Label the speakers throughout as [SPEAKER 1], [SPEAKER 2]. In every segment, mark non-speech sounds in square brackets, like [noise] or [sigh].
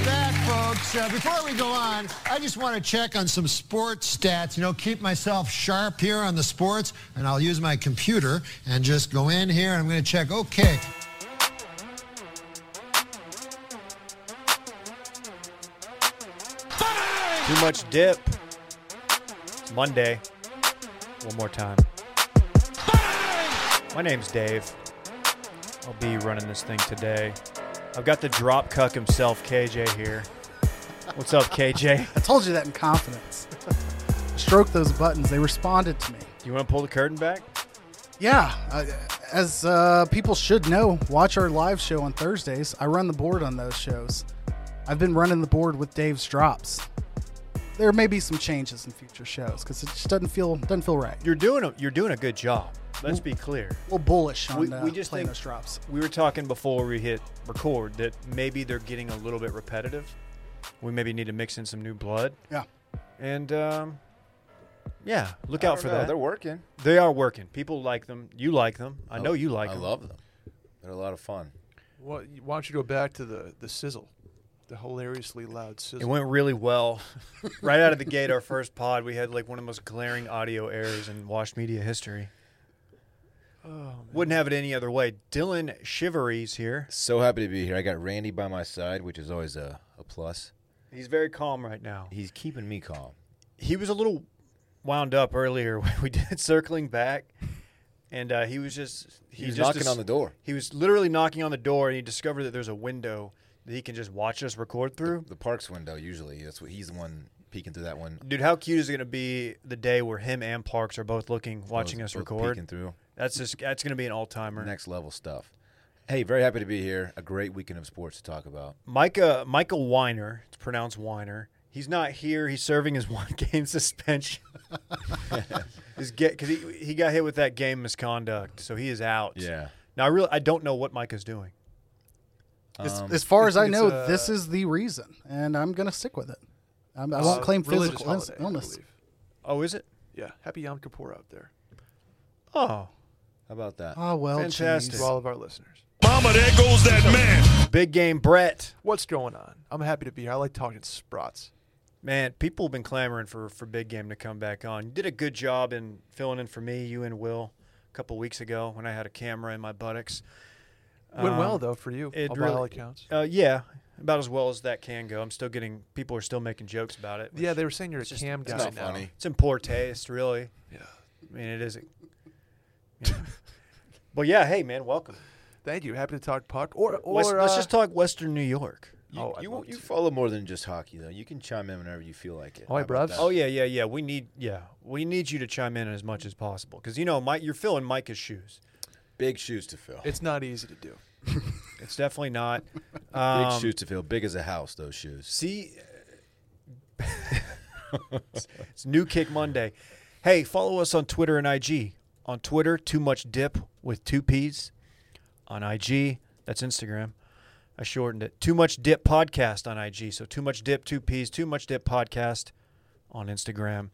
[SPEAKER 1] folks. Uh, before we go on, I just want to check on some sports stats. You know, keep myself sharp here on the sports, and I'll use my computer and just go in here and I'm going to check. Okay.
[SPEAKER 2] Too much dip. It's Monday. One more time. My name's Dave. I'll be running this thing today. I've got the drop cuck himself, KJ, here. What's up, KJ?
[SPEAKER 3] I told you that in confidence. [laughs] Stroke those buttons. They responded to me.
[SPEAKER 2] You want to pull the curtain back?
[SPEAKER 3] Yeah, uh, as uh, people should know, watch our live show on Thursdays. I run the board on those shows. I've been running the board with Dave's drops. There may be some changes in future shows because it just doesn't feel doesn't feel right.
[SPEAKER 2] You're doing a you're doing a good job. Let's be clear.
[SPEAKER 3] A little bullish on
[SPEAKER 2] We-
[SPEAKER 3] uh,
[SPEAKER 2] we just
[SPEAKER 3] playing
[SPEAKER 2] think-
[SPEAKER 3] those drops.
[SPEAKER 2] We were talking before we hit record that maybe they're getting a little bit repetitive. We maybe need to mix in some new blood.
[SPEAKER 3] Yeah,
[SPEAKER 2] And um, yeah, look
[SPEAKER 4] I
[SPEAKER 2] out
[SPEAKER 4] don't
[SPEAKER 2] for
[SPEAKER 4] know.
[SPEAKER 2] that.
[SPEAKER 4] They're working.
[SPEAKER 2] They are working. People like them. You like them. I know you like
[SPEAKER 4] I
[SPEAKER 2] them.
[SPEAKER 4] love them. They're a lot of fun.
[SPEAKER 5] Why, why don't you go back to the, the sizzle, the hilariously loud
[SPEAKER 2] It
[SPEAKER 5] sizzle?
[SPEAKER 2] went really
[SPEAKER 4] [laughs]
[SPEAKER 2] well. right out of the gate, our first pod, we had like one of the most glaring audio errors in Wash Media history.
[SPEAKER 4] Oh,
[SPEAKER 2] Wouldn't have it any other way. Dylan Shiveries here.
[SPEAKER 4] So happy to be here. I got Randy by my side, which is always a, a plus.
[SPEAKER 2] He's very calm right now.
[SPEAKER 4] He's keeping me calm.
[SPEAKER 2] He was a little wound up earlier [laughs] when we did circling back, and uh, he was just he,
[SPEAKER 4] He, was
[SPEAKER 2] just
[SPEAKER 4] knocking on the door.
[SPEAKER 2] He was literally knocking on the door, and he discovered that there's a window that he can just watch us record through.
[SPEAKER 4] The parks window usually. That's what he's the one peeking through that one.
[SPEAKER 2] Dude, how cute is it going to be the day where him and Parks are both looking, watching
[SPEAKER 4] Both-
[SPEAKER 2] us
[SPEAKER 4] both
[SPEAKER 2] record?
[SPEAKER 4] Peeking through.
[SPEAKER 2] That's just that's going to be an all timer.
[SPEAKER 4] Next level stuff. Hey, very happy to be here. A great weekend of sports to talk about.
[SPEAKER 2] Micah Michael Weiner, it's pronounced Weiner. He's not here. He's serving his [laughs] one game
[SPEAKER 4] [laughs]
[SPEAKER 2] suspension. Is get because he he got hit with that game misconduct, so he is out.
[SPEAKER 4] Yeah.
[SPEAKER 2] Now I really I don't know what Micah's doing.
[SPEAKER 3] as,
[SPEAKER 4] Um,
[SPEAKER 3] as far as I
[SPEAKER 5] it's
[SPEAKER 3] know,
[SPEAKER 5] a-
[SPEAKER 3] this is the reason, and I'm gonna stick with it. I'm, I won't
[SPEAKER 5] Uh,
[SPEAKER 3] claim
[SPEAKER 5] religious
[SPEAKER 3] physical
[SPEAKER 5] holiday, I
[SPEAKER 3] illness.
[SPEAKER 5] believe.
[SPEAKER 2] Oh, is it?
[SPEAKER 5] Yeah, happy Yom Kippur out there
[SPEAKER 2] Oh,
[SPEAKER 4] How about that?
[SPEAKER 3] Ah well,
[SPEAKER 2] Fantastic.
[SPEAKER 3] geez.
[SPEAKER 5] to all of our listeners.
[SPEAKER 6] Mama, there goes that man.
[SPEAKER 2] big game, Brett.
[SPEAKER 5] What's going on? I'm happy to be here. I like talking Sprots.
[SPEAKER 2] Man, people have been clamoring for, for Big Game to come back on. You did a good job in filling in for me, you and Will, a couple weeks ago when I had a camera in my buttocks.
[SPEAKER 5] Went well
[SPEAKER 2] Um,
[SPEAKER 5] though for you,
[SPEAKER 2] it
[SPEAKER 5] all by
[SPEAKER 2] really-
[SPEAKER 5] all accounts.
[SPEAKER 2] Uh, yeah, about as well as that can go. I'm still getting people are still making jokes about it. which-
[SPEAKER 5] Yeah, they were saying you're a
[SPEAKER 2] just-
[SPEAKER 5] cam
[SPEAKER 2] it's
[SPEAKER 5] guy
[SPEAKER 4] not
[SPEAKER 5] now.
[SPEAKER 4] funny.
[SPEAKER 2] it's in poor taste, really.
[SPEAKER 5] Yeah.
[SPEAKER 2] I mean, it isn't. You
[SPEAKER 5] [laughs]
[SPEAKER 2] know. but yeah, hey man, welcome.
[SPEAKER 5] Thank you. Happy to talk puck. Or or
[SPEAKER 2] let's, let's
[SPEAKER 5] uh,
[SPEAKER 2] just talk Western New York.
[SPEAKER 4] You,
[SPEAKER 5] Oh, I'd
[SPEAKER 4] you,
[SPEAKER 5] love
[SPEAKER 4] you
[SPEAKER 5] to.
[SPEAKER 4] follow more than just hockey, though. You can chime in whenever you feel like it.
[SPEAKER 5] All right,
[SPEAKER 4] How about
[SPEAKER 5] bruvs.
[SPEAKER 4] that?
[SPEAKER 2] Oh yeah, yeah, yeah. We need yeah, we need you to chime in as much as possible because you know Mike, you're filling Micah's shoes.
[SPEAKER 4] Big shoes to fill.
[SPEAKER 5] It's not easy to do.
[SPEAKER 2] It's definitely not.
[SPEAKER 4] Big
[SPEAKER 2] Um,
[SPEAKER 4] shoes to fill. Big as a house, those shoes.
[SPEAKER 2] See, it's New Kick Monday. Hey, follow us on Twitter and IG. On Twitter, Too Much Dip with two P's. On IG, that's Instagram. I shortened it. Too Much Dip Podcast on IG. So Too Much Dip, two P's, Too Much Dip Podcast on Instagram.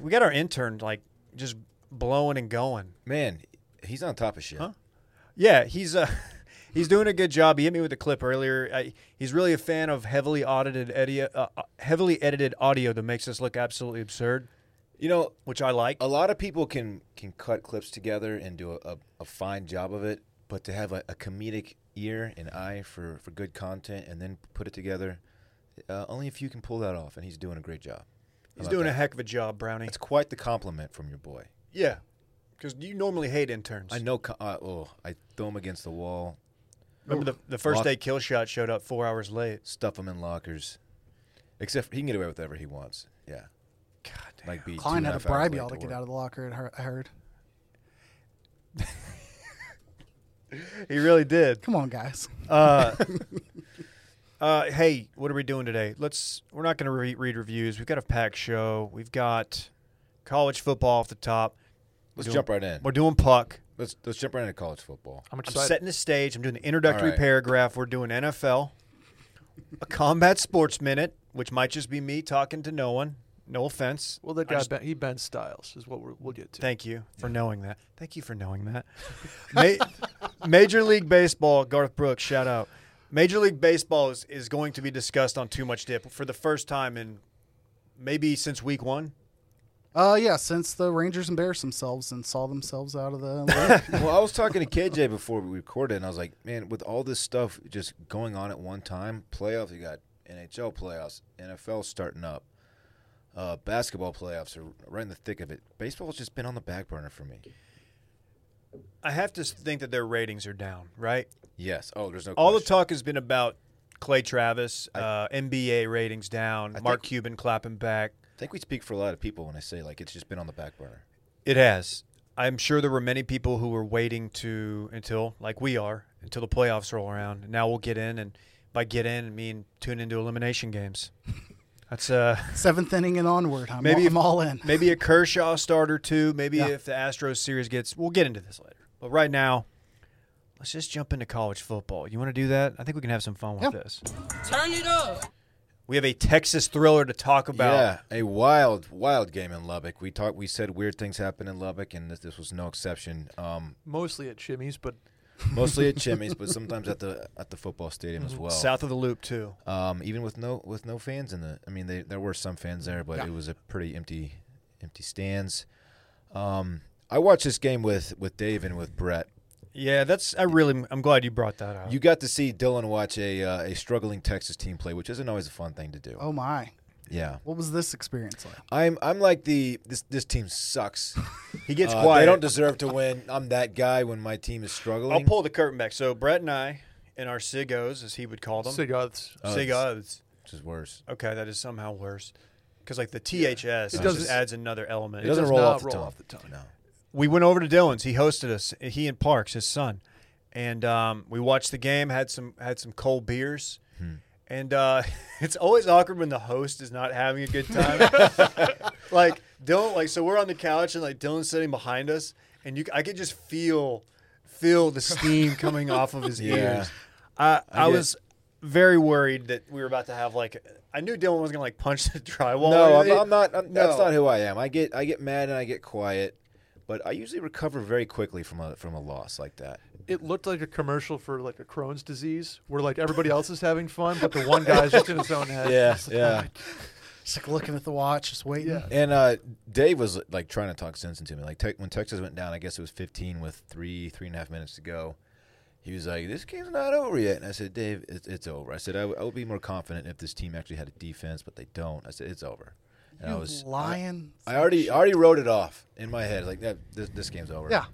[SPEAKER 2] We got our intern like just blowing and going.
[SPEAKER 4] Man, he's on top of shit.
[SPEAKER 2] Yeah, he's uh, [laughs] he's doing a good job. He hit me with a clip earlier. I, he's really a fan of heavily audited edi- uh, uh, heavily edited audio that makes us look absolutely absurd,
[SPEAKER 4] You know,
[SPEAKER 2] which I like.
[SPEAKER 4] a lot of people can can cut clips together and do a, a, a fine job of it, but to have a, a comedic ear and eye for, for good content and then put it together, uh, only a few can pull that off, and he's doing a great job.
[SPEAKER 2] he's
[SPEAKER 4] about
[SPEAKER 2] doing a
[SPEAKER 4] that?
[SPEAKER 2] heck of a job, Brownie.
[SPEAKER 4] That's quite the compliment from your boy.
[SPEAKER 2] yeah, because you normally hate interns.
[SPEAKER 4] I know. co- Uh, oh, I throw him against the wall,
[SPEAKER 2] Remember the, the first
[SPEAKER 4] Lock-
[SPEAKER 2] day kill shot showed up four hours late.
[SPEAKER 4] stuff him in lockers. Except he can get away with whatever he wants. Yeah,
[SPEAKER 2] God damn.
[SPEAKER 4] like be two
[SPEAKER 3] Klein
[SPEAKER 4] and a
[SPEAKER 3] had
[SPEAKER 4] half
[SPEAKER 3] to
[SPEAKER 4] hours
[SPEAKER 3] bribe
[SPEAKER 4] late
[SPEAKER 3] y'all to get
[SPEAKER 4] work.
[SPEAKER 3] out of the locker. I heard- I heard.
[SPEAKER 2] he really did.
[SPEAKER 3] Come on, [laughs] guys.
[SPEAKER 2] Uh, uh, hey, what are we doing today? Let's. We're not going to re- read reviews. We've got a packed show. We've got college football off the top.
[SPEAKER 4] Let's
[SPEAKER 2] Doing-
[SPEAKER 4] jump right in.
[SPEAKER 2] We're doing puck.
[SPEAKER 4] Let's let's jump right into college football.
[SPEAKER 5] I'm
[SPEAKER 2] I'm
[SPEAKER 5] excited.
[SPEAKER 2] setting the stage. I'm doing the introductory
[SPEAKER 4] All right.
[SPEAKER 2] paragraph. We're doing NFL, a combat sports minute, which might just be me talking to no one. No offense.
[SPEAKER 5] Well, that
[SPEAKER 2] I
[SPEAKER 5] guy
[SPEAKER 2] just-
[SPEAKER 5] ben, he bends Styles is what we're, we'll get to.
[SPEAKER 2] Thank you for knowing that. [laughs] Thank you for knowing that. Ma- Major League Baseball, Garth Brooks, shout out. Major League Baseball is, is going to be discussed on Too Much Dip for the first time in maybe since week one.
[SPEAKER 3] Uh, yeah, since the Rangers embarrassed themselves and saw themselves out of the [laughs] league.
[SPEAKER 4] well, I was talking to KJ before we recorded, and I was like, man, with all this stuff just going on at one time, playoffs, you got NHL playoffs, NFL starting up, uh, basketball playoffs are right in the thick of it. Baseball's just been on the back burner for me.
[SPEAKER 2] I have to think that their ratings are down, right?
[SPEAKER 4] Yes. Oh, there's no
[SPEAKER 2] All the
[SPEAKER 4] question.
[SPEAKER 2] talk has been about Clay Travis, uh, NBA ratings down, Mark Cuban clapping back.
[SPEAKER 4] I think we speak for a lot of people when I say, like, it's just been on the back burner.
[SPEAKER 2] It has. I'm sure there were many people who were waiting to until, like we are, until the playoffs roll around. Now we'll get in, and by get in, I mean tune into elimination
[SPEAKER 3] [laughs]
[SPEAKER 2] games. That's uh,
[SPEAKER 3] Seventh inning and onward. I'm,
[SPEAKER 2] Maybe
[SPEAKER 3] maybe
[SPEAKER 2] if-
[SPEAKER 3] I'm all in.
[SPEAKER 2] maybe a Kershaw start or two. Maybe
[SPEAKER 3] Yeah.
[SPEAKER 2] if the Astros series gets, we'll get into this later. But right now, let's just jump into college football. You want to do that? I think we can have some fun with
[SPEAKER 3] Yeah.
[SPEAKER 2] this.
[SPEAKER 7] Turn it up.
[SPEAKER 2] We have a Texas thriller to talk about.
[SPEAKER 4] Yeah, a wild, wild game in Lubbock. We talked, we said weird things happen in Lubbock, and this, this was no exception. Um,
[SPEAKER 5] Mostly at Chimmy's, but
[SPEAKER 4] mostly at Chimmy's, but sometimes at the at the football stadium as well.
[SPEAKER 2] South of the Loop too.
[SPEAKER 4] um, even with no with no fans in the. I mean, they, there were some fans there, but it was a pretty empty empty stands. Um, I watched this game with with Dave and with Brett.
[SPEAKER 2] Yeah, that's. I really. I'm glad you brought that up.
[SPEAKER 4] You got to see Dylan watch a uh, a struggling Texas team play, which isn't always a fun thing to do.
[SPEAKER 3] Oh my!
[SPEAKER 4] Yeah,
[SPEAKER 3] What was this experience like?
[SPEAKER 4] I'm I'm like the this this team
[SPEAKER 5] [laughs]
[SPEAKER 4] sucks.
[SPEAKER 2] he gets
[SPEAKER 4] Uh,
[SPEAKER 2] quiet.
[SPEAKER 4] They don't deserve to win. I'm that guy when my team is struggling.
[SPEAKER 2] I'll pull the curtain back. So Brett and I, and our sigos, as he would call them,
[SPEAKER 5] cigars.
[SPEAKER 4] Oh,
[SPEAKER 2] sigos.
[SPEAKER 4] which is worse.
[SPEAKER 2] Okay, that is somehow worse. Because like the THS just
[SPEAKER 5] doesn't-
[SPEAKER 2] adds another element.
[SPEAKER 4] It doesn't
[SPEAKER 5] does
[SPEAKER 4] roll
[SPEAKER 5] not
[SPEAKER 4] off the
[SPEAKER 5] roll
[SPEAKER 4] tongue.
[SPEAKER 5] off the tongue.
[SPEAKER 4] No.
[SPEAKER 2] we went over to Dylan's. He hosted us. He and Parks, his son, and um, we watched the game. had some had some cold beers.
[SPEAKER 4] Hmm.
[SPEAKER 2] And uh, [laughs] it's always awkward when the host is not having a good
[SPEAKER 4] [laughs]
[SPEAKER 2] time. like Dylan, like so we're on the couch and like Dylan's sitting behind us, and you, I could just feel feel the steam
[SPEAKER 4] [laughs]
[SPEAKER 2] coming off of his
[SPEAKER 4] Yeah.
[SPEAKER 2] ears. I, I,
[SPEAKER 4] get-
[SPEAKER 2] was very worried that we were about to have like I knew Dylan was gonna like punch the drywall.
[SPEAKER 4] No, I'm,
[SPEAKER 2] It-
[SPEAKER 4] I'm not. I'm, That's
[SPEAKER 2] no.
[SPEAKER 4] not who I am. I get I get mad and I get quiet, but I usually recover very quickly from a from a loss like that.
[SPEAKER 5] It looked like a commercial for like a Crohn's disease, where like everybody else is having fun, but the one guy's just in his own head.
[SPEAKER 4] [laughs] yeah.
[SPEAKER 3] Just like looking at the watch, just waiting.
[SPEAKER 5] Yeah.
[SPEAKER 4] And uh, Dave was like trying to talk sense into me. Like te- when Texas went down, I guess it was 15 with three three and a half minutes to go. He was like, "This game's not over yet," and I said, "Dave, it's, it's over." I said, I would- I would be more confident if this team actually had a defense, but they don't." I said, "It's over." And I
[SPEAKER 3] You
[SPEAKER 4] was
[SPEAKER 3] lying.
[SPEAKER 4] I already I already wrote it off in my head. Like that, this, this game's over.
[SPEAKER 3] yeah.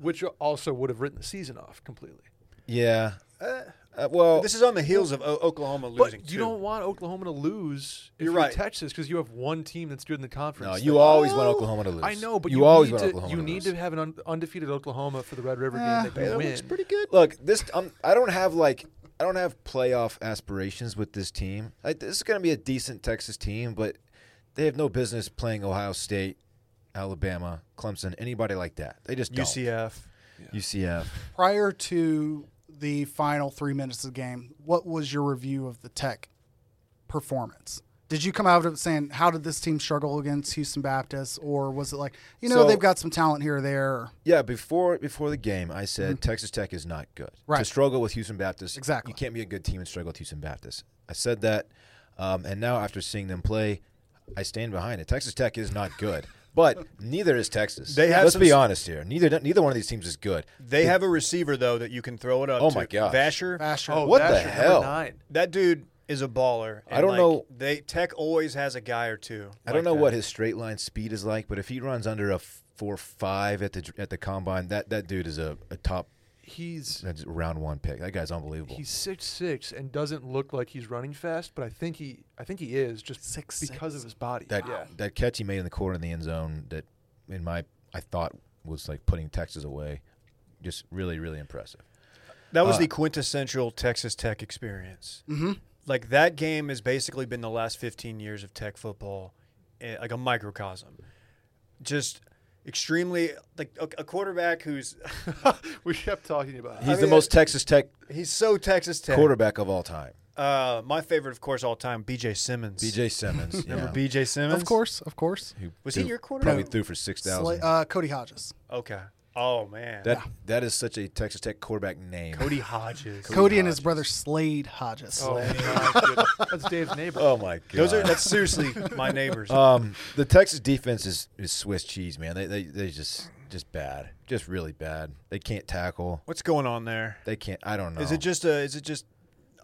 [SPEAKER 5] Which also would have written the season off completely.
[SPEAKER 4] yeah. Uh, uh, well,
[SPEAKER 2] This is on the heels of o- Oklahoma losing.
[SPEAKER 5] But
[SPEAKER 2] too.
[SPEAKER 5] you don't want Oklahoma to lose. If
[SPEAKER 2] You're
[SPEAKER 5] you're,
[SPEAKER 2] right.
[SPEAKER 5] Texas, because you have one team that's good in the conference.
[SPEAKER 4] no,
[SPEAKER 5] that-
[SPEAKER 4] you always want
[SPEAKER 5] Oh,
[SPEAKER 4] Oklahoma to lose.
[SPEAKER 5] I know, but
[SPEAKER 4] you,
[SPEAKER 5] you,
[SPEAKER 4] always
[SPEAKER 5] need
[SPEAKER 4] want
[SPEAKER 5] to,
[SPEAKER 4] Oklahoma
[SPEAKER 5] you
[SPEAKER 4] to
[SPEAKER 5] need
[SPEAKER 4] lose. Ah,
[SPEAKER 5] to have an un- undefeated Oklahoma for the Red River
[SPEAKER 3] Eh,
[SPEAKER 5] game that you win.
[SPEAKER 4] good. Look, this I'm, I don't have like I don't have playoff aspirations with this team. Like this is going to be a decent Texas team, but they have no business playing Ohio State, Alabama, Clemson, anybody like that. They just don't.
[SPEAKER 2] UCF.
[SPEAKER 4] UCF.
[SPEAKER 3] Prior to the final three minutes of the game, what was your review of the Tech performance? Did you come out of it saying, "How did this team struggle against Houston Baptist?" Or was it like, you know,
[SPEAKER 4] So-
[SPEAKER 3] they've got some talent here or there?
[SPEAKER 4] Yeah, before before the game, I said Texas Tech is not good. To
[SPEAKER 3] Mm-hmm. Right.
[SPEAKER 4] struggle with Houston Baptist,
[SPEAKER 3] Exactly.
[SPEAKER 4] You can't be a good team and struggle with Houston Baptist. I said that, um, and now after seeing them play, I stand behind it. Texas Tech is not
[SPEAKER 3] [laughs]
[SPEAKER 4] good, but neither is Texas.
[SPEAKER 2] They have
[SPEAKER 4] Let's
[SPEAKER 2] some
[SPEAKER 4] be
[SPEAKER 2] s-
[SPEAKER 4] honest here. Neither neither one of these teams is good.
[SPEAKER 2] They have a receiver though that you can throw it up.
[SPEAKER 4] Oh
[SPEAKER 2] to.
[SPEAKER 4] my gosh.
[SPEAKER 2] Vasher.
[SPEAKER 3] Basher.
[SPEAKER 5] Oh,
[SPEAKER 4] What the
[SPEAKER 5] Vasher, number
[SPEAKER 4] hell?
[SPEAKER 5] nine.
[SPEAKER 2] That dude is a baller.
[SPEAKER 4] I
[SPEAKER 2] and,
[SPEAKER 4] don't
[SPEAKER 2] like,
[SPEAKER 4] know-
[SPEAKER 2] They Tech always has a guy or two.
[SPEAKER 4] I don't
[SPEAKER 2] like
[SPEAKER 4] know
[SPEAKER 2] that.
[SPEAKER 4] what his straight line speed is like, but if he runs under a four five at the at the combine, that that dude is a, a top
[SPEAKER 5] He's
[SPEAKER 4] that's round one pick. That guy's unbelievable.
[SPEAKER 5] he's six six and doesn't look like he's running fast, but I think he I think he is just
[SPEAKER 3] Six,
[SPEAKER 5] because of his body.
[SPEAKER 4] that
[SPEAKER 5] yeah.
[SPEAKER 4] that catch he made in the corner in the end zone that in my I thought was like putting Texas away. Just really, really impressive.
[SPEAKER 2] That
[SPEAKER 4] uh,
[SPEAKER 2] was the quintessential Texas Tech experience. Mm-hmm. Like that game has basically been the last 15 years of Tech football, eh, like a microcosm. Just extremely like a, a quarterback who's [laughs]
[SPEAKER 5] we kept talking about.
[SPEAKER 4] He's
[SPEAKER 5] it.
[SPEAKER 4] the most Texas Tech
[SPEAKER 2] he's so Texas Tech.
[SPEAKER 4] quarterback of all time.
[SPEAKER 2] Uh, my favorite, of course, all time, B.J. Simmons. [laughs]
[SPEAKER 4] BJ Simmons.
[SPEAKER 2] Remember
[SPEAKER 4] yeah.
[SPEAKER 2] B.J. Simmons?
[SPEAKER 3] of course, of course.
[SPEAKER 4] Who
[SPEAKER 2] Was he
[SPEAKER 4] threw-
[SPEAKER 2] your
[SPEAKER 4] Probably
[SPEAKER 2] quarterback?
[SPEAKER 4] threw for six
[SPEAKER 3] Sla-
[SPEAKER 4] thousand.
[SPEAKER 3] uh, Cody Hodges.
[SPEAKER 2] Okay. Oh man,
[SPEAKER 4] That that is such a Texas Tech quarterback name.
[SPEAKER 2] Cody Hodges.
[SPEAKER 3] Cody and his brother Slade Hodges.
[SPEAKER 5] Oh, my goodness. That's
[SPEAKER 2] [laughs]
[SPEAKER 5] Dave's neighbor.
[SPEAKER 4] Oh my god.
[SPEAKER 2] Those are that's [laughs] seriously my neighbors.
[SPEAKER 4] um, the Texas defense is, is Swiss cheese, man. They they they just just bad, just really bad. They can't tackle.
[SPEAKER 2] What's going on there?
[SPEAKER 4] They can't. I don't know.
[SPEAKER 2] Is it just a? Is it just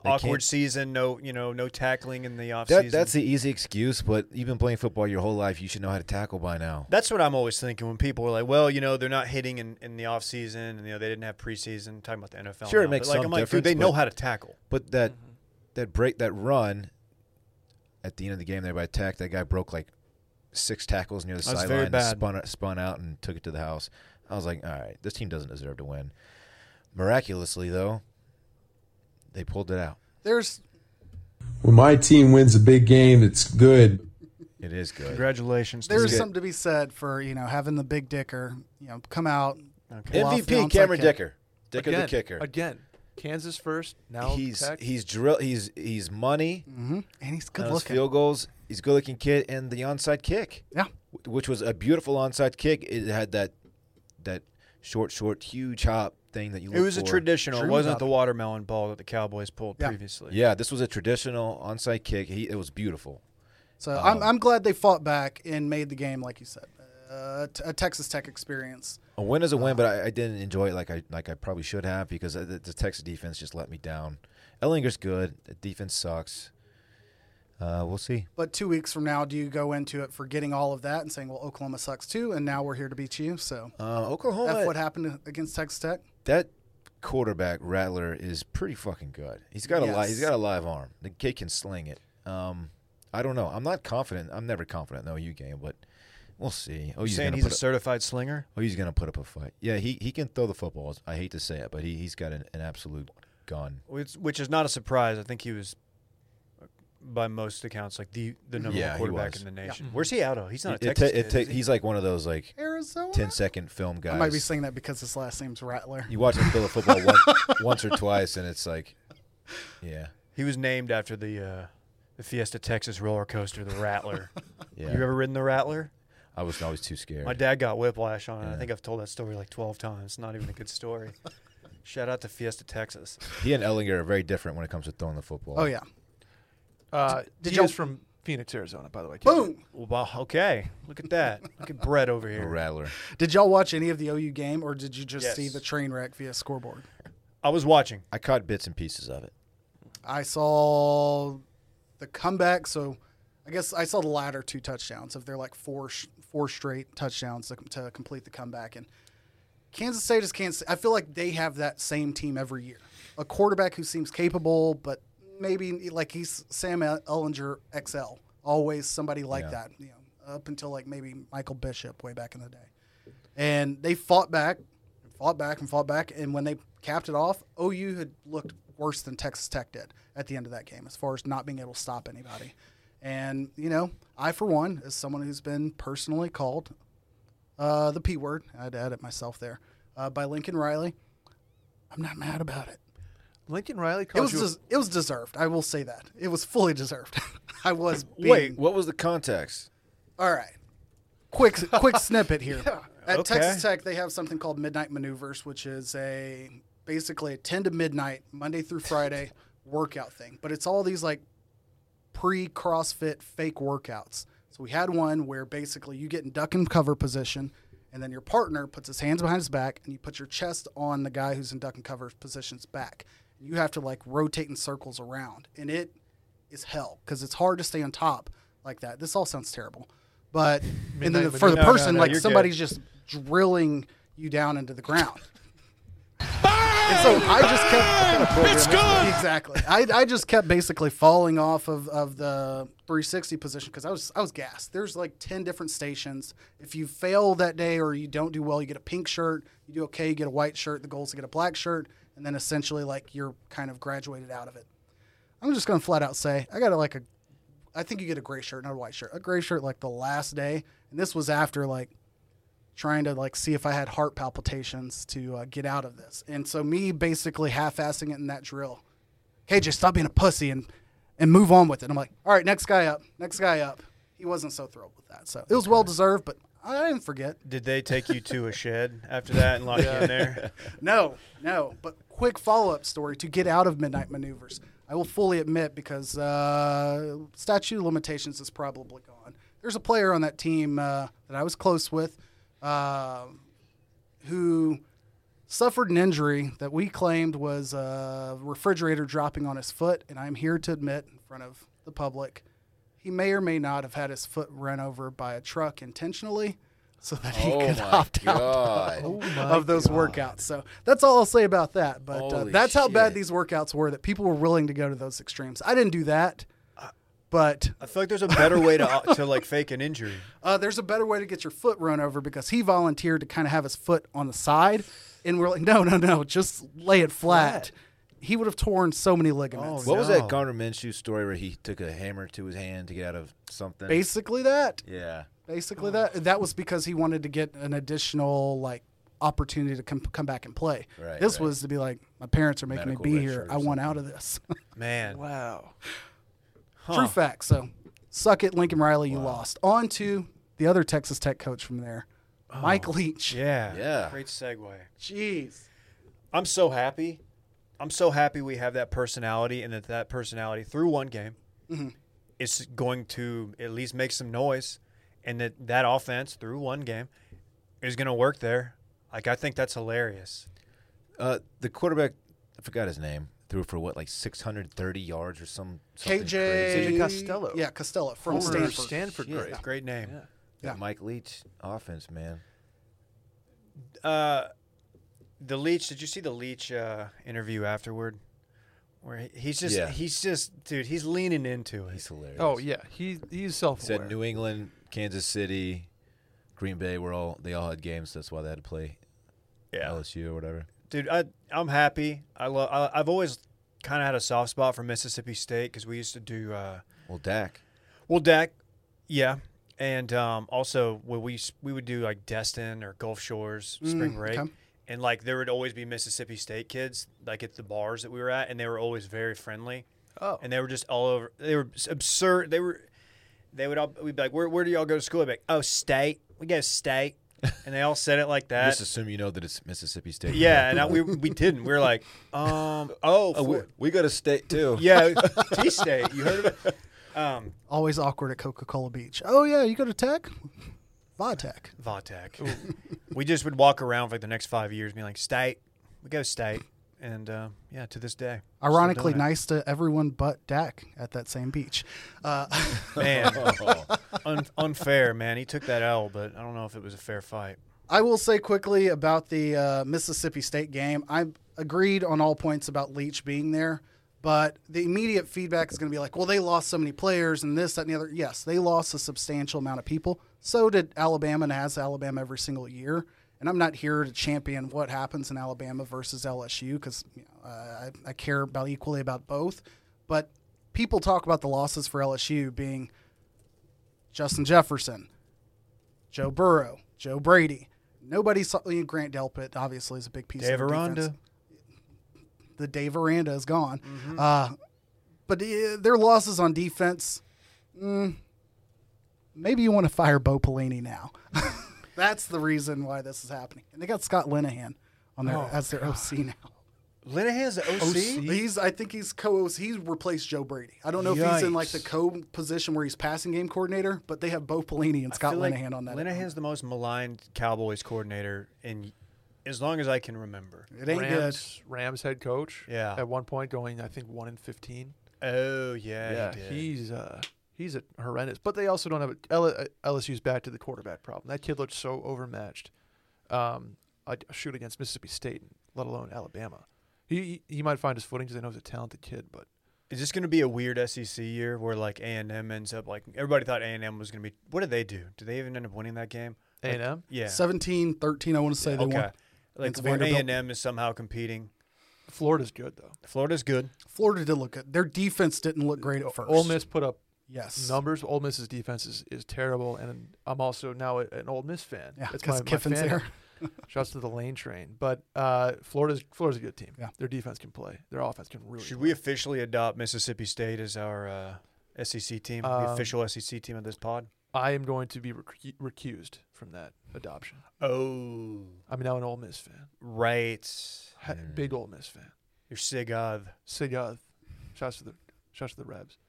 [SPEAKER 4] Oh. They
[SPEAKER 2] awkward
[SPEAKER 4] can't-
[SPEAKER 2] season? No, you know, no tackling in the off
[SPEAKER 4] that,
[SPEAKER 2] season.
[SPEAKER 4] that's the easy excuse? But you've been playing football your whole life. You should know how to tackle by now.
[SPEAKER 2] That's what I'm always thinking when people are like, well, you know, they're not hitting in, in the off season, and you know they didn't have preseason. talking about the NFL,
[SPEAKER 4] Sure, it
[SPEAKER 2] now, but,
[SPEAKER 4] makes
[SPEAKER 2] like
[SPEAKER 4] some
[SPEAKER 2] I'm like, dude,
[SPEAKER 4] difference,
[SPEAKER 2] they know
[SPEAKER 4] but-
[SPEAKER 2] how to tackle.
[SPEAKER 4] But that that break that run at the end of the game there by Tech, that guy broke like six tackles near the
[SPEAKER 2] That was very
[SPEAKER 4] sideline, and
[SPEAKER 2] bad.
[SPEAKER 4] spun spun out and took it to the house. I was like, all right, this team doesn't deserve to win. Miraculously though, they pulled it out.
[SPEAKER 3] There's
[SPEAKER 7] when my team wins a big game that's good,
[SPEAKER 4] It is good.
[SPEAKER 2] Congratulations,
[SPEAKER 3] there's something to be said for you know having the big dicker you know come out. blow off the
[SPEAKER 4] MVP
[SPEAKER 3] onside
[SPEAKER 4] Cameron
[SPEAKER 3] kick.
[SPEAKER 4] Dicker. Dicker
[SPEAKER 5] again,
[SPEAKER 4] the kicker.
[SPEAKER 5] Again, Kansas first. Now
[SPEAKER 4] he's
[SPEAKER 5] Tech.
[SPEAKER 4] he's drill he's he's money
[SPEAKER 3] and he's
[SPEAKER 4] on
[SPEAKER 3] good
[SPEAKER 4] his
[SPEAKER 3] looking.
[SPEAKER 4] field goals. He's a good looking kid and the onside kick.
[SPEAKER 3] Yeah,
[SPEAKER 4] wh- Which was a beautiful onside kick. It had that that short, short, huge hop thing that you
[SPEAKER 2] It
[SPEAKER 4] look
[SPEAKER 2] was a
[SPEAKER 4] for.
[SPEAKER 2] traditional. It
[SPEAKER 3] Drew
[SPEAKER 2] wasn't
[SPEAKER 3] about
[SPEAKER 2] the watermelon ball that the Cowboys pulled
[SPEAKER 3] Yeah.
[SPEAKER 2] previously.
[SPEAKER 4] Yeah, this was a traditional onside kick. He, it was beautiful.
[SPEAKER 3] so
[SPEAKER 4] Oh.
[SPEAKER 3] I'm, I'm glad they fought back and made the game like you said, uh, t- a Texas Tech experience.
[SPEAKER 4] A win is a win, but I, I didn't enjoy it like I like I probably should have because the, the Texas defense just let me down. Ellinger's good. The defense sucks. Uh, we'll see.
[SPEAKER 3] But two weeks from now, do you go into it forgetting all of that and saying, "Well, Oklahoma sucks too," and now we're here to beat you? So
[SPEAKER 4] Uh,
[SPEAKER 3] that's
[SPEAKER 4] Oklahoma.
[SPEAKER 3] what happened against Texas Tech.
[SPEAKER 4] that quarterback Rattler is pretty fucking good. He's got a li- he's
[SPEAKER 3] Yes.
[SPEAKER 4] got a live arm. The kid can sling it. Um, I don't know. I'm not confident. I'm never confident in the OU game, but we'll see. OU's
[SPEAKER 2] You saying
[SPEAKER 4] gonna
[SPEAKER 2] he's a
[SPEAKER 4] put up,
[SPEAKER 2] certified slinger?
[SPEAKER 4] OU's gonna put up a fight. Yeah, he, he can throw the footballs. I hate to say it, but he he has got an, an absolute gun.
[SPEAKER 2] which, which is not a surprise. I think he was, uh, by most accounts, like the the number
[SPEAKER 4] Yeah,
[SPEAKER 2] one
[SPEAKER 4] he
[SPEAKER 2] quarterback
[SPEAKER 4] was.
[SPEAKER 2] in the nation. Where's he out of? He's not a
[SPEAKER 4] It ta-
[SPEAKER 2] Uh, Texas
[SPEAKER 4] it
[SPEAKER 2] kid,
[SPEAKER 4] ta-
[SPEAKER 2] is he?
[SPEAKER 4] he's like one of those like
[SPEAKER 3] Arizona.
[SPEAKER 4] 10 second film guys.
[SPEAKER 3] I might be saying that because his last name's Rattler.
[SPEAKER 4] you watch him throw the
[SPEAKER 2] [laughs]
[SPEAKER 4] football one, once or twice, and it's like, yeah,
[SPEAKER 2] He was named after the uh, the Fiesta Texas roller coaster, the Rattler.
[SPEAKER 4] [laughs] yeah.
[SPEAKER 2] You ever ridden the Rattler?
[SPEAKER 4] I was always too scared.
[SPEAKER 2] My dad got whiplash on it. I
[SPEAKER 4] Yeah.
[SPEAKER 2] think I've told that story like 12 times. It's not even a good story. Shout out to Fiesta Texas.
[SPEAKER 4] he and Ellinger are very different when it comes to throwing the football.
[SPEAKER 3] Oh yeah.
[SPEAKER 5] uh,
[SPEAKER 3] did
[SPEAKER 5] he
[SPEAKER 3] y'all-
[SPEAKER 5] is from Phoenix, Arizona, by the way. Kansas.
[SPEAKER 3] Boom.
[SPEAKER 2] Well, okay. Look at that. Look at Brett over
[SPEAKER 4] A
[SPEAKER 2] here.
[SPEAKER 4] rattler.
[SPEAKER 3] Did y'all watch any of the OU game, or did you just
[SPEAKER 2] Yes.
[SPEAKER 3] see the train wreck via scoreboard?
[SPEAKER 2] I was watching.
[SPEAKER 4] I caught bits and pieces of it.
[SPEAKER 3] I saw the comeback. So I guess I saw the latter two touchdowns. If they're like four sh- four straight touchdowns to, to complete the comeback, and Kansas State just can't. I feel like they have that same team every year. A quarterback who seems capable, but maybe like he's Sam E, Ellinger XL. Always somebody like
[SPEAKER 4] Yeah.
[SPEAKER 3] that. You know, up until like maybe Michael Bishop way back in the day, and they fought back, fought back, and fought back. And when they capped it off, OU had looked worse than Texas Tech did at the end of that game, as far as not being able to stop anybody. And you know, I for one, as someone who's been personally called uh, the P word. I had to edit myself there. Uh, by Lincoln Riley. I'm not mad about it.
[SPEAKER 5] Lincoln Riley
[SPEAKER 3] It was
[SPEAKER 5] calls you.
[SPEAKER 3] des- it was deserved. I will say that it was fully deserved. [laughs] I was being,
[SPEAKER 4] Wait, what was the context?
[SPEAKER 3] All right, quick quick snippet here. At
[SPEAKER 2] okay.
[SPEAKER 3] Texas Tech, they have something called midnight maneuvers, which is a basically a 10 to midnight Monday through Friday workout thing. But it's all these like pre CrossFit fake workouts. So we had one where basically you get in duck and cover position, and then your partner puts his hands behind his back, and you put your chest on the guy who's in duck and cover position's back. You have to like rotate in circles around, and it is hell because it's hard to stay on top like that. This all sounds terrible,
[SPEAKER 2] [laughs]
[SPEAKER 3] but and then
[SPEAKER 5] Midnight
[SPEAKER 3] for the
[SPEAKER 2] Maneuver. No,
[SPEAKER 3] person,
[SPEAKER 2] no, no,
[SPEAKER 3] like
[SPEAKER 2] you're good.
[SPEAKER 3] somebody's just drilling you down into the ground. And so I just [laughs] kept
[SPEAKER 6] It's good.
[SPEAKER 3] exactly. I, I just kept basically falling off of, of the 360 position because I was I was gassed. There's like 10 different stations. If you fail that day or you don't do well, you get a pink shirt. You do okay, you get a white shirt. The goal is to get a black shirt, and then essentially like you're kind of graduated out of it. I'm just gonna flat out say I got like a, I think you get a gray shirt, not a white shirt. A gray shirt like the last day, and this was after like trying to like see if I had heart palpitations to uh, get out of this. And so me basically half-assing it in that drill. Hey, just stop being a pussy and and move on with it. I'm like, all right, next guy up, next guy up. He wasn't so thrilled with that, so it was well deserved, but I didn't forget.
[SPEAKER 2] Did they take you to a shed after that and lock you in
[SPEAKER 4] [laughs]
[SPEAKER 2] there?
[SPEAKER 3] [laughs] No, no. But quick follow up story to get out of midnight maneuvers. I will fully admit because uh, statute of limitations is probably gone. There's a player on that team uh, that I was close with uh, who suffered an injury that we claimed was a refrigerator dropping on his foot. And I'm here to admit in front of the public, he may or may not have had his foot run over by a truck intentionally so that he
[SPEAKER 4] Oh
[SPEAKER 3] could
[SPEAKER 4] my
[SPEAKER 3] opt out
[SPEAKER 4] god!
[SPEAKER 3] of those workouts. So that's all I'll say about that. But uh,
[SPEAKER 4] Holy
[SPEAKER 3] that's how bad
[SPEAKER 4] shit.
[SPEAKER 3] these workouts were that people were willing to go to those extremes. I didn't do that, but
[SPEAKER 2] I feel like there's a better way to to like fake an injury.
[SPEAKER 3] uh, there's a better way to get your foot run over because he volunteered to kind of have his foot on the side, and we're like, [laughs] no, no, no, just lay it flat. He would have torn so many ligaments.
[SPEAKER 4] [laughs] What was
[SPEAKER 2] No.
[SPEAKER 4] that Garner Minshew story where he took a hammer to his hand to get out of something?
[SPEAKER 3] Basically that.
[SPEAKER 4] Yeah.
[SPEAKER 3] Basically that. That was because he wanted to get an additional like opportunity to com- come back and play.
[SPEAKER 4] Right,
[SPEAKER 3] this
[SPEAKER 4] right.
[SPEAKER 3] was to be like, my parents are making
[SPEAKER 4] Medical
[SPEAKER 3] me be
[SPEAKER 4] red
[SPEAKER 3] here.
[SPEAKER 4] shirt or
[SPEAKER 3] I want out of this. [laughs]
[SPEAKER 2] Man,
[SPEAKER 5] Wow.
[SPEAKER 3] True fact. So, suck it, Lincoln Riley. You lost. On to the other Texas Tech coach from there, Mike Leach.
[SPEAKER 2] yeah,
[SPEAKER 4] Yeah.
[SPEAKER 2] great segue.
[SPEAKER 3] Jeez.
[SPEAKER 2] I'm so happy. I'm so happy we have that personality and that that personality through one game
[SPEAKER 4] Mm-hmm.
[SPEAKER 2] is going to at least make some noise and that that offense through one game is going to work there. Like, I think that's hilarious.
[SPEAKER 4] Uh, the quarterback, I forgot his name, threw for what, like 630 yards or some. something
[SPEAKER 3] KJ
[SPEAKER 4] crazy.
[SPEAKER 5] Costello.
[SPEAKER 3] Yeah, Costello from
[SPEAKER 5] Former
[SPEAKER 3] Stanford.
[SPEAKER 5] Stanford, great.
[SPEAKER 2] Great name.
[SPEAKER 3] Yeah.
[SPEAKER 4] That Mike Leach offense, man.
[SPEAKER 2] Uh, the Leach. Did you see the Leach uh, interview afterward? Where he- he's just,
[SPEAKER 4] Yeah.
[SPEAKER 2] he's just, dude, he's leaning into it.
[SPEAKER 4] He's hilarious.
[SPEAKER 5] Oh yeah, he he's self
[SPEAKER 4] Said
[SPEAKER 5] aware.
[SPEAKER 4] New England, Kansas City, Green Bay were all they all had games. That's why they had to play LSU or whatever.
[SPEAKER 2] dude, I I'm happy. I love. I, I've always kind of had a soft spot for Mississippi State because we used to do. Uh,
[SPEAKER 4] Well, Dak.
[SPEAKER 2] Well, Dak, yeah, and um, also when we s- we would do like Destin or Gulf Shores spring break,
[SPEAKER 3] okay.
[SPEAKER 2] and like there would always be Mississippi State kids like at the bars that we were at, and they were always very friendly.
[SPEAKER 5] Oh.
[SPEAKER 2] and they were just all over. They were s- absurd. They were. They would all we'd be like, "Where where do y'all go to school?" I'd be like, "Oh, state. We go to state," and they all said it like that.
[SPEAKER 4] Just assume you know that it's Mississippi State.
[SPEAKER 2] yeah, and I, we we didn't. We were like, um, oh,
[SPEAKER 4] Oh, we,
[SPEAKER 2] for-
[SPEAKER 4] we got a state too. [laughs]
[SPEAKER 2] yeah, [laughs] T State. You heard of it? Um,
[SPEAKER 3] Always awkward at Coca Cola Beach. Oh yeah, you go to Tech. Va Tech.
[SPEAKER 2] Vautech. we just would walk around for like the next five years, being like, "State, we go state," and uh, yeah, to this day, we're still
[SPEAKER 3] Ironically,
[SPEAKER 2] doing it.
[SPEAKER 3] nice to everyone but Dak at that same beach. Uh, [laughs]
[SPEAKER 4] Oh,
[SPEAKER 2] man, un- unfair, man. He took that L, but I don't know if it was a fair fight.
[SPEAKER 3] I will say quickly about the uh, Mississippi State game. I agreed on all points about Leach being there, but the immediate feedback is going to be like, well, they lost so many players and this, that, and the other. Yes, they lost a substantial amount of people. So did Alabama and has Alabama every single year. And I'm not here to champion what happens in Alabama versus LSU because you know, uh, I, I care about equally about both. But people talk about the losses for LSU being Justin Jefferson, Joe Burrow, Joe Brady. Nobody saw you know, Grant Delpit. Obviously, is a big piece.
[SPEAKER 2] Dave
[SPEAKER 3] of the defense.
[SPEAKER 2] Aranda.
[SPEAKER 3] The Dave Aranda is gone.
[SPEAKER 2] Mm-hmm.
[SPEAKER 3] Uh, but uh, their losses on defense. mm, maybe you want to fire Bo Pelini now. [laughs] That's the reason why this is happening. And they got Scott Linehan on
[SPEAKER 2] Oh,
[SPEAKER 3] their as their OC now.
[SPEAKER 2] Linehan's the OC.
[SPEAKER 3] He's I think he's co he replaced Joe Brady. I don't know if he's in like the
[SPEAKER 2] Yikes.
[SPEAKER 3] co position where he's passing game coordinator, but they have Bo Pelini and
[SPEAKER 2] I
[SPEAKER 3] Scott
[SPEAKER 2] feel like
[SPEAKER 3] Linehan on that.
[SPEAKER 2] Linehan's the most maligned Cowboys coordinator in as long as I can remember.
[SPEAKER 3] it ain't
[SPEAKER 5] Rams, Rams head coach.
[SPEAKER 2] Yeah.
[SPEAKER 5] At one point, going I think one in fifteen.
[SPEAKER 2] Oh yeah, he did.
[SPEAKER 5] he's uh, he's a horrendous. But they also don't have a, L, uh, LSU's back to the quarterback problem. That kid looked so overmatched. Um, I shoot against Mississippi State, let alone Alabama. He he he might find his footing because they know he's a talented kid, but
[SPEAKER 2] Is this going to be a weird SEC year where like A and M ends up like everybody thought A and M was going to be? What did they do? Did they even end up winning that game?
[SPEAKER 5] A and M.
[SPEAKER 2] Yeah,
[SPEAKER 3] good. 17 13 I want to say they
[SPEAKER 2] okay.
[SPEAKER 3] won.
[SPEAKER 2] Like
[SPEAKER 3] It's
[SPEAKER 2] where A
[SPEAKER 3] Vanderbilt.
[SPEAKER 2] and M is somehow competing.
[SPEAKER 5] Florida's good though.
[SPEAKER 2] Florida's good.
[SPEAKER 3] Florida did look good. Their defense didn't look great at first.
[SPEAKER 5] Ole Miss put up
[SPEAKER 3] Yes.
[SPEAKER 5] numbers. Ole Miss's defense is, is terrible, and I'm also now a- an Ole Miss fan.
[SPEAKER 3] Yeah,
[SPEAKER 5] That's
[SPEAKER 3] 'cause
[SPEAKER 5] my- my
[SPEAKER 3] Kiffin's
[SPEAKER 5] fandom.
[SPEAKER 3] there.
[SPEAKER 5] [laughs]
[SPEAKER 3] [laughs]
[SPEAKER 5] Shouts to the Lane Train, but uh, Florida's Florida's a good team.
[SPEAKER 3] Yeah.
[SPEAKER 5] their defense can play. Their offense can really.
[SPEAKER 2] Should
[SPEAKER 5] play.
[SPEAKER 2] we officially adopt Mississippi State as our uh, SEC team, the
[SPEAKER 5] Um,
[SPEAKER 2] official SEC team of this pod?
[SPEAKER 5] I am going to be recu- recused from that adoption.
[SPEAKER 2] Oh,
[SPEAKER 5] I'm now an Ole Miss fan,
[SPEAKER 2] right.
[SPEAKER 5] Ha- big Ole Miss fan.
[SPEAKER 2] You're Sigav.
[SPEAKER 5] Sigath, shouts to the shouts to the Rebs,
[SPEAKER 3] Uh,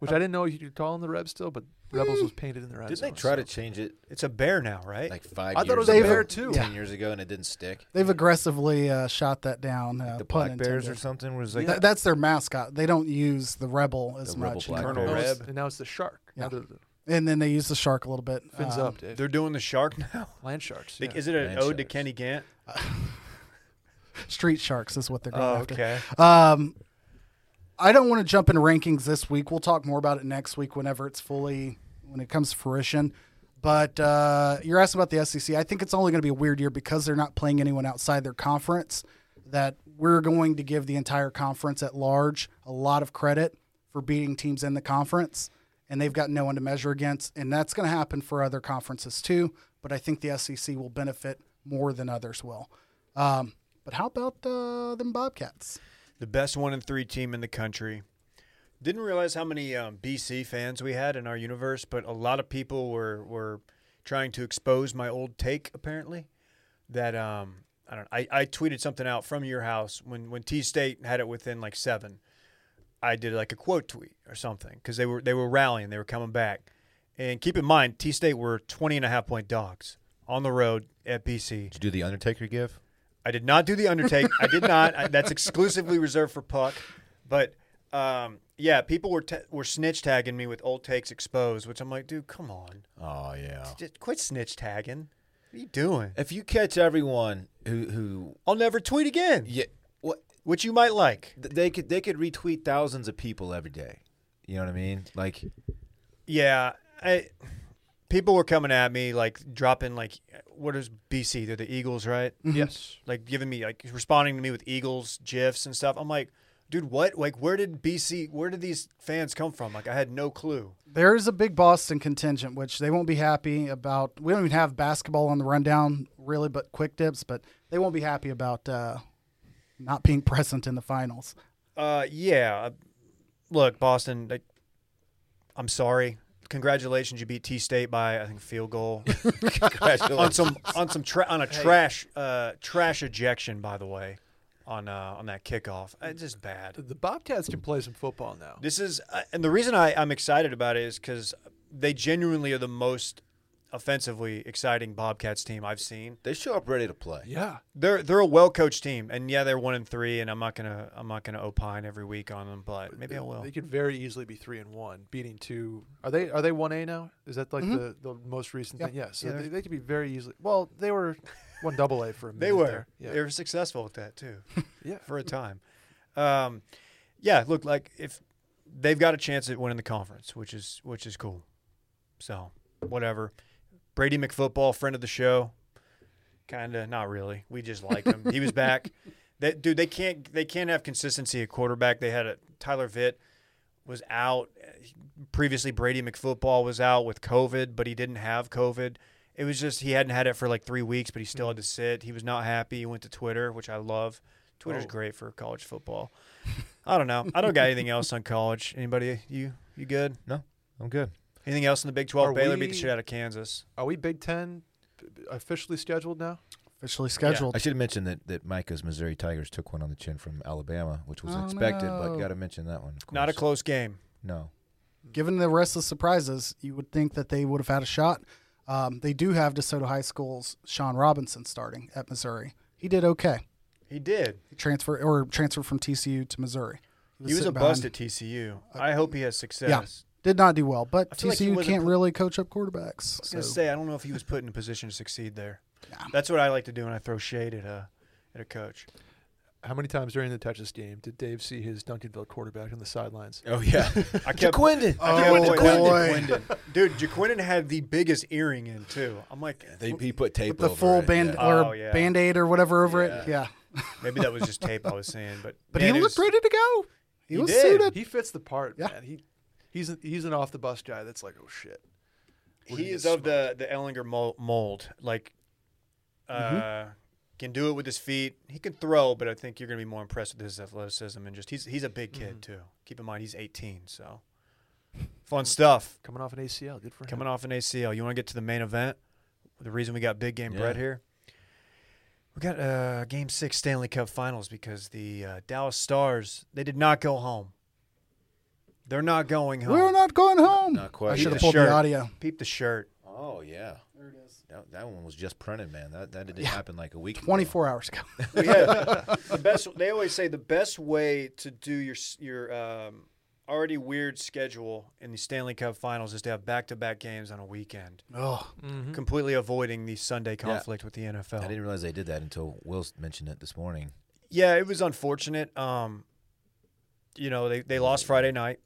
[SPEAKER 5] which I didn't know you could call them the Rebs still, but Rebels was painted in their eyes.
[SPEAKER 4] Didn't they try to change it
[SPEAKER 2] It's a bear now, right?
[SPEAKER 4] like five?
[SPEAKER 5] I thought it
[SPEAKER 4] years
[SPEAKER 5] was a
[SPEAKER 4] ago,
[SPEAKER 5] bear, too.
[SPEAKER 4] Ten years ago, and it didn't stick.
[SPEAKER 3] They've aggressively uh, shot that down. Uh,
[SPEAKER 4] the
[SPEAKER 3] pun
[SPEAKER 4] black bears or
[SPEAKER 3] intended.
[SPEAKER 4] something was like
[SPEAKER 3] Th- that's their mascot. They don't use the rebel as
[SPEAKER 4] The
[SPEAKER 3] much.
[SPEAKER 4] Rebel black
[SPEAKER 3] anymore.
[SPEAKER 2] Colonel
[SPEAKER 4] bears.
[SPEAKER 2] Reb.
[SPEAKER 5] And now it's the shark.
[SPEAKER 3] Yeah.
[SPEAKER 5] Now the, the
[SPEAKER 3] And then they use the shark a little bit.
[SPEAKER 5] fins
[SPEAKER 3] Um,
[SPEAKER 5] up, Dave.
[SPEAKER 2] They're doing the shark [laughs] now.
[SPEAKER 5] land sharks.
[SPEAKER 2] Like,
[SPEAKER 5] yeah.
[SPEAKER 2] Is it an
[SPEAKER 4] Man
[SPEAKER 2] ode to
[SPEAKER 4] sharks.
[SPEAKER 2] Kenny Gant?
[SPEAKER 3] Street sharks is what they're going
[SPEAKER 2] Oh,
[SPEAKER 3] after.
[SPEAKER 2] okay.
[SPEAKER 3] Um, I don't want to jump into rankings this week. We'll talk more about it next week whenever it's fully when it comes to fruition. But uh, you're asking about the SEC. I think it's only going to be a weird year because they're not playing anyone outside their conference. That we're going to give the entire conference at large a lot of credit for beating teams in the conference, and they've got no one to measure against. And that's going to happen for other conferences too. But I think the SEC will benefit more than others will. Um, but how about uh, them Bobcats?
[SPEAKER 2] the best one in three team in the country. Didn't realize how many um, BC fans we had in our universe, but a lot of people were were trying to expose my old take. Apparently, that um, I don't. I, I tweeted something out from your house when when T State had it within like seven. I did like a quote tweet or something because they were they were rallying, they were coming back, and keep in mind T State were 20 and a half point dogs on the road at BC.
[SPEAKER 4] Did you do the Undertaker give?
[SPEAKER 2] I did not do the Undertake. I did not. I, that's exclusively reserved for Puck. But um, yeah, people were t- were snitch tagging me with old takes exposed, which I'm like, dude, come on,
[SPEAKER 4] Oh yeah.
[SPEAKER 2] just quit snitch tagging. What are you doing?
[SPEAKER 4] If you catch everyone who who oh,
[SPEAKER 2] I'll never tweet again,
[SPEAKER 4] yeah, what
[SPEAKER 2] which you might like.
[SPEAKER 4] th- they could they could retweet thousands of people every day. You know what I mean? Like
[SPEAKER 2] Yeah, I, people were coming at me like dropping like, what is BC? They're the Eagles, right?
[SPEAKER 5] yes.
[SPEAKER 2] like giving me like responding to me with Eagles gifs and stuff. I'm like, dude, what? Like, where did BC? Where did these fans come from? Like, I had no clue.
[SPEAKER 3] There is a big Boston contingent, which they won't be happy about. We don't even have basketball on the rundown, really, but quick dips, but they won't be happy about uh, not being [laughs] present in the finals.
[SPEAKER 2] Uh, yeah. Look, Boston. Like, I'm sorry. Congratulations, you beat T State by I think field goal on some on some tra- on a trash uh, trash ejection. By the way, on uh, on that kickoff, it's just bad.
[SPEAKER 5] The Bobcats can play some football now.
[SPEAKER 2] This is, uh, and the reason I, I'm excited about it is because they genuinely are the most offensively exciting Bobcats team I've seen.
[SPEAKER 4] they show up ready to play.
[SPEAKER 5] Yeah.
[SPEAKER 2] They're they're a well coached team, and yeah, they're one and three, and I'm not gonna I'm not gonna opine every week on them, but maybe I will.
[SPEAKER 5] They could very easily be three and one, beating two. Are they? Are they one A now? Is that like the, the most recent thing? Yeah. So they, they could be very easily. Well, they were one double A for a minute.
[SPEAKER 2] They were
[SPEAKER 5] there. Yeah.
[SPEAKER 2] they were successful with that too,
[SPEAKER 5] [laughs] Yeah.
[SPEAKER 2] for a time. Um, yeah, look like if they've got a chance at winning the conference, which is which is cool. So whatever, Brady McFootball, friend of the show, kind of not really. We just liked him. he was
[SPEAKER 4] [laughs]
[SPEAKER 2] back. That dude, they can't they can't have consistency at quarterback. They had a Tyler Vitt was out. Previously, Brady McFootball was out with COVID, but he didn't have COVID. It was just he hadn't had it for like three weeks, but he
[SPEAKER 4] Mm-hmm.
[SPEAKER 2] still had to sit. He was not happy. He went to Twitter, which I love. Twitter's
[SPEAKER 4] Oh.
[SPEAKER 2] great for college
[SPEAKER 4] [laughs]
[SPEAKER 2] football. I don't know. I don't got anything else on college. Anybody? You you good?
[SPEAKER 4] No, I'm good.
[SPEAKER 2] Anything else in the Big Twelve?
[SPEAKER 5] Are
[SPEAKER 2] Baylor beat the
[SPEAKER 5] we-
[SPEAKER 2] shit out of Kansas.
[SPEAKER 5] Are we Big Ten officially scheduled now?
[SPEAKER 3] Officially scheduled.
[SPEAKER 4] I should have mentioned that, that Micah's Missouri Tigers took one on the chin from Alabama, which was
[SPEAKER 3] Oh,
[SPEAKER 4] expected,
[SPEAKER 3] no.
[SPEAKER 4] but got to mention that one. Of course.
[SPEAKER 2] Not a close game.
[SPEAKER 4] no.
[SPEAKER 3] Given the rest of the surprises, you would think that they would have had a shot. Um, they do have DeSoto High School's Sean Robinson starting at Missouri. He did okay.
[SPEAKER 2] He did.
[SPEAKER 3] He transferred or transferred from TCU to Missouri.
[SPEAKER 2] He was a
[SPEAKER 3] sitting
[SPEAKER 2] bust
[SPEAKER 3] behind- Uh,
[SPEAKER 2] at TCU. I hope he has success.
[SPEAKER 3] Yeah, did not do well. But
[SPEAKER 2] feel like he
[SPEAKER 3] TCU
[SPEAKER 2] wasn't
[SPEAKER 3] can't
[SPEAKER 2] put-
[SPEAKER 3] really coach up quarterbacks.
[SPEAKER 2] I was gonna
[SPEAKER 3] so-
[SPEAKER 2] say I don't know if he was put in a position to succeed there. That's what I like to do when I throw shade at a at a coach.
[SPEAKER 5] How many times during the Texas game did Dave see his Duncanville quarterback on the sidelines?
[SPEAKER 4] Oh yeah,
[SPEAKER 3] [laughs]
[SPEAKER 2] I kept
[SPEAKER 4] Jaquindon.
[SPEAKER 2] I kept
[SPEAKER 3] Oh,
[SPEAKER 2] pointing
[SPEAKER 3] boy.
[SPEAKER 2] out Jaquindon. dude. Jaquindon had the biggest earring in too. I'm like,
[SPEAKER 4] They he put tape
[SPEAKER 3] with the
[SPEAKER 4] over
[SPEAKER 3] full
[SPEAKER 4] it,
[SPEAKER 3] band
[SPEAKER 4] yeah.
[SPEAKER 3] or
[SPEAKER 2] Oh, yeah.
[SPEAKER 3] band aid or whatever over it. Yeah,
[SPEAKER 4] Yeah.
[SPEAKER 2] maybe that was just tape I was seeing, but
[SPEAKER 3] but
[SPEAKER 2] man,
[SPEAKER 3] he
[SPEAKER 2] it
[SPEAKER 3] looked
[SPEAKER 2] was-
[SPEAKER 3] ready to go. He,
[SPEAKER 2] He
[SPEAKER 3] was
[SPEAKER 2] did.
[SPEAKER 3] suited.
[SPEAKER 5] He fits the part,
[SPEAKER 3] Yeah.
[SPEAKER 5] man. He he's an, he's an off the bus guy. That's like, oh shit.
[SPEAKER 2] He is of the the Ellinger mol- mold. Like, uh, can do it with his feet. He can throw, but I think you're going to be more impressed with his athleticism and just he's he's a big kid too. Keep in mind he's 18, so Fun stuff.
[SPEAKER 5] Coming off an ACL, good for him.
[SPEAKER 2] Coming off an ACL, you want to get to the main event? The reason we got big game
[SPEAKER 4] Yeah.
[SPEAKER 2] bread here. We got uh, Game Six Stanley Cup Finals because the uh, Dallas Stars they did not go home. They're not going home.
[SPEAKER 3] We're not going home.
[SPEAKER 4] Not quite.
[SPEAKER 3] I
[SPEAKER 2] Peep
[SPEAKER 3] should
[SPEAKER 2] the
[SPEAKER 3] have pulled
[SPEAKER 2] shirt.
[SPEAKER 3] the audio.
[SPEAKER 2] Peep the shirt.
[SPEAKER 4] Oh yeah. There it is. That, that one was just printed, man. That that didn't happen like a week. ago.
[SPEAKER 3] 24 hours ago.
[SPEAKER 2] yeah, the best. They always say the best way to do your s- your um, already weird schedule in the Stanley Cup Finals is to have back to back games on a weekend,
[SPEAKER 3] oh,
[SPEAKER 2] completely avoiding the Sunday conflict with the NFL.
[SPEAKER 4] I didn't realize they did that until Will mentioned it this morning.
[SPEAKER 2] Yeah, it was unfortunate. Um, you know, they, they lost Friday night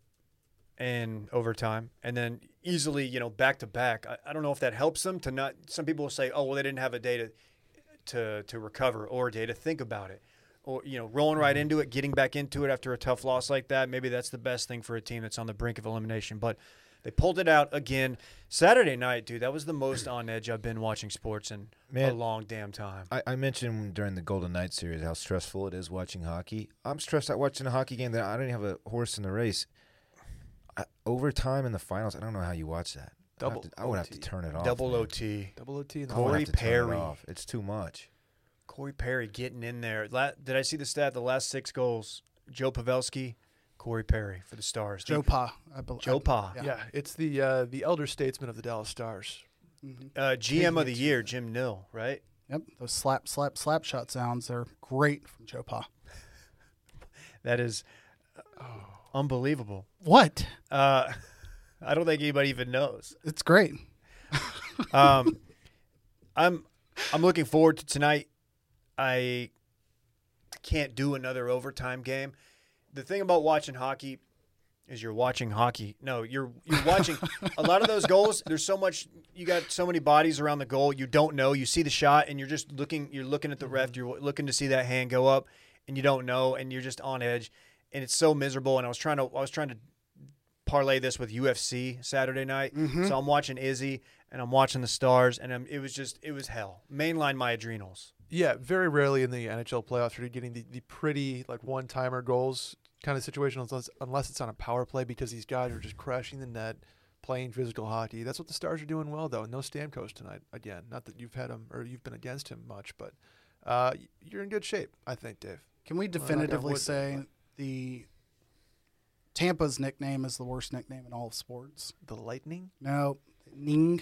[SPEAKER 2] and overtime, and then easily, you know, back to back. I, I don't know if that helps them to not. Some people will say, oh, well, they didn't have a day to to to recover or a day to think about it, or you know, rolling right
[SPEAKER 4] Mm-hmm.
[SPEAKER 2] into it, getting back into it after a tough loss like that. Maybe that's the best thing for a team that's on the brink of elimination, but. They pulled it out again Saturday night, dude. That was the
[SPEAKER 4] [clears throat]
[SPEAKER 2] most on edge I've been watching sports in a
[SPEAKER 4] Man.
[SPEAKER 2] long damn time.
[SPEAKER 4] I, I mentioned during the Golden Knights series how stressful it is watching hockey. I'm stressed out watching a hockey game that I don't even have a horse in the race. I, overtime in the finals, I don't know how you watch that. I'd have
[SPEAKER 5] Double
[SPEAKER 4] to- I would have to
[SPEAKER 5] OT.
[SPEAKER 4] turn it off.
[SPEAKER 2] Double
[SPEAKER 4] man.
[SPEAKER 2] OT.
[SPEAKER 5] Double OT in the
[SPEAKER 4] I would
[SPEAKER 2] Corey
[SPEAKER 4] have to turn
[SPEAKER 2] Perry.
[SPEAKER 4] it off. It's too much.
[SPEAKER 2] Corey Perry getting in there. La- did I see the stat? The last six goals, Joe Pavelski, Corey Perry for the Stars.
[SPEAKER 3] Joe Pa. I bel-
[SPEAKER 2] Joe Pa,
[SPEAKER 5] Yeah, it's the uh, the elder statesman of the Dallas Stars.
[SPEAKER 2] uh, GM of the year, Jim Nill, right?
[SPEAKER 3] Yep. Those slap, slap, slap shot sounds are great from Joe Pa.
[SPEAKER 2] That is unbelievable.
[SPEAKER 3] What?
[SPEAKER 2] Uh, [laughs] I don't think anybody even knows.
[SPEAKER 3] It's great.
[SPEAKER 2] Um, [laughs] I'm I'm looking forward to tonight. I can't do another overtime game. The thing about watching hockey is you're watching hockey. No, you're you're watching a lot of those goals. There's so much you got so many bodies around the goal. You don't know. You see the shot and you're just looking you're looking at the ref. You're looking to see that hand go up and you don't know and you're just on edge and it's so miserable and I was trying to I was trying to parlay this with UFC Saturday night.
[SPEAKER 3] Mm-hmm.
[SPEAKER 2] So I'm watching Izzy and I'm watching the stars and I'm, it was just it was hell. Mainline my adrenals.
[SPEAKER 5] Yeah, very rarely in the NHL playoffs are you getting the, the pretty like one timer goals kind of situation unless unless it's on a power play because these guys are just crashing the net, playing physical hockey. That's what the Stars are doing well though. No Stamkos tonight again. Not that you've had him or you've been against him much, but uh, y- you're in good shape, I think, Dave.
[SPEAKER 3] Can we
[SPEAKER 5] knock on
[SPEAKER 3] definitively
[SPEAKER 5] wood,
[SPEAKER 3] say the Tampa's nickname is the worst nickname in all of sports?
[SPEAKER 5] The Lightning.
[SPEAKER 3] No, Ning.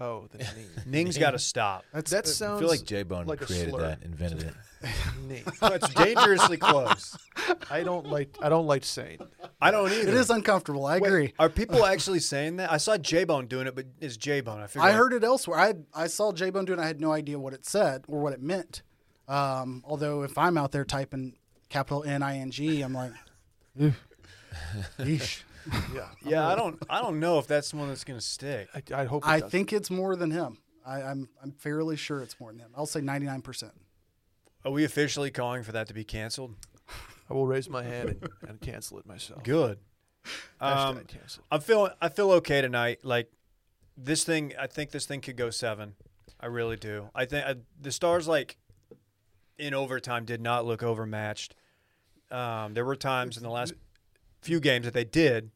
[SPEAKER 5] Oh, the Ning.
[SPEAKER 2] Ning's got to stop.
[SPEAKER 3] That's
[SPEAKER 5] that
[SPEAKER 3] uh,
[SPEAKER 5] sounds
[SPEAKER 4] I feel like J Bone
[SPEAKER 5] like a
[SPEAKER 4] created
[SPEAKER 5] slur.
[SPEAKER 4] that, invented [laughs] it.
[SPEAKER 5] [laughs] Ning.
[SPEAKER 2] That's dangerously close.
[SPEAKER 5] I don't like. I don't like saying.
[SPEAKER 2] I don't either.
[SPEAKER 3] It is uncomfortable. I agree.
[SPEAKER 2] Are people actually saying that? I saw J Bone doing it, but it's J Bone. I figured.
[SPEAKER 3] I heard it elsewhere. I had, I saw J Bone doing. it. I had no idea what it said or what it meant. Um, although if I'm out there typing capital N I N G, I'm [laughs] like, Yeesh.
[SPEAKER 5] Yeah.
[SPEAKER 2] Yeah, I don't. I don't know if that's the one that's gonna stick.
[SPEAKER 5] I, I hope. It
[SPEAKER 3] I
[SPEAKER 5] doesn't.
[SPEAKER 3] think it's more than him. I, I'm I'm fairly sure it's more than him. I'll say 99. percent
[SPEAKER 2] Are we officially calling for that to be canceled?
[SPEAKER 5] I will raise my hand and, and cancel it myself.
[SPEAKER 2] [laughs] Good.
[SPEAKER 5] Hashtag
[SPEAKER 2] Um,
[SPEAKER 5] cancel.
[SPEAKER 2] I'm feeling. I feel okay tonight. Like this thing. I think this thing could go seven. I really do. I think I, the stars like in overtime did not look overmatched. Um, there were times in the last few games that they did.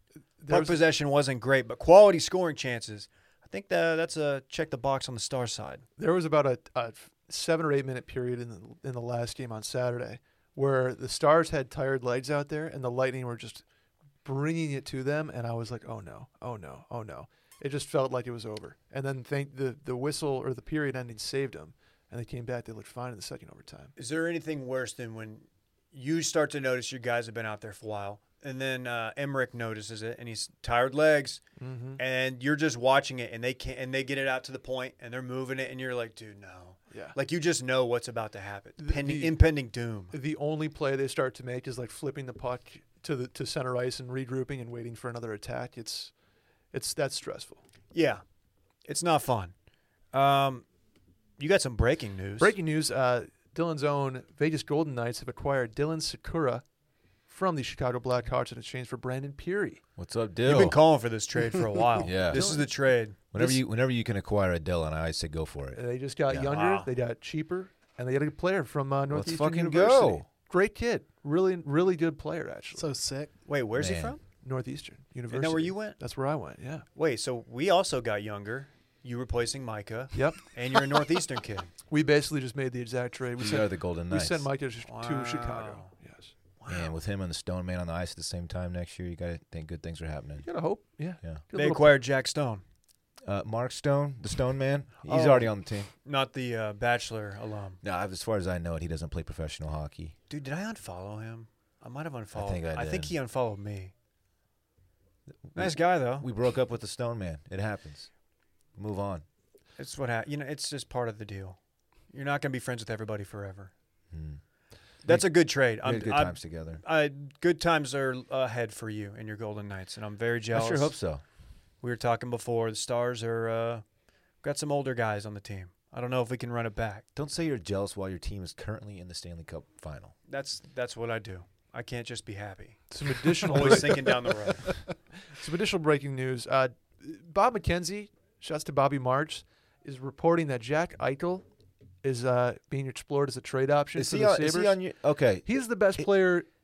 [SPEAKER 2] Puck
[SPEAKER 5] was-
[SPEAKER 2] possession wasn't great, but quality scoring chances. I think that that's a check the box on the star side.
[SPEAKER 5] There was about a, a seven or eight minute period in the in the last game on Saturday where the Stars had tired legs out there and the Lightning were just bringing it to them, and I was like, oh no, oh no, oh no. It just felt like it was over. And then thank the the whistle or the period ending saved them, and they came back. They looked fine in the second overtime.
[SPEAKER 2] Is there anything worse than when you start to notice your guys have been out there for a while, and then uh, Emmerich notices it, and he's tired legs,
[SPEAKER 5] Mm-hmm.
[SPEAKER 2] and you're just watching it, and they can not and they get it out to the point, and they're moving it, and you're like, dude, no,
[SPEAKER 5] Yeah.
[SPEAKER 2] like you just know what's about to happen, pending,
[SPEAKER 5] the-
[SPEAKER 2] impending doom.
[SPEAKER 5] the only play they start to make is like flipping the puck to the to center ice and regrouping and waiting for another attack. It's it's that's stressful.
[SPEAKER 2] Yeah, it's not fun. Um, you got some breaking news.
[SPEAKER 5] Breaking news: uh, Dylan's own Vegas Golden Knights have acquired Dylan Sakura from the Chicago Blackhawks in exchange for Brandon Peary.
[SPEAKER 4] What's up,
[SPEAKER 2] You've been
[SPEAKER 4] Dill?
[SPEAKER 2] calling for this trade
[SPEAKER 5] [laughs]
[SPEAKER 2] for a while.
[SPEAKER 4] Yeah.
[SPEAKER 2] this is the trade.
[SPEAKER 4] Whenever
[SPEAKER 2] This-
[SPEAKER 4] you whenever you can acquire a Dill, and I say go for it.
[SPEAKER 5] Uh, They just got younger,
[SPEAKER 2] Wow.
[SPEAKER 5] they got cheaper, and they got a player from uh, Northeastern
[SPEAKER 4] fucking
[SPEAKER 5] University.
[SPEAKER 4] go.
[SPEAKER 5] Great kid, really, really good player actually.
[SPEAKER 3] So sick.
[SPEAKER 2] wait, where's he
[SPEAKER 4] Man.
[SPEAKER 2] from?
[SPEAKER 5] Northeastern University.
[SPEAKER 2] Isn't that where you went?
[SPEAKER 5] That's where I went. Yeah.
[SPEAKER 2] Wait, so we also got younger. You replacing Micah.
[SPEAKER 5] Yep.
[SPEAKER 2] And you're a Northeastern kid.
[SPEAKER 5] We basically just made the exact trade. We
[SPEAKER 4] You
[SPEAKER 5] sent,
[SPEAKER 4] are the Golden
[SPEAKER 5] we
[SPEAKER 4] Knights.
[SPEAKER 5] sent Mike to, to Chicago.
[SPEAKER 2] Wow.
[SPEAKER 5] Yes.
[SPEAKER 4] And with him and the Stone Man on the ice at the same time next year, you got to think good things are happening.
[SPEAKER 5] You gotta hope. Yeah.
[SPEAKER 4] Yeah.
[SPEAKER 5] Get a
[SPEAKER 2] They
[SPEAKER 5] little-
[SPEAKER 2] acquired Jack Stone,
[SPEAKER 4] Uh, Mark Stone, the Stone Man, he's
[SPEAKER 2] Oh.
[SPEAKER 4] already on the team.
[SPEAKER 2] not the uh, Bachelor alum.
[SPEAKER 4] No, I've- as far as I know, it he doesn't play professional hockey.
[SPEAKER 2] Dude, did I unfollow him? I might have unfollowed.
[SPEAKER 4] think I did.
[SPEAKER 2] he unfollowed me. Nice guy though.
[SPEAKER 4] We broke up with the Stone Man. It happens. Move on.
[SPEAKER 2] It's what hap You know, it's just part of the deal. You're not going to be friends with everybody forever.
[SPEAKER 4] Mm.
[SPEAKER 2] That's a good trade.
[SPEAKER 4] We
[SPEAKER 2] I'm,
[SPEAKER 4] had good
[SPEAKER 2] I'm-
[SPEAKER 4] times together.
[SPEAKER 2] I, good times are ahead for you and your Golden Knights, and I'm very jealous.
[SPEAKER 4] I sure hope so.
[SPEAKER 2] We were talking before. The Stars are uh, got some older guys on the team. I don't know if we can run it back.
[SPEAKER 4] Don't say you're jealous while your team is currently in the Stanley Cup final.
[SPEAKER 2] That's that's what I do. I can't just be [laughs] happy.
[SPEAKER 4] [laughs]
[SPEAKER 5] some additional
[SPEAKER 2] Always thinking down the road.
[SPEAKER 5] some additional breaking news. Uh, Bob McKenzie, shouts to Bobby March, is reporting that Jack Eichel is uh, being explored as a trade option
[SPEAKER 4] Is
[SPEAKER 5] for
[SPEAKER 4] he,
[SPEAKER 5] the
[SPEAKER 4] on,
[SPEAKER 5] Sabres.
[SPEAKER 4] is he on your. Okay.
[SPEAKER 5] He's the best player.
[SPEAKER 4] [laughs]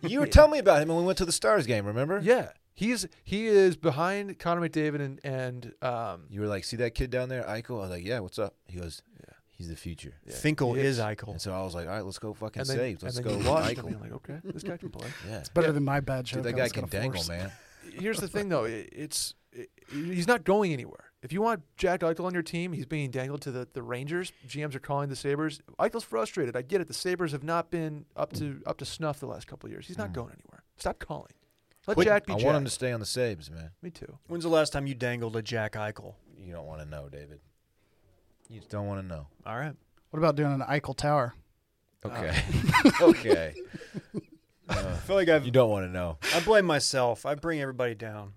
[SPEAKER 4] You were telling me about him when we went to the Stars game, remember?
[SPEAKER 5] [laughs] Yeah, he's he is behind Connor McDavid and and um,
[SPEAKER 4] You were like, see that kid down there, Eichel? I was like, yeah, what's up? He goes, yeah. he's the future.
[SPEAKER 2] [laughs] Finkel
[SPEAKER 5] he
[SPEAKER 2] is
[SPEAKER 5] is.
[SPEAKER 4] And
[SPEAKER 2] Eichel.
[SPEAKER 4] so I was like, all right, let's go fucking
[SPEAKER 5] and then,
[SPEAKER 4] Sabres. Let's
[SPEAKER 5] and
[SPEAKER 4] go
[SPEAKER 5] then
[SPEAKER 4] with
[SPEAKER 5] you watched him
[SPEAKER 4] Eichel.
[SPEAKER 5] and you're like, okay, this guy can play.
[SPEAKER 4] Yeah.
[SPEAKER 3] Better than my bad joke.
[SPEAKER 4] Dude, that
[SPEAKER 3] I
[SPEAKER 4] guy
[SPEAKER 3] was
[SPEAKER 4] can
[SPEAKER 3] gonna
[SPEAKER 4] dangle,
[SPEAKER 3] force.
[SPEAKER 4] man.
[SPEAKER 5] Here's the thing, though. It, it's it, he's not going anywhere. If you want Jack Eichel on your team, he's being dangled to the, the Rangers. GMs are calling the Sabers. Eichel's frustrated. I get it. The Sabers have not been up to up to snuff the last couple of years. He's not going anywhere. Stop calling.
[SPEAKER 4] Mm.
[SPEAKER 5] Let
[SPEAKER 4] Quit-
[SPEAKER 5] Jack be
[SPEAKER 4] I
[SPEAKER 5] Jack.
[SPEAKER 4] want him to stay on the Sabres, man.
[SPEAKER 5] Me too.
[SPEAKER 2] When's the last time you dangled a Jack Eichel?
[SPEAKER 4] You don't want to know, David. You just don't want to know.
[SPEAKER 2] All right.
[SPEAKER 3] What about doing an Eichel Tower?
[SPEAKER 4] Okay. [laughs] okay.
[SPEAKER 2] I feel like I've
[SPEAKER 4] You don't want to know.
[SPEAKER 2] I blame myself. I bring everybody
[SPEAKER 4] [laughs]
[SPEAKER 2] down.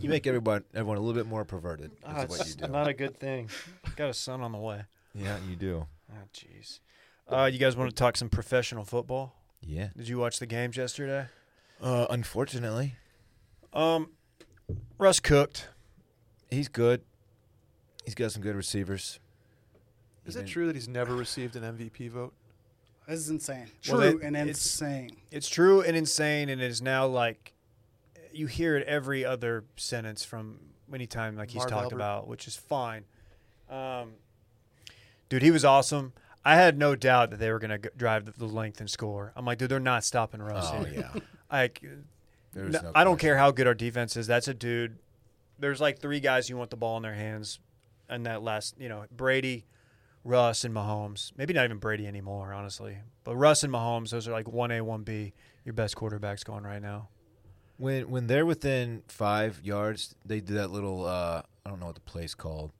[SPEAKER 4] You make everyone everyone a little bit more perverted. Is what you do.
[SPEAKER 2] Ah, not a good thing. [laughs] Got a son on the way.
[SPEAKER 4] yeah, you do.
[SPEAKER 2] Oh, jeez. Uh, you guys want to talk some professional football?
[SPEAKER 4] Yeah.
[SPEAKER 2] Did you watch the games yesterday?
[SPEAKER 4] Uh, unfortunately,
[SPEAKER 2] Um, Russ cooked.
[SPEAKER 4] he's good. He's got some good receivers.
[SPEAKER 5] Is
[SPEAKER 4] He's
[SPEAKER 5] it
[SPEAKER 4] been-
[SPEAKER 5] true that he's never received an MVP vote?
[SPEAKER 3] This is insane. True
[SPEAKER 2] Well, that-
[SPEAKER 3] and
[SPEAKER 2] it's-
[SPEAKER 3] insane.
[SPEAKER 2] It's true and insane, and it is now like you hear it every other sentence from anytime like he's
[SPEAKER 5] Marv
[SPEAKER 2] talked
[SPEAKER 5] Albert.
[SPEAKER 2] about, which is fine. Um, dude, he was awesome. I had no doubt that they were gonna go- drive the- the length and score. I'm like, dude, they're not stopping Russ.
[SPEAKER 4] [laughs] Oh
[SPEAKER 2] here.
[SPEAKER 4] yeah.
[SPEAKER 2] Like,
[SPEAKER 4] There's
[SPEAKER 2] no-
[SPEAKER 4] no
[SPEAKER 2] I don't
[SPEAKER 4] question.
[SPEAKER 2] care how good our defense is. That's a dude. There's like three guys you want the ball in their hands, and that last, you know, Brady, Russ, and Mahomes. Maybe not even Brady anymore, honestly. But Russ and Mahomes, those are like one A, one B. Your best quarterbacks going right now.
[SPEAKER 4] When when they're within five yards, they do that little uh, I don't know what the play's called,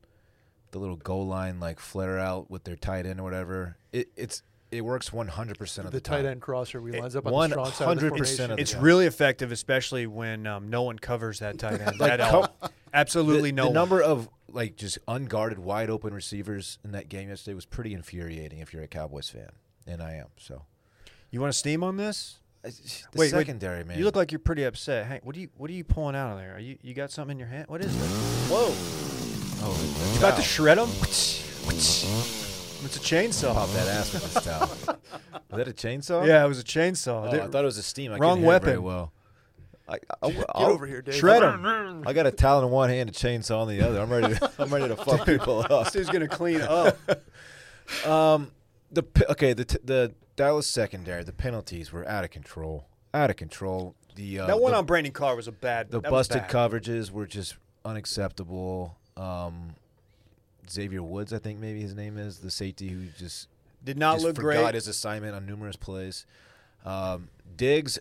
[SPEAKER 4] the little goal line like flare out with their tight end or whatever. It it's it works one hundred percent
[SPEAKER 5] The,
[SPEAKER 4] of the,
[SPEAKER 5] tight
[SPEAKER 4] time.
[SPEAKER 5] end crosser we
[SPEAKER 4] It-
[SPEAKER 5] lines up on the strong side of the
[SPEAKER 4] 100%
[SPEAKER 5] formation.
[SPEAKER 4] of the
[SPEAKER 2] It's
[SPEAKER 4] Yeah.
[SPEAKER 2] really effective, especially when um, no one covers that tight
[SPEAKER 4] [laughs]
[SPEAKER 2] end
[SPEAKER 4] Like,
[SPEAKER 2] at all.
[SPEAKER 4] co- The-
[SPEAKER 2] Absolutely no
[SPEAKER 4] The
[SPEAKER 2] one.
[SPEAKER 4] number of like just unguarded, wide open receivers in that game yesterday was pretty infuriating. If you're a Cowboys fan, and I am, so
[SPEAKER 2] You want to steam on this?
[SPEAKER 4] It's- the
[SPEAKER 2] Wait, wait.
[SPEAKER 4] secondary man.
[SPEAKER 2] You look like you're pretty upset. Hank, what do you what are you pulling out of there? Are you you got something in your hand? What is this? Whoa!
[SPEAKER 4] oh,
[SPEAKER 2] You about to shred them? It's a chainsaw.
[SPEAKER 4] pop that ass with this
[SPEAKER 2] [laughs]
[SPEAKER 4] towel. Is that a chainsaw?
[SPEAKER 2] Yeah, it was a chainsaw.
[SPEAKER 4] Oh,
[SPEAKER 2] Did-
[SPEAKER 4] I thought it was a steam. I
[SPEAKER 2] Wrong
[SPEAKER 4] couldn't hear it very
[SPEAKER 2] weapon.
[SPEAKER 4] well. I,
[SPEAKER 5] Get over here, Dave.
[SPEAKER 2] shred them.
[SPEAKER 4] I got a towel in one hand, a chainsaw in the other. I'm ready. To, I'm
[SPEAKER 2] [laughs]
[SPEAKER 4] ready to fuck people up. Um,
[SPEAKER 2] This dude's gonna clean
[SPEAKER 4] [laughs]
[SPEAKER 2] up.
[SPEAKER 4] The pe- okay, the t- the Dallas secondary, the penalties were out of control. Out of control. The uh,
[SPEAKER 2] that one
[SPEAKER 4] the,
[SPEAKER 2] on Brandon Carr was a bad.
[SPEAKER 4] the
[SPEAKER 2] that was
[SPEAKER 4] busted
[SPEAKER 2] bad.
[SPEAKER 4] coverages were just unacceptable. Um, Xavier Woods, I think maybe his name is the safety who just
[SPEAKER 2] did not
[SPEAKER 4] just
[SPEAKER 2] look
[SPEAKER 4] forgot
[SPEAKER 2] great.
[SPEAKER 4] his assignment on numerous plays. Um, Diggs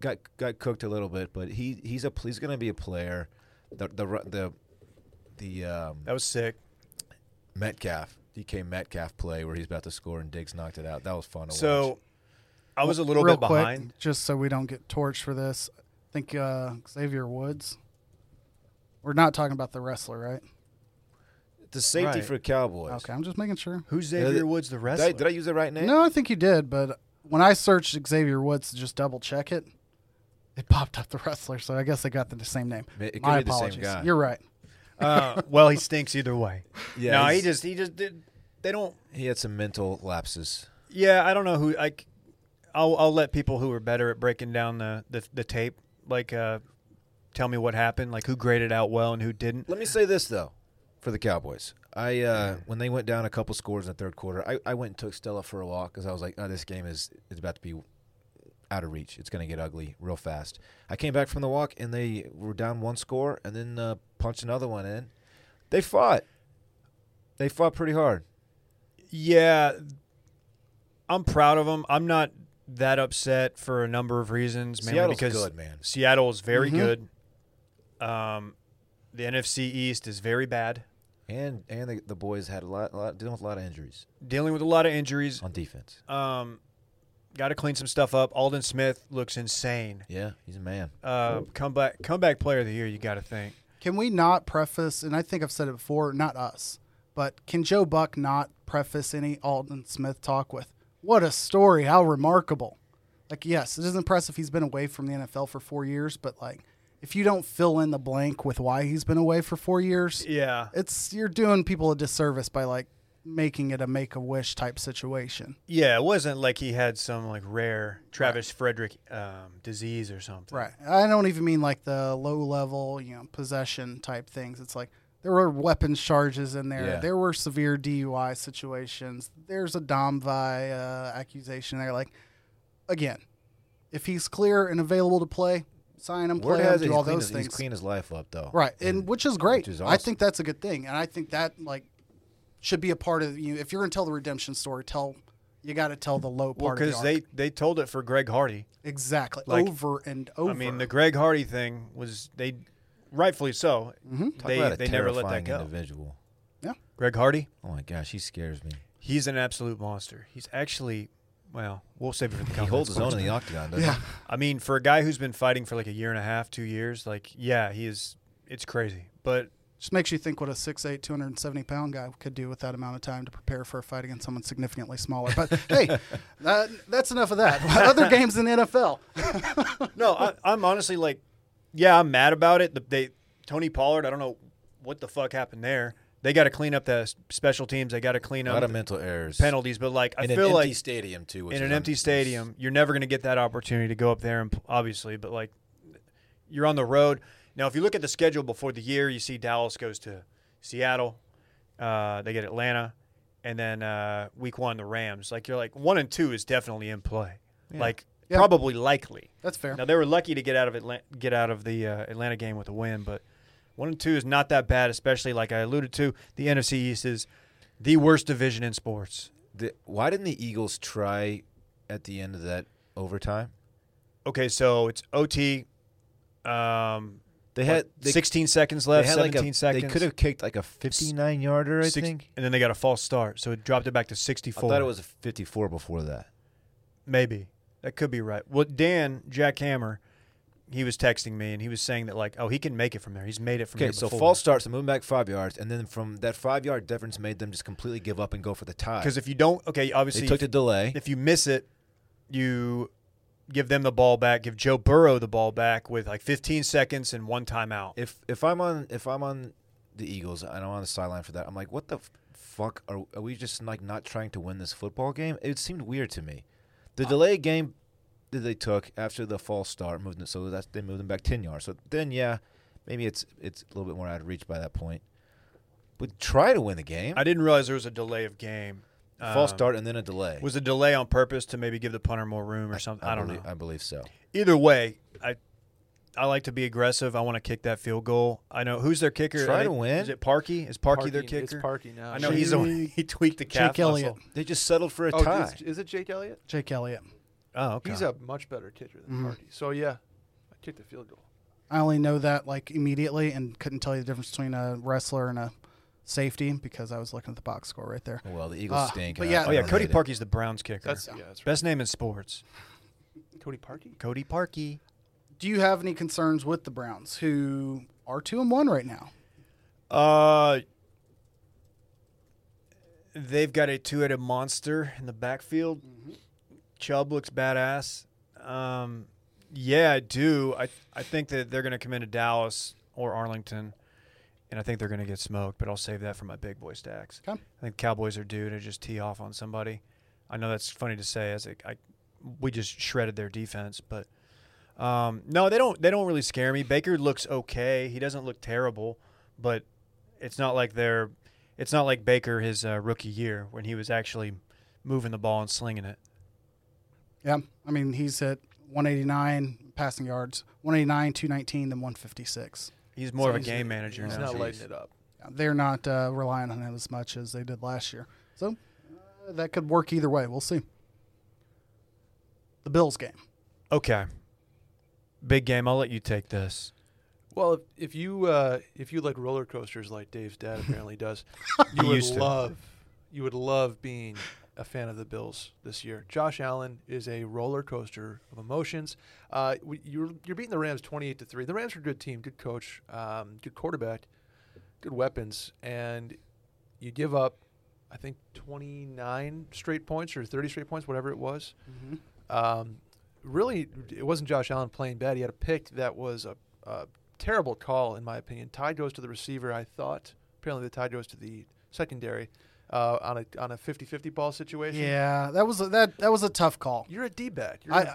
[SPEAKER 4] got got cooked a little bit, but he he's a he's going to be a player. The the ru- the the um,
[SPEAKER 2] That was sick.
[SPEAKER 4] Metcalf DK Metcalf play where he's about to score and Diggs knocked it out. That was fun to watch.
[SPEAKER 2] So I was a little
[SPEAKER 3] Real
[SPEAKER 2] bit
[SPEAKER 3] quick,
[SPEAKER 2] behind.
[SPEAKER 3] just so we don't get torched for this. I think uh, Xavier Woods. We're not talking about the wrestler, right?
[SPEAKER 4] the safety
[SPEAKER 2] right.
[SPEAKER 4] for Cowboys.
[SPEAKER 3] Okay, I'm just making sure.
[SPEAKER 2] Who's
[SPEAKER 4] Yeah,
[SPEAKER 2] Xavier
[SPEAKER 4] the-
[SPEAKER 2] Woods, the
[SPEAKER 4] Did
[SPEAKER 2] wrestler?
[SPEAKER 4] I, did I use the right name?
[SPEAKER 3] No, I think you did, but when I searched Xavier Woods to just double check it, it popped up the wrestler, so I guess they got the same name.
[SPEAKER 4] It could
[SPEAKER 3] My
[SPEAKER 4] be the same
[SPEAKER 3] apologies.
[SPEAKER 4] guy.
[SPEAKER 3] You're right.
[SPEAKER 4] [laughs]
[SPEAKER 2] uh, well, he stinks either way.
[SPEAKER 4] Yeah,
[SPEAKER 2] no,
[SPEAKER 4] he's-
[SPEAKER 2] he just he just did. They don't.
[SPEAKER 4] He had some mental lapses.
[SPEAKER 2] Yeah, I don't know who. I, will I'll let people who are better at breaking down the the, the tape like uh, tell me what happened, like who graded out well and who didn't?
[SPEAKER 4] Let me say this though, for the Cowboys, I uh, when they went down a couple scores in the third quarter, I, I went and took Stella for a walk because I was like, oh, this game is is about to be out of reach. It's going to get ugly real fast. I came back from the walk and they were down one score and then uh, punched another one in. They fought. They fought pretty hard.
[SPEAKER 2] Yeah, I'm proud of them. I'm not that upset for a number of reasons. Mainly
[SPEAKER 4] Seattle's
[SPEAKER 2] because
[SPEAKER 4] good, man.
[SPEAKER 2] Seattle is very
[SPEAKER 3] Mm-hmm.
[SPEAKER 2] good. Um, the NFC East is very bad,
[SPEAKER 4] And and the, the boys had a lot, a lot dealing with a lot of injuries
[SPEAKER 2] dealing with a lot of injuries.
[SPEAKER 4] on defense.
[SPEAKER 3] Uh,
[SPEAKER 2] Um, got to clean some stuff up. Alden Smith looks insane.
[SPEAKER 4] Yeah, he's a man.
[SPEAKER 2] Uh, comeback comeback player of the year. You got to think.
[SPEAKER 3] Can we not preface, and I think I've said it before, not us, but can Joe Buck not preface any Alden Smith talk with, what a story, how remarkable? Like, yes, it is impressive he's been away from the NFL for four years, but like, if you don't fill in the blank with why he's been away for four years,
[SPEAKER 2] Yeah,
[SPEAKER 3] it's you're doing people a disservice by like making it a make a wish type situation.
[SPEAKER 2] yeah. It wasn't like he had some like rare Travis Frederick um, disease or something.
[SPEAKER 3] Right. I don't even mean like the low level, you know, possession type things. It's like there were weapons charges in there.
[SPEAKER 4] Yeah.
[SPEAKER 3] There were severe DUI situations. There's a Domvi uh, accusation there. Like, again, if he's clear and available to play, sign him,
[SPEAKER 4] Word
[SPEAKER 3] play him,
[SPEAKER 4] has it,
[SPEAKER 3] do
[SPEAKER 4] he's
[SPEAKER 3] all
[SPEAKER 4] cleaned
[SPEAKER 3] those
[SPEAKER 4] his, he's
[SPEAKER 3] things.
[SPEAKER 4] cleaned his life up though.
[SPEAKER 3] Right, and, which is great.
[SPEAKER 4] which is
[SPEAKER 3] I
[SPEAKER 4] awesome.
[SPEAKER 3] think that's a good thing, and I think that like should be a part of you. If you're gonna tell the redemption story, tell you got to tell the low
[SPEAKER 2] Well,
[SPEAKER 3] part of
[SPEAKER 2] because
[SPEAKER 3] the
[SPEAKER 2] they
[SPEAKER 3] arc.
[SPEAKER 2] they told it for Greg Hardy.
[SPEAKER 3] exactly
[SPEAKER 2] like-
[SPEAKER 3] over and over.
[SPEAKER 2] I mean, the Greg Hardy thing was they rightfully so.
[SPEAKER 4] Mm-hmm. Talk
[SPEAKER 2] They
[SPEAKER 4] about a
[SPEAKER 2] they never let that
[SPEAKER 4] terrifying
[SPEAKER 2] go.
[SPEAKER 4] Individual.
[SPEAKER 2] Greg Hardy,
[SPEAKER 4] Oh my gosh, he scares me.
[SPEAKER 2] he's an absolute monster. He's actually well, we'll save it for the
[SPEAKER 4] He
[SPEAKER 2] comments.
[SPEAKER 4] holds his own in the octagon, doesn't
[SPEAKER 3] yeah,
[SPEAKER 4] he?
[SPEAKER 2] I mean, for a guy who's been fighting for like a year and a half, two years, like yeah, he is. It's crazy, but
[SPEAKER 3] just makes you think what a 6'8", 270 pound guy could do with that amount of time to prepare for a fight against someone significantly smaller.
[SPEAKER 2] [laughs]
[SPEAKER 3] But hey, that, that's enough of that. [laughs] Other games in the NFL.
[SPEAKER 2] no, I, I'm honestly like, yeah, I'm mad about it. The, they Tony Pollard, I don't know what the fuck happened there. They got to clean up the s- special teams. They got to clean
[SPEAKER 4] A lot
[SPEAKER 2] up
[SPEAKER 4] of mental errors.
[SPEAKER 2] penalties. But like, I
[SPEAKER 4] in
[SPEAKER 2] feel
[SPEAKER 4] an empty
[SPEAKER 2] like
[SPEAKER 4] stadium too. which
[SPEAKER 2] in
[SPEAKER 4] is
[SPEAKER 2] an empty
[SPEAKER 4] un-
[SPEAKER 2] stadium, you're never going to get that opportunity to go up there and p- obviously, but like you're on the road. Now, if you look at the schedule before the year, you see Dallas goes to Seattle, uh, they get Atlanta, and then uh, week one the Rams. Like you're like one and two is definitely in play, like
[SPEAKER 3] Yeah.
[SPEAKER 2] probably likely.
[SPEAKER 3] That's fair.
[SPEAKER 2] Now they were lucky to get out of Atlanta, get out of the uh, Atlanta game with a win, but one and two is not that bad, especially like I alluded to. The NFC East is the worst division in sports.
[SPEAKER 4] The- why didn't the Eagles try at the end of that overtime?
[SPEAKER 2] okay, so it's OT. Um,
[SPEAKER 4] They had
[SPEAKER 2] what,
[SPEAKER 4] they,
[SPEAKER 2] 16 seconds
[SPEAKER 4] they
[SPEAKER 2] left,
[SPEAKER 4] had
[SPEAKER 2] 17
[SPEAKER 4] like a,
[SPEAKER 2] seconds.
[SPEAKER 4] They could have kicked like a 59 yarder, I
[SPEAKER 2] Six-
[SPEAKER 4] think.
[SPEAKER 2] And then they got a false start, so it dropped it back to 64.
[SPEAKER 4] I thought it was a 54 before that.
[SPEAKER 2] maybe that could be right. Well, Dan Jack Hammer, he was texting me and he was saying that like, oh, he can make it from there. He's made it from
[SPEAKER 4] Okay,
[SPEAKER 2] here
[SPEAKER 4] so
[SPEAKER 2] before.
[SPEAKER 4] false starts, they moving back five yards, and then from that five yard difference made them just completely give up and go for the tie.
[SPEAKER 2] because if you don't, okay,
[SPEAKER 4] they
[SPEAKER 2] obviously
[SPEAKER 4] took the
[SPEAKER 2] if,
[SPEAKER 4] delay.
[SPEAKER 2] if you miss it, you give them the ball back, give Joe Burrow the ball back with like 15 seconds and one timeout.
[SPEAKER 4] if if I'm on if I'm on the Eagles and I'm on the sideline for that, I'm like, what the f- fuck are are we just like not trying to win this football game? It seemed weird to me.
[SPEAKER 2] Uh,
[SPEAKER 4] The delay game that they took after the false start moved it so that they moved them back ten yards. So then yeah, maybe it's it's a little bit more out of reach by that point. But try to win the game.
[SPEAKER 2] I didn't realize there was a delay of game.
[SPEAKER 4] false
[SPEAKER 2] Um,
[SPEAKER 4] start and then a delay.
[SPEAKER 2] Was a delay on purpose to maybe give the punter more room or something? I, don't
[SPEAKER 4] believe,
[SPEAKER 2] know.
[SPEAKER 4] I believe so.
[SPEAKER 2] Either way, I I like to be aggressive. I want to kick that field goal. I know who's their kicker.
[SPEAKER 4] Try
[SPEAKER 2] I
[SPEAKER 4] to
[SPEAKER 2] think-
[SPEAKER 4] win.
[SPEAKER 2] Is it Parky? Is Parky, their
[SPEAKER 5] Parkey- it's
[SPEAKER 2] kicker?
[SPEAKER 5] Parkey now,
[SPEAKER 2] I know
[SPEAKER 5] yeah.
[SPEAKER 2] he's the one. He tweaked the calf
[SPEAKER 3] Jake Elliott.
[SPEAKER 2] muscle.
[SPEAKER 4] They just settled for a
[SPEAKER 5] Oh,
[SPEAKER 4] tie.
[SPEAKER 5] is, is it Jake Elliott?
[SPEAKER 3] Jake Elliott.
[SPEAKER 2] Oh, okay.
[SPEAKER 5] He's a much better kicker than
[SPEAKER 4] Mm-hmm.
[SPEAKER 5] Parkey. So yeah, I kicked the field goal.
[SPEAKER 3] I only know that like immediately and couldn't tell you the difference between a wrestler and a safety because I was looking at the box score right there.
[SPEAKER 4] well, the Eagles
[SPEAKER 3] Ah,
[SPEAKER 4] stink.
[SPEAKER 3] but
[SPEAKER 4] and I-
[SPEAKER 3] yeah.
[SPEAKER 4] I
[SPEAKER 2] oh yeah,
[SPEAKER 4] don't
[SPEAKER 2] Cody
[SPEAKER 4] hate it.
[SPEAKER 2] Parkey's the Browns kicker.
[SPEAKER 5] That's yeah, that's right.
[SPEAKER 2] Best name in sports.
[SPEAKER 5] Cody Parkey.
[SPEAKER 2] Cody Parkey.
[SPEAKER 3] Do you have any concerns with the Browns who are two and one right now?
[SPEAKER 2] Uh, they've got a two-headed monster in the backfield. Chubb looks badass. Um, yeah, I do. I I think that they're going to come into Dallas or Arlington, and I think they're going to get smoked. But I'll save that for my big boy stacks.
[SPEAKER 3] Okay.
[SPEAKER 2] I think Cowboys are due to just tee off on somebody. I know that's funny to say as it, I we just shredded their defense, but Um, no, they don't. They don't really scare me. Baker looks okay. He doesn't look terrible, but it's not like they're. It's not like Baker his uh, rookie year when he was actually moving the ball and slinging it.
[SPEAKER 3] Yeah. I mean, he's at 189 passing yards, 189, 219, then 156.
[SPEAKER 2] He's more of a
[SPEAKER 3] he's-
[SPEAKER 2] game manager
[SPEAKER 5] He's
[SPEAKER 2] now.
[SPEAKER 5] not lighting it up.
[SPEAKER 3] Yeah, They're not uh, relying on him as much as they did last year. So uh, that could work either way. We'll see. The Bills game.
[SPEAKER 2] Okay. Big game. I'll let you take this.
[SPEAKER 5] Well, if, if you uh, if you like roller coasters like Dave's
[SPEAKER 2] [laughs]
[SPEAKER 5] dad apparently does, you
[SPEAKER 2] He
[SPEAKER 5] would
[SPEAKER 2] used to.
[SPEAKER 5] love you would love being a fan of the Bills this year. Josh Allen is a roller coaster of emotions. Uh, we- you're you're beating the Rams twenty eight to three. The Rams are a good team, good coach, um, good quarterback, good weapons, and you give up, I think twenty nine straight points or thirty straight points, whatever it was. Um, really, it wasn't Josh Allen playing bad. He had a pick that was a, a terrible call, in my opinion. Tie goes to the receiver, I thought. Apparently, the tie goes to the secondary uh, on a on a 50-50 ball situation.
[SPEAKER 3] Yeah, that was a, that that was a tough call.
[SPEAKER 5] You're a D-back. You're
[SPEAKER 3] I,
[SPEAKER 5] a-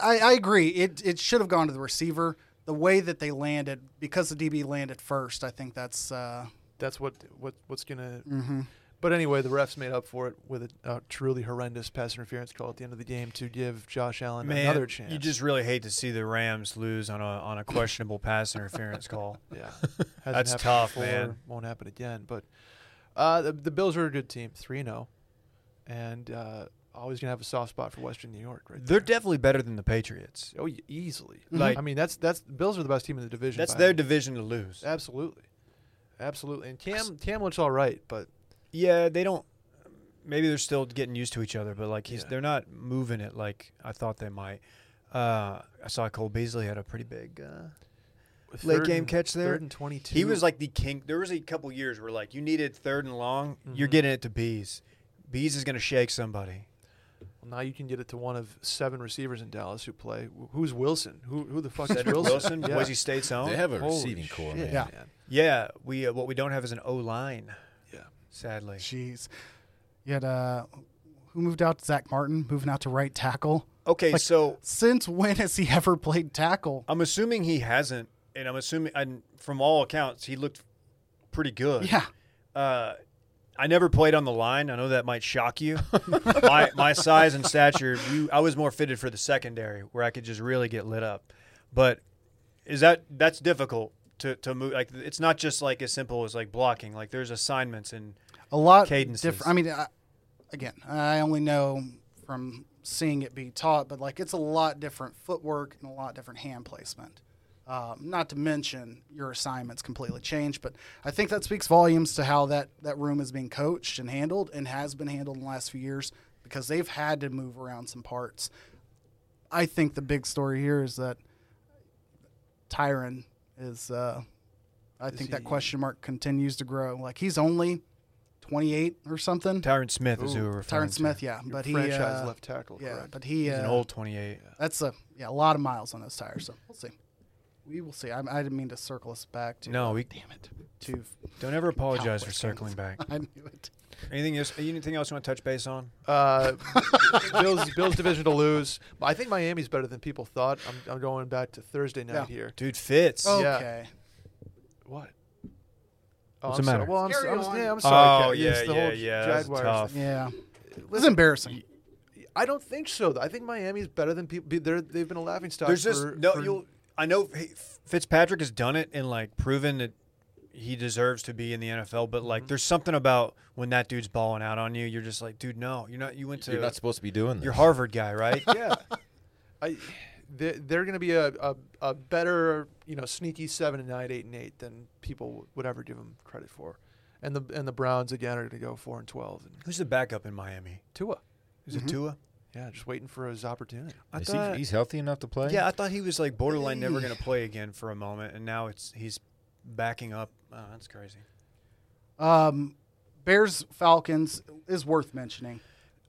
[SPEAKER 3] I I agree. It it should have gone to the receiver. The way that they landed, because the DB landed first, I think that's uh,
[SPEAKER 5] that's what, what what's going to But anyway, the refs made up for it with a, a truly horrendous pass interference call at the end of the game to give Josh Allen another chance.
[SPEAKER 2] You just really hate to see the Rams lose on a on a questionable pass interference call.
[SPEAKER 5] Yeah,
[SPEAKER 2] That's
[SPEAKER 5] happened
[SPEAKER 2] tough, man.
[SPEAKER 5] Won't happen again. But uh, the, the Bills are a good team, three and zero, and uh, always gonna have a soft spot for Western New York,
[SPEAKER 2] [laughs]
[SPEAKER 5] right?
[SPEAKER 2] They're definitely better than the Patriots.
[SPEAKER 5] there. oh, ye- easily.
[SPEAKER 2] Like-
[SPEAKER 5] I mean, that's that's the Bills are the best team in the division.
[SPEAKER 2] That's
[SPEAKER 5] by-
[SPEAKER 2] their division to lose.
[SPEAKER 5] absolutely, absolutely. And Cam Cam looks all right, but
[SPEAKER 2] Yeah, they don't. Maybe they're still getting used to each other, but like he's,
[SPEAKER 5] Yeah.
[SPEAKER 2] they're not moving it like I thought they might. Uh, I saw Cole Beasley had a pretty big uh, Late
[SPEAKER 5] third
[SPEAKER 2] game
[SPEAKER 5] and-
[SPEAKER 2] catch there.
[SPEAKER 5] third and twenty two.
[SPEAKER 2] He was like the king. There was a couple years where like you needed third and long,
[SPEAKER 5] Mm-hmm.
[SPEAKER 2] you're getting it to Bees. Bees is gonna shake somebody.
[SPEAKER 5] well, now you can get it to one of seven receivers in Dallas who play. Wh- Who's Wilson? Who who the fuck is
[SPEAKER 2] Cedric
[SPEAKER 5] Wilson?
[SPEAKER 2] Wilson,
[SPEAKER 5] Yeah.
[SPEAKER 2] Boise State's own.
[SPEAKER 4] They have a
[SPEAKER 5] Holy
[SPEAKER 4] receiving core, man.
[SPEAKER 5] shit,
[SPEAKER 3] Yeah.
[SPEAKER 5] man.
[SPEAKER 2] yeah, we uh, what we don't have is an O line,
[SPEAKER 5] yeah.
[SPEAKER 2] sadly.
[SPEAKER 3] jeez. You had uh, who moved out? Zach Martin moving out to right tackle.
[SPEAKER 2] Okay,
[SPEAKER 3] Like-
[SPEAKER 2] so
[SPEAKER 3] Since when has he [laughs] ever played tackle?
[SPEAKER 2] I'm assuming he hasn't, and I'm assuming, and from all accounts, he looked pretty good.
[SPEAKER 3] Yeah,
[SPEAKER 2] Uh, I never played on the line. I know that might shock you. [laughs] my, my size and stature, you, I was more fitted for the secondary where I could just really get lit up. But is that that's difficult to, to move? Like it's not just like as simple as like blocking. Like there's assignments and
[SPEAKER 3] a lot
[SPEAKER 2] Cadences.
[SPEAKER 3] different. I mean, I, again, I only know from seeing it be taught, but like it's a lot different footwork and a lot different hand placement. Um, not to mention your assignments completely change, but I think that speaks volumes to how that that room is being coached and handled, and has been handled in the last few years because they've had to move around some parts. I think the big story here is that Tyron is. Uh, I think that
[SPEAKER 5] he-
[SPEAKER 3] question mark continues to grow. Like he's only 28 or something.
[SPEAKER 2] Tyron Smith is who we're referring
[SPEAKER 3] Tyron Smith,
[SPEAKER 2] to.
[SPEAKER 3] yeah,
[SPEAKER 5] Your
[SPEAKER 3] but he
[SPEAKER 5] franchise
[SPEAKER 3] uh,
[SPEAKER 5] left tackle.
[SPEAKER 3] yeah,
[SPEAKER 5] correct.
[SPEAKER 3] but he
[SPEAKER 2] He's an
[SPEAKER 3] uh,
[SPEAKER 2] old 28.
[SPEAKER 3] That's a yeah, a lot of miles on those tires. So we'll see. We will see. I, I didn't mean to circle us back to
[SPEAKER 2] No, we
[SPEAKER 3] damn it to. [laughs]
[SPEAKER 2] don't ever apologize
[SPEAKER 3] Cowboys
[SPEAKER 2] for
[SPEAKER 3] fans.
[SPEAKER 2] circling [laughs] back.
[SPEAKER 3] I knew it.
[SPEAKER 2] Anything else? Anything else you want to touch base on?
[SPEAKER 5] Uh, Bills, Bills division to lose. But I think Miami's better than people thought. I'm, I'm going back to Thursday night
[SPEAKER 3] Yeah.
[SPEAKER 5] here.
[SPEAKER 2] Dude, Fitz.
[SPEAKER 5] Oh, Yeah.
[SPEAKER 3] Okay,
[SPEAKER 5] What? Oh,
[SPEAKER 2] What's
[SPEAKER 5] I'm
[SPEAKER 2] the
[SPEAKER 5] sorry.
[SPEAKER 2] matter?
[SPEAKER 5] Well, I'm, so-
[SPEAKER 3] Carry
[SPEAKER 5] I'm, s-
[SPEAKER 3] on.
[SPEAKER 5] yeah, I'm sorry.
[SPEAKER 2] Oh,
[SPEAKER 5] Kat. Yes,
[SPEAKER 2] yeah,
[SPEAKER 5] the
[SPEAKER 2] yeah,
[SPEAKER 5] whole
[SPEAKER 2] yeah, that was
[SPEAKER 5] Jaguars
[SPEAKER 2] tough.
[SPEAKER 5] thing.
[SPEAKER 3] yeah, it's embarrassing.
[SPEAKER 5] I don't think so. though. I think Miami's better than people. be- They're, they've been a laughing stock.
[SPEAKER 2] There's just
[SPEAKER 5] for-
[SPEAKER 2] no.
[SPEAKER 5] for-
[SPEAKER 2] you'll, I know hey, Fitzpatrick has done it and like proven that he deserves to be in the NFL. But
[SPEAKER 4] Mm-hmm.
[SPEAKER 2] like, there's something about when that dude's balling out on you. You're just like, dude, no, you're not. You went to.
[SPEAKER 4] You're not supposed to be doing this.
[SPEAKER 2] you're Harvard guy,
[SPEAKER 4] [laughs]
[SPEAKER 2] right?
[SPEAKER 5] yeah. [laughs] I, they're, they're going to be a, a, a better, you know, sneaky seven and nine, eight and eight than people would ever give them credit for. And the and the Browns again are going to go four and twelve and
[SPEAKER 2] Who's the backup in Miami?
[SPEAKER 5] Tua.
[SPEAKER 2] Is
[SPEAKER 4] Mm-hmm.
[SPEAKER 2] it Tua?
[SPEAKER 5] Yeah, just waiting for his opportunity.
[SPEAKER 2] I
[SPEAKER 4] Is
[SPEAKER 2] thought.
[SPEAKER 4] he, he's healthy enough to play?
[SPEAKER 2] yeah, I thought he was like borderline never going to play again for a moment, and now it's he's backing up. Oh, that's crazy.
[SPEAKER 3] Um, Bears Falcons is worth mentioning.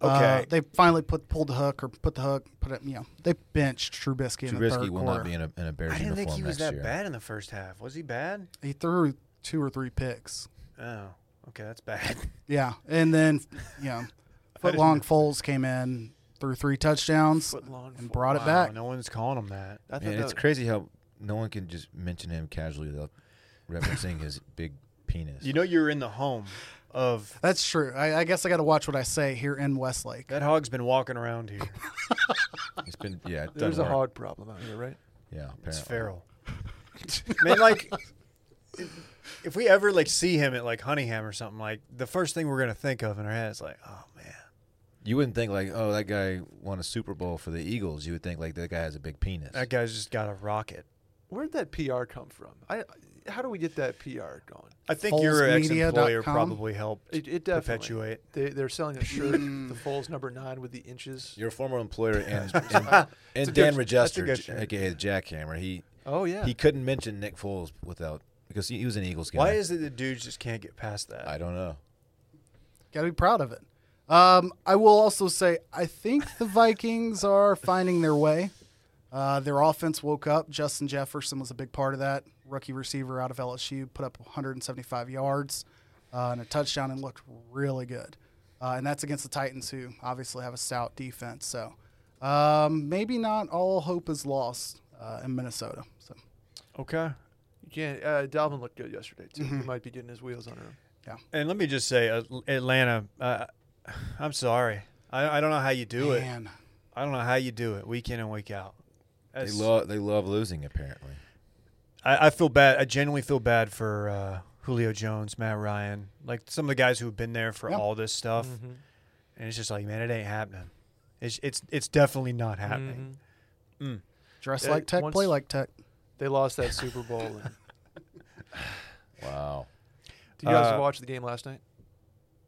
[SPEAKER 3] Uh,
[SPEAKER 2] Okay.
[SPEAKER 3] they finally put pulled the hook or put the hook, put it. You know, they benched Trubisky, in the
[SPEAKER 4] Trubisky
[SPEAKER 3] third
[SPEAKER 4] will
[SPEAKER 3] quarter.
[SPEAKER 4] not be in a, in a Bears
[SPEAKER 2] I didn't
[SPEAKER 4] uniform
[SPEAKER 2] think he was
[SPEAKER 4] next
[SPEAKER 2] that
[SPEAKER 4] year.
[SPEAKER 2] bad in the first half. Was he bad?
[SPEAKER 3] he threw two or three picks.
[SPEAKER 2] Oh, okay, that's bad.
[SPEAKER 3] Yeah, and then you know, foot long Foles came in, threw three touchdowns,
[SPEAKER 5] Foot long
[SPEAKER 3] and
[SPEAKER 5] for-
[SPEAKER 3] brought it
[SPEAKER 2] Wow,
[SPEAKER 3] back.
[SPEAKER 2] No one's calling him that.
[SPEAKER 5] I thought
[SPEAKER 4] Man, it's
[SPEAKER 5] that-
[SPEAKER 4] crazy how no one can just mention him casually without referencing his big penis.
[SPEAKER 2] You know you're in the home of
[SPEAKER 3] That's true. I, I guess I got to watch what I say here in Westlake.
[SPEAKER 2] that hog's been walking around
[SPEAKER 4] [laughs]
[SPEAKER 2] here.
[SPEAKER 4] it's been
[SPEAKER 2] [laughs]
[SPEAKER 4] yeah. it done
[SPEAKER 5] There's a
[SPEAKER 4] work.
[SPEAKER 5] hog problem out here, right?
[SPEAKER 4] Yeah, apparently.
[SPEAKER 2] It's feral.
[SPEAKER 4] [laughs]
[SPEAKER 2] Man, like if, if we ever like see him at like Honeyham or something, like the first thing we're gonna think of in our head is like, oh man,
[SPEAKER 4] You wouldn't think like, oh, that guy won a Super Bowl for the Eagles. You would think like that guy has a big penis.
[SPEAKER 2] that guy's just got a rocket.
[SPEAKER 5] Where'd that PR come from? I, how do we get that PR going?
[SPEAKER 2] I think your ex-employer
[SPEAKER 3] FolesMedia.com?
[SPEAKER 2] probably helped
[SPEAKER 5] It, it definitely
[SPEAKER 2] perpetuate.
[SPEAKER 5] They, they're selling a shirt, the Foles number nine with the inches.
[SPEAKER 4] Your former employer [laughs] and and, and Dan
[SPEAKER 2] good- that's a
[SPEAKER 4] Register,
[SPEAKER 2] good
[SPEAKER 4] J-
[SPEAKER 2] shirt.
[SPEAKER 4] aka Jackhammer, he
[SPEAKER 5] Oh yeah,
[SPEAKER 4] he couldn't mention Nick Foles without because he, he was an Eagles guy.
[SPEAKER 2] Why is it the dudes just can't get past that?
[SPEAKER 4] I don't know.
[SPEAKER 3] Got to be proud of it. Um, I will also say, I think the Vikings are finding their way. Uh, their offense woke up. Justin Jefferson was a big part of that. Rookie receiver out of LSU put up 175 yards uh, and a touchdown and looked really good. Uh, and that's against the Titans, who obviously have a stout defense. So um, maybe not all hope is lost uh, in Minnesota. So
[SPEAKER 2] Okay.
[SPEAKER 5] you can't. Uh, Dalvin looked good yesterday too. He might be getting his wheels under him.
[SPEAKER 2] And let me just say, uh, Atlanta, uh, I'm sorry. I, I don't know how you do it.
[SPEAKER 3] man,
[SPEAKER 2] I don't know how you do it week in and week out.
[SPEAKER 4] They
[SPEAKER 2] That's-
[SPEAKER 4] love they love losing apparently.
[SPEAKER 2] I, I feel bad. I genuinely feel bad for uh, Julio Jones, Matt Ryan, like some of the guys who have been there for
[SPEAKER 3] Yeah.
[SPEAKER 2] all this stuff,
[SPEAKER 5] Mm-hmm.
[SPEAKER 2] and it's just like, man, it ain't happening. It's it's it's definitely not happening.
[SPEAKER 5] Mm-hmm.
[SPEAKER 3] dress
[SPEAKER 5] Uh,
[SPEAKER 3] like Tech,
[SPEAKER 5] once-
[SPEAKER 3] play like Tech.
[SPEAKER 5] They lost that
[SPEAKER 2] [laughs]
[SPEAKER 5] Super Bowl. and-
[SPEAKER 4] Wow.
[SPEAKER 5] Do you guys
[SPEAKER 2] Uh,
[SPEAKER 5] watch the game last night?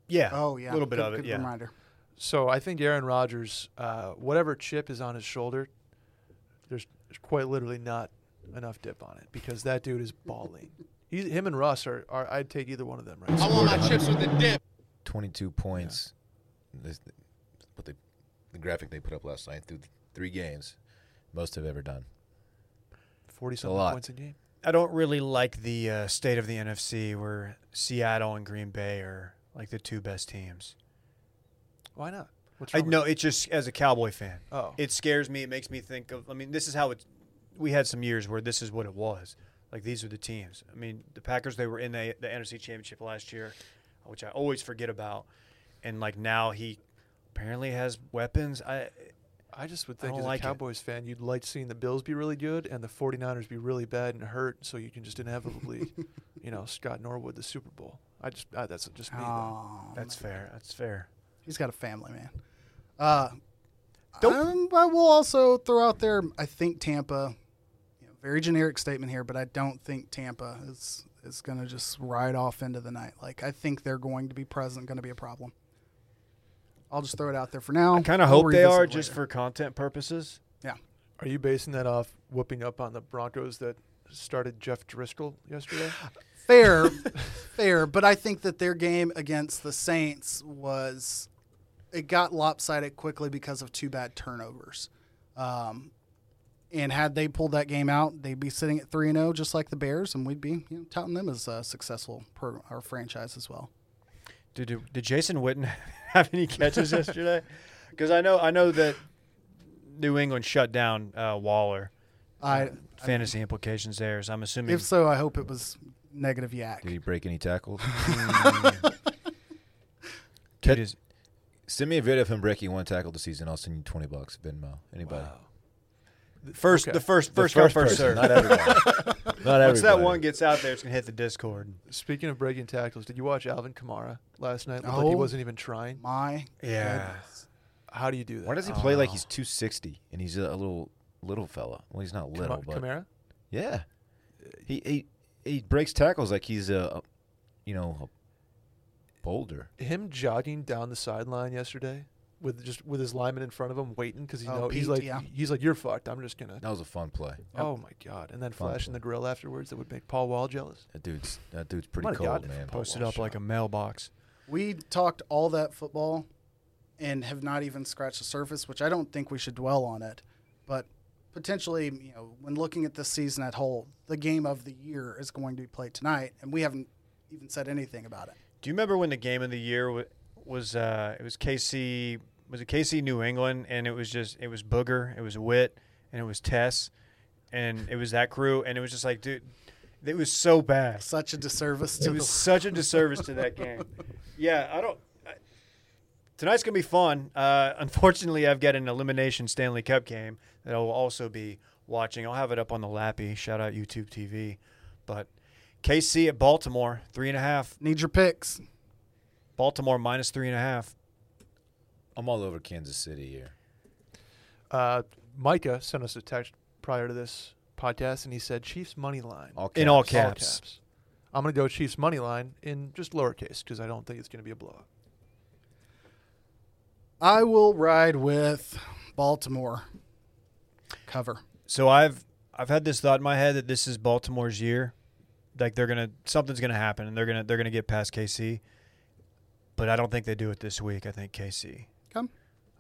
[SPEAKER 2] Yeah.
[SPEAKER 3] Oh yeah,
[SPEAKER 2] A little bit
[SPEAKER 3] Good-
[SPEAKER 2] of it.
[SPEAKER 3] good
[SPEAKER 2] Yeah.
[SPEAKER 3] Reminder.
[SPEAKER 5] So I think Aaron Rodgers, uh, whatever chip is on his shoulder, there's, there's quite literally not enough dip on it because that dude is balling. He's, him and Russ are, are. I'd take either one of them right. now.
[SPEAKER 4] Twenty two points. This, what they, the graphic they put up last night through th- three games, most have ever done.
[SPEAKER 5] Forty something
[SPEAKER 4] lot.
[SPEAKER 5] points a game.
[SPEAKER 2] I don't really like the uh, state of the NFC where Seattle and Green Bay are like the two best teams.
[SPEAKER 5] Why not? What's
[SPEAKER 2] I
[SPEAKER 5] wrong with
[SPEAKER 2] know it just as a Cowboy fan.
[SPEAKER 5] Oh.
[SPEAKER 2] It scares me. It makes me think of I mean, this is how it we had some years where this is what it was. Like these are the teams. I mean, the Packers they were in the the NFC Championship last year, which I always forget about. And like now he apparently has weapons. I
[SPEAKER 5] I just would think
[SPEAKER 2] don't
[SPEAKER 5] as
[SPEAKER 2] like
[SPEAKER 5] a
[SPEAKER 2] it.
[SPEAKER 5] Cowboys fan, you'd like seeing the Bills be really good and the 49ers be really bad and hurt, so you can
[SPEAKER 4] [laughs]
[SPEAKER 5] just inevitably, you know, Scott Norwood the Super Bowl. I just I, that's just me. though.
[SPEAKER 3] Aw,
[SPEAKER 2] that's fair. That's fair.
[SPEAKER 3] He's got a family, man. Uh, um, I will also throw out there. I think Tampa. You know, very generic statement here, but I don't think Tampa is is going to just ride off into the night. Like I think they're going to be present, going to be a problem. I'll just throw it out there for now.
[SPEAKER 2] I kind of
[SPEAKER 3] We'll
[SPEAKER 2] hope they
[SPEAKER 3] revisit
[SPEAKER 2] are
[SPEAKER 3] it
[SPEAKER 2] just
[SPEAKER 3] later.
[SPEAKER 2] for content purposes.
[SPEAKER 5] Are you basing that off whooping up on the Broncos that started Jeff Driscoll
[SPEAKER 4] [sighs]
[SPEAKER 5] yesterday?
[SPEAKER 3] fair, fair. But I think that their game against the Saints was it got lopsided quickly because of two bad turnovers. Um, and had they pulled that game out, they'd be sitting at three and zero, just like the Bears, and we'd be you know, touting them as a successful pro- our franchise as well.
[SPEAKER 2] Did, did, did Jason Witten [laughs] have any catches yesterday? Because I know I know that New England shut down uh, Waller.
[SPEAKER 3] I,
[SPEAKER 2] fantasy implications there. So I'm assuming
[SPEAKER 3] if so, I hope it was negative yak.
[SPEAKER 4] Did he break any [laughs] tackles?
[SPEAKER 2] Kid is
[SPEAKER 4] Send me a video of him breaking one tackle this season. I'll send you twenty bucks. Venmo. Anybody?
[SPEAKER 2] first
[SPEAKER 5] Okay.
[SPEAKER 2] the first
[SPEAKER 4] The
[SPEAKER 2] first come first
[SPEAKER 4] person,
[SPEAKER 2] serve.
[SPEAKER 4] Not
[SPEAKER 2] [laughs]
[SPEAKER 4] everybody. Not
[SPEAKER 2] Once that
[SPEAKER 4] everybody.
[SPEAKER 2] one gets out there, it's gonna hit the Discord.
[SPEAKER 5] Speaking of breaking tackles, did you watch Alvin Kamara last night? Looked like he
[SPEAKER 3] No.
[SPEAKER 5] wasn't even trying.
[SPEAKER 3] My
[SPEAKER 2] Yeah.
[SPEAKER 3] goodness.
[SPEAKER 5] How do you do that?
[SPEAKER 4] Why does he play like he's 260 and he's a little little fella? Well, he's not little,
[SPEAKER 5] Kamara?
[SPEAKER 4] but
[SPEAKER 5] Kamara?
[SPEAKER 4] yeah, he he he breaks tackles like he's a, a- you know a boulder.
[SPEAKER 5] him jogging down the sideline yesterday with just with his lineman in front of him waiting because he
[SPEAKER 3] Oh,
[SPEAKER 5] know he's
[SPEAKER 3] Pete,
[SPEAKER 5] like
[SPEAKER 3] yeah.
[SPEAKER 5] he's like you're fucked. I'm just gonna.
[SPEAKER 4] That was a fun play.
[SPEAKER 5] Oh my god! And then
[SPEAKER 4] Fun
[SPEAKER 5] flashing
[SPEAKER 4] play.
[SPEAKER 5] the grill afterwards that would make Paul Wall jealous.
[SPEAKER 4] That dude's that dude's
[SPEAKER 5] Might
[SPEAKER 4] pretty
[SPEAKER 5] have gotten
[SPEAKER 4] cold,
[SPEAKER 5] it from
[SPEAKER 4] man.
[SPEAKER 5] Paul
[SPEAKER 2] Posted up like a mailbox.
[SPEAKER 3] We talked all that football and have not even scratched the surface, which I don't think we should dwell on it. But potentially, you know, when looking at this season at whole, the game of the year is going to be played tonight, and we haven't even said anything about it.
[SPEAKER 2] Do you remember when the game of the year wa- was? Uh, it was KC was it KC New England, and it was just it was Booger, it was Wit, and it was Tess, and it was that crew, and it was just like, dude, it was so bad.
[SPEAKER 3] Such a disservice to
[SPEAKER 2] It was such a disservice to that game. Yeah, I don't. I, tonight's gonna be fun. Uh, unfortunately, I've got an elimination Stanley Cup game that I will also be watching. I'll have it up on the Lappy. Shout out YouTube TV. But KC at Baltimore, three and a half.
[SPEAKER 3] the. Need your picks.
[SPEAKER 2] Baltimore minus three and a half.
[SPEAKER 4] I'm all over Kansas City here.
[SPEAKER 5] Uh, Micah sent us a text prior to this podcast, and he said Chiefs money line.
[SPEAKER 4] All
[SPEAKER 2] In all
[SPEAKER 5] All
[SPEAKER 4] caps.
[SPEAKER 2] caps.
[SPEAKER 5] caps. I'm going to go Chiefs money line in just lowercase because I don't think it's going to be a blowout.
[SPEAKER 3] I will ride with Baltimore. Cover.
[SPEAKER 2] So I've I've had this thought in my head that this is Baltimore's year. Like they're gonna something's gonna happen, and they're gonna they're gonna get past KC. But I don't think they do it this week. I think KC.
[SPEAKER 3] Come.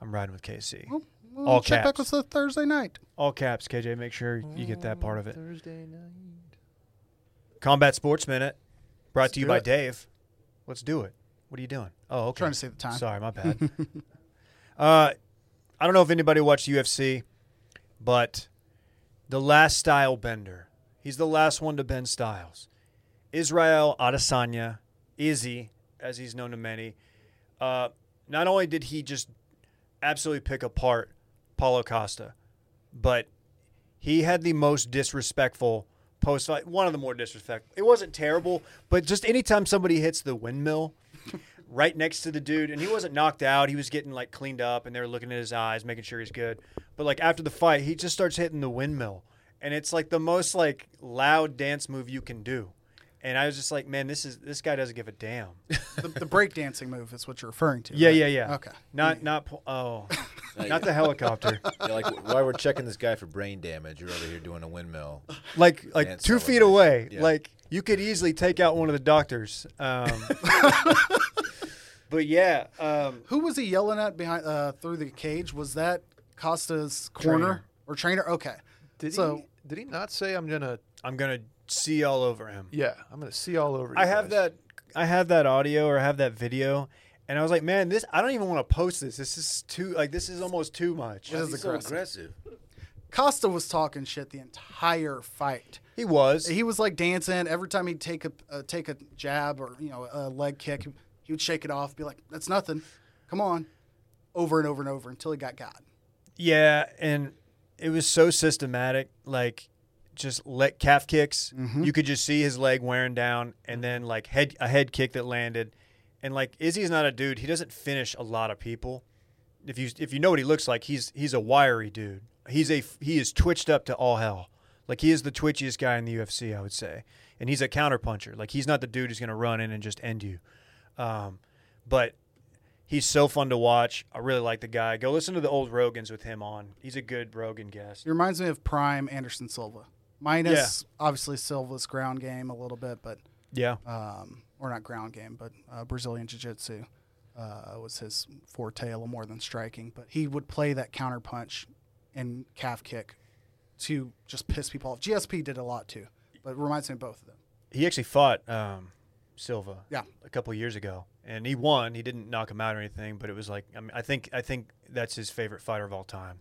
[SPEAKER 2] I'm riding with KC.
[SPEAKER 3] Well, we'll
[SPEAKER 2] All
[SPEAKER 3] check back
[SPEAKER 2] caps.
[SPEAKER 3] with the Thursday night.
[SPEAKER 2] All caps, KJ. Make sure you get that part
[SPEAKER 3] Mm.
[SPEAKER 2] of it.
[SPEAKER 5] Thursday night.
[SPEAKER 2] Combat Sports Minute, brought to you
[SPEAKER 3] do
[SPEAKER 2] by
[SPEAKER 3] it.
[SPEAKER 2] Dave. Let's do it. What are you doing? Oh, okay.
[SPEAKER 3] Trying to save the time.
[SPEAKER 2] Sorry, my bad.
[SPEAKER 3] [laughs]
[SPEAKER 2] uh, I don't know if anybody watched UFC, but the last style bender. He's the last one to bend styles. Israel Adesanya, Izzy, as he's known to many. Uh, not only did he just absolutely pick apart Paulo Costa, but he had the most disrespectful post fight. One of the more disrespectful. It wasn't terrible, but just anytime somebody hits the windmill [laughs] right next to the dude, and he wasn't knocked out. He was getting like cleaned up, and they were looking at his eyes, making sure he's good. But like after the fight, he just starts hitting the windmill, and it's like the most like loud dance move you can do. And I was just like, man, this is this guy doesn't give a damn.
[SPEAKER 3] The, the breakdancing move is what you're referring to.
[SPEAKER 2] Yeah,
[SPEAKER 3] right?
[SPEAKER 2] yeah, yeah.
[SPEAKER 3] Okay.
[SPEAKER 2] Not not po- oh,
[SPEAKER 4] Like,
[SPEAKER 2] not the helicopter.
[SPEAKER 4] yeah, like [laughs] while we're checking this guy for brain damage, you're over here doing a [laughs] windmill.
[SPEAKER 2] like like
[SPEAKER 4] Dance
[SPEAKER 2] two
[SPEAKER 4] celebration.
[SPEAKER 2] feet away.
[SPEAKER 4] Yeah.
[SPEAKER 2] Like you could easily take out one of the doctors. [laughs] Um, but yeah, um,
[SPEAKER 3] Who was he yelling at behind uh, through the cage? Was that Costa's corner
[SPEAKER 2] Trainer.
[SPEAKER 3] or trainer? Okay.
[SPEAKER 5] Did
[SPEAKER 3] so
[SPEAKER 5] he? Did he not say I'm going to?
[SPEAKER 2] I'm gonna see all over him.
[SPEAKER 5] Yeah, I'm going to see all over. You
[SPEAKER 2] I have
[SPEAKER 5] guys.
[SPEAKER 2] that. I have that audio or I have that video, and I was like, man, this. I don't even want to post this. This is too like this is almost too much.
[SPEAKER 3] It is
[SPEAKER 4] He's so
[SPEAKER 3] aggressive.
[SPEAKER 4] aggressive.
[SPEAKER 3] Costa was talking shit the entire fight.
[SPEAKER 2] He was.
[SPEAKER 3] He was like dancing every time he'd take a uh, take a jab or you know a leg kick. He would shake it off, be like, "That's nothing, come on," over and over and over until he got got.
[SPEAKER 2] Yeah, and it was so systematic. Like, just let calf kicks. You could just see his leg wearing down, and then like head a head kick that landed, and like Izzy's not a dude. He doesn't finish a lot of people. If you if you know what he looks like, he's he's a wiry dude. He's a he is twitched up to all hell. Like he is the twitchiest guy in the UFC, I would say, and he's a counterpuncher. Like he's not the dude who's going to run in and just end you. Um, but he's so fun to watch. I really like the guy. Go listen to the old Rogans with him on. He's a good Rogan guest.
[SPEAKER 3] It reminds me of prime Anderson Silva, minus obviously Silva's ground game a little bit, but
[SPEAKER 2] Yeah.
[SPEAKER 3] um, or not ground game, but uh, Brazilian Jiu Jitsu uh, was his forte a little more than striking. But he would play that counter punch and calf kick to just piss people off. GSP did a lot too, but it reminds me of both of them.
[SPEAKER 2] He actually fought um, Silva.
[SPEAKER 3] Yeah.
[SPEAKER 2] A couple years ago, and he won. He didn't knock him out or anything, but it was like I mean, I think I think that's his favorite fighter of all time.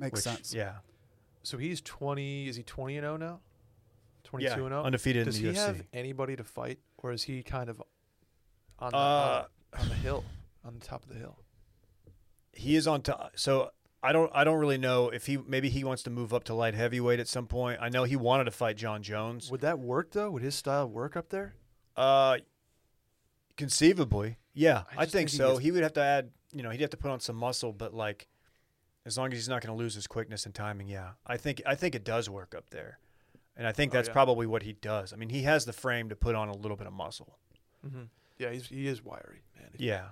[SPEAKER 3] Makes
[SPEAKER 2] Which,
[SPEAKER 3] sense.
[SPEAKER 2] Yeah.
[SPEAKER 5] So he's 20. Is he 20 and 0 now? 22
[SPEAKER 2] Yeah,
[SPEAKER 5] and 0.
[SPEAKER 2] undefeated in
[SPEAKER 5] Does
[SPEAKER 2] the
[SPEAKER 5] he
[SPEAKER 2] UFC.
[SPEAKER 5] have anybody to fight, or is he kind of on the,
[SPEAKER 2] Uh,
[SPEAKER 5] on, on the hill, on the top of the hill?
[SPEAKER 2] He is on top. So. I don't. I don't really know if he maybe he wants to move up to light heavyweight at some point. I know he wanted to fight John Jones.
[SPEAKER 5] Would that work though? Would his style work up there?
[SPEAKER 2] Uh, conceivably, yeah,
[SPEAKER 5] I
[SPEAKER 2] I, think
[SPEAKER 5] just think he
[SPEAKER 2] so.
[SPEAKER 5] gets-
[SPEAKER 2] He would have to add, you know, he'd have to put on some muscle, but like, as long as he's not going to lose his quickness and timing, yeah, I think I think it does work up there, and I think
[SPEAKER 5] Oh,
[SPEAKER 2] that's
[SPEAKER 5] yeah.
[SPEAKER 2] probably what he does. I mean, he has the frame to put on a little bit of muscle.
[SPEAKER 5] Yeah, he's, he is wiry, man.
[SPEAKER 2] Yeah,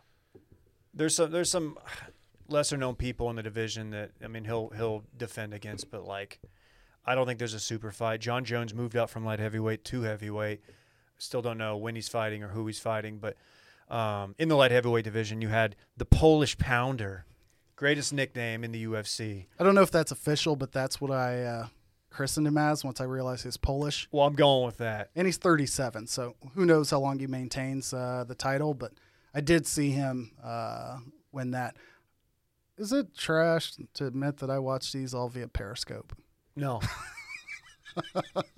[SPEAKER 2] there's some there's some lesser known people in the division that I mean he'll he'll defend against, but like, I don't think there's a super fight. John Jones moved up from light heavyweight to heavyweight. Still don't know when he's fighting or who he's fighting, but um, in the light heavyweight division, you had the Polish Pounder, greatest nickname in the UFC.
[SPEAKER 3] I don't know if that's official, but that's what I uh, christened him as once I realized he's Polish.
[SPEAKER 2] Well, I'm going with that.
[SPEAKER 3] And he's 37, so who knows how long he maintains uh, the title. But I did see him uh, win that. Is it trash to admit that I watch these all via Periscope?
[SPEAKER 2] No.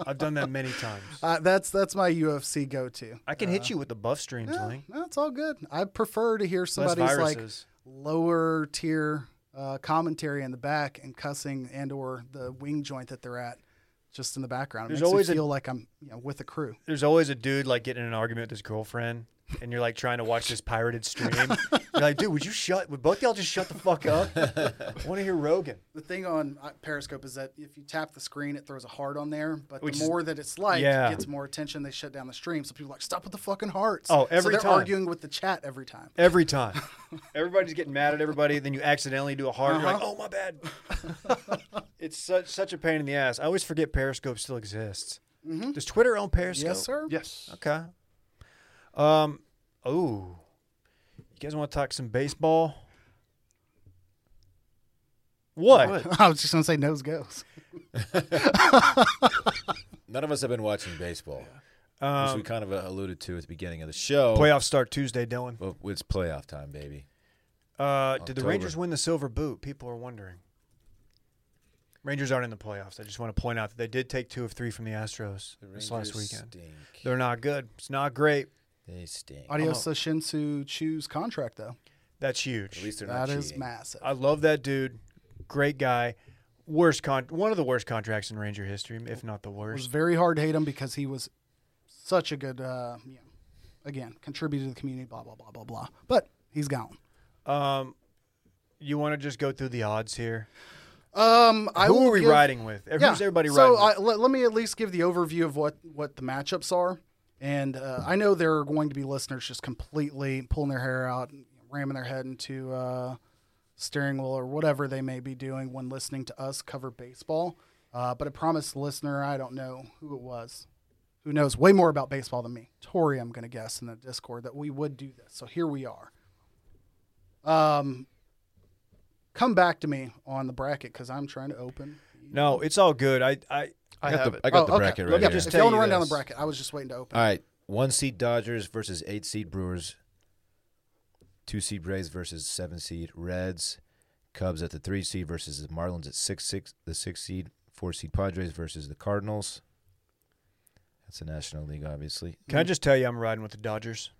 [SPEAKER 2] I've done that many times.
[SPEAKER 3] Uh, that's that's my UFC go-to.
[SPEAKER 2] I can hit you with the buff stream
[SPEAKER 3] Yeah,
[SPEAKER 2] thing.
[SPEAKER 3] no, it's all good. I prefer to hear
[SPEAKER 2] Less
[SPEAKER 3] somebody's like
[SPEAKER 2] viruses.
[SPEAKER 3] lower tier uh, commentary in the back and cussing and or the wing joint that they're at just in the background. It
[SPEAKER 2] There's
[SPEAKER 3] makes
[SPEAKER 2] always a-
[SPEAKER 3] me feel like I'm you know with a crew.
[SPEAKER 2] There's always a dude like getting in an argument with his girlfriend, and you're like trying to watch this pirated stream. you're like, dude, would you shut? Would both y'all just shut the fuck up? I want to hear Rogan.
[SPEAKER 3] The thing on uh, Periscope is that if you tap the screen, it throws a heart on there. But
[SPEAKER 2] Which is-
[SPEAKER 3] the more that it's liked,
[SPEAKER 2] Yeah.
[SPEAKER 3] it gets more attention. They shut down the stream, so people are like stop with the fucking hearts.
[SPEAKER 2] Oh, every
[SPEAKER 3] so they're
[SPEAKER 2] time.
[SPEAKER 3] arguing with the chat every time. [laughs]
[SPEAKER 2] Every time. Everybody's getting mad at everybody. Then you accidentally do a hard. You're
[SPEAKER 3] Uh-huh.
[SPEAKER 2] like, oh my bad. it's such such a pain in the ass. I always forget Periscope still exists. Does Twitter own Periscope?
[SPEAKER 3] Mm-hmm. Yes, sir.
[SPEAKER 5] Yes.
[SPEAKER 2] Okay. Um. Oh. You guys want to talk some baseball? What?
[SPEAKER 3] I was just gonna say nose goes.
[SPEAKER 4] None of us have been watching baseball, which we
[SPEAKER 2] Um,
[SPEAKER 4] kind of uh, alluded to at the beginning of the show.
[SPEAKER 2] playoffs start Tuesday, Dylan.
[SPEAKER 4] Well, it's playoff time, baby.
[SPEAKER 2] Uh, did the
[SPEAKER 4] October.
[SPEAKER 2] Rangers win the Silver Boot? People are wondering. Rangers aren't in the playoffs. I just want to point out that they did take two of three from the Astros this last
[SPEAKER 4] Rangers
[SPEAKER 2] weekend.
[SPEAKER 4] Stink.
[SPEAKER 2] They're not good. It's not great.
[SPEAKER 4] They stink.
[SPEAKER 2] Oh.
[SPEAKER 3] Adios Shinsu Chu's contract though.
[SPEAKER 2] That's
[SPEAKER 4] At
[SPEAKER 2] huge.
[SPEAKER 4] least they're
[SPEAKER 3] That
[SPEAKER 4] not
[SPEAKER 3] is
[SPEAKER 4] cheating.
[SPEAKER 3] massive.
[SPEAKER 2] I love that dude. Great guy. Worst con one of the worst contracts in Ranger history, if not the
[SPEAKER 3] It was
[SPEAKER 2] worst.
[SPEAKER 3] very hard to hate him because he was such a good, uh, you know, again, contributor to the community, blah, blah, blah, blah, blah. But he's gone.
[SPEAKER 2] Um, you want to just go through the odds here?
[SPEAKER 3] Um, I
[SPEAKER 2] Who
[SPEAKER 3] will
[SPEAKER 2] are we
[SPEAKER 3] give-
[SPEAKER 2] riding with? Who's everybody
[SPEAKER 3] so
[SPEAKER 2] riding? with?
[SPEAKER 3] I, let, let me at least give the overview of what, what the matchups are. And uh, I know there are going to be listeners just completely pulling their hair out, and ramming their head into uh, steering wheel or whatever they may be doing when listening to us cover baseball. Uh, but I promise the listener, I don't know who it was, who knows way more about baseball than me. Tori, I'm going to guess in the Discord that we would do this. So here we are. Um, come back to me on the bracket because I'm trying to open.
[SPEAKER 2] no, it's all good. I, I
[SPEAKER 5] I
[SPEAKER 4] I got
[SPEAKER 5] have
[SPEAKER 4] the,
[SPEAKER 5] it.
[SPEAKER 4] I got
[SPEAKER 3] Oh,
[SPEAKER 4] the
[SPEAKER 3] okay.
[SPEAKER 4] bracket
[SPEAKER 2] Let
[SPEAKER 4] right
[SPEAKER 2] me
[SPEAKER 4] here.
[SPEAKER 2] just-
[SPEAKER 3] If you want
[SPEAKER 2] tell
[SPEAKER 3] to
[SPEAKER 2] you
[SPEAKER 3] run down the
[SPEAKER 2] this.
[SPEAKER 3] bracket, I was just waiting to open.
[SPEAKER 4] All right. One seed Dodgers versus eight seed Brewers. Two seed Rays versus seven seed Reds. Cubs at the three seed versus the Marlins at six six the six seed. Four seed Padres versus the Cardinals. That's the National League, obviously.
[SPEAKER 2] can I just tell you, I'm riding with the Dodgers.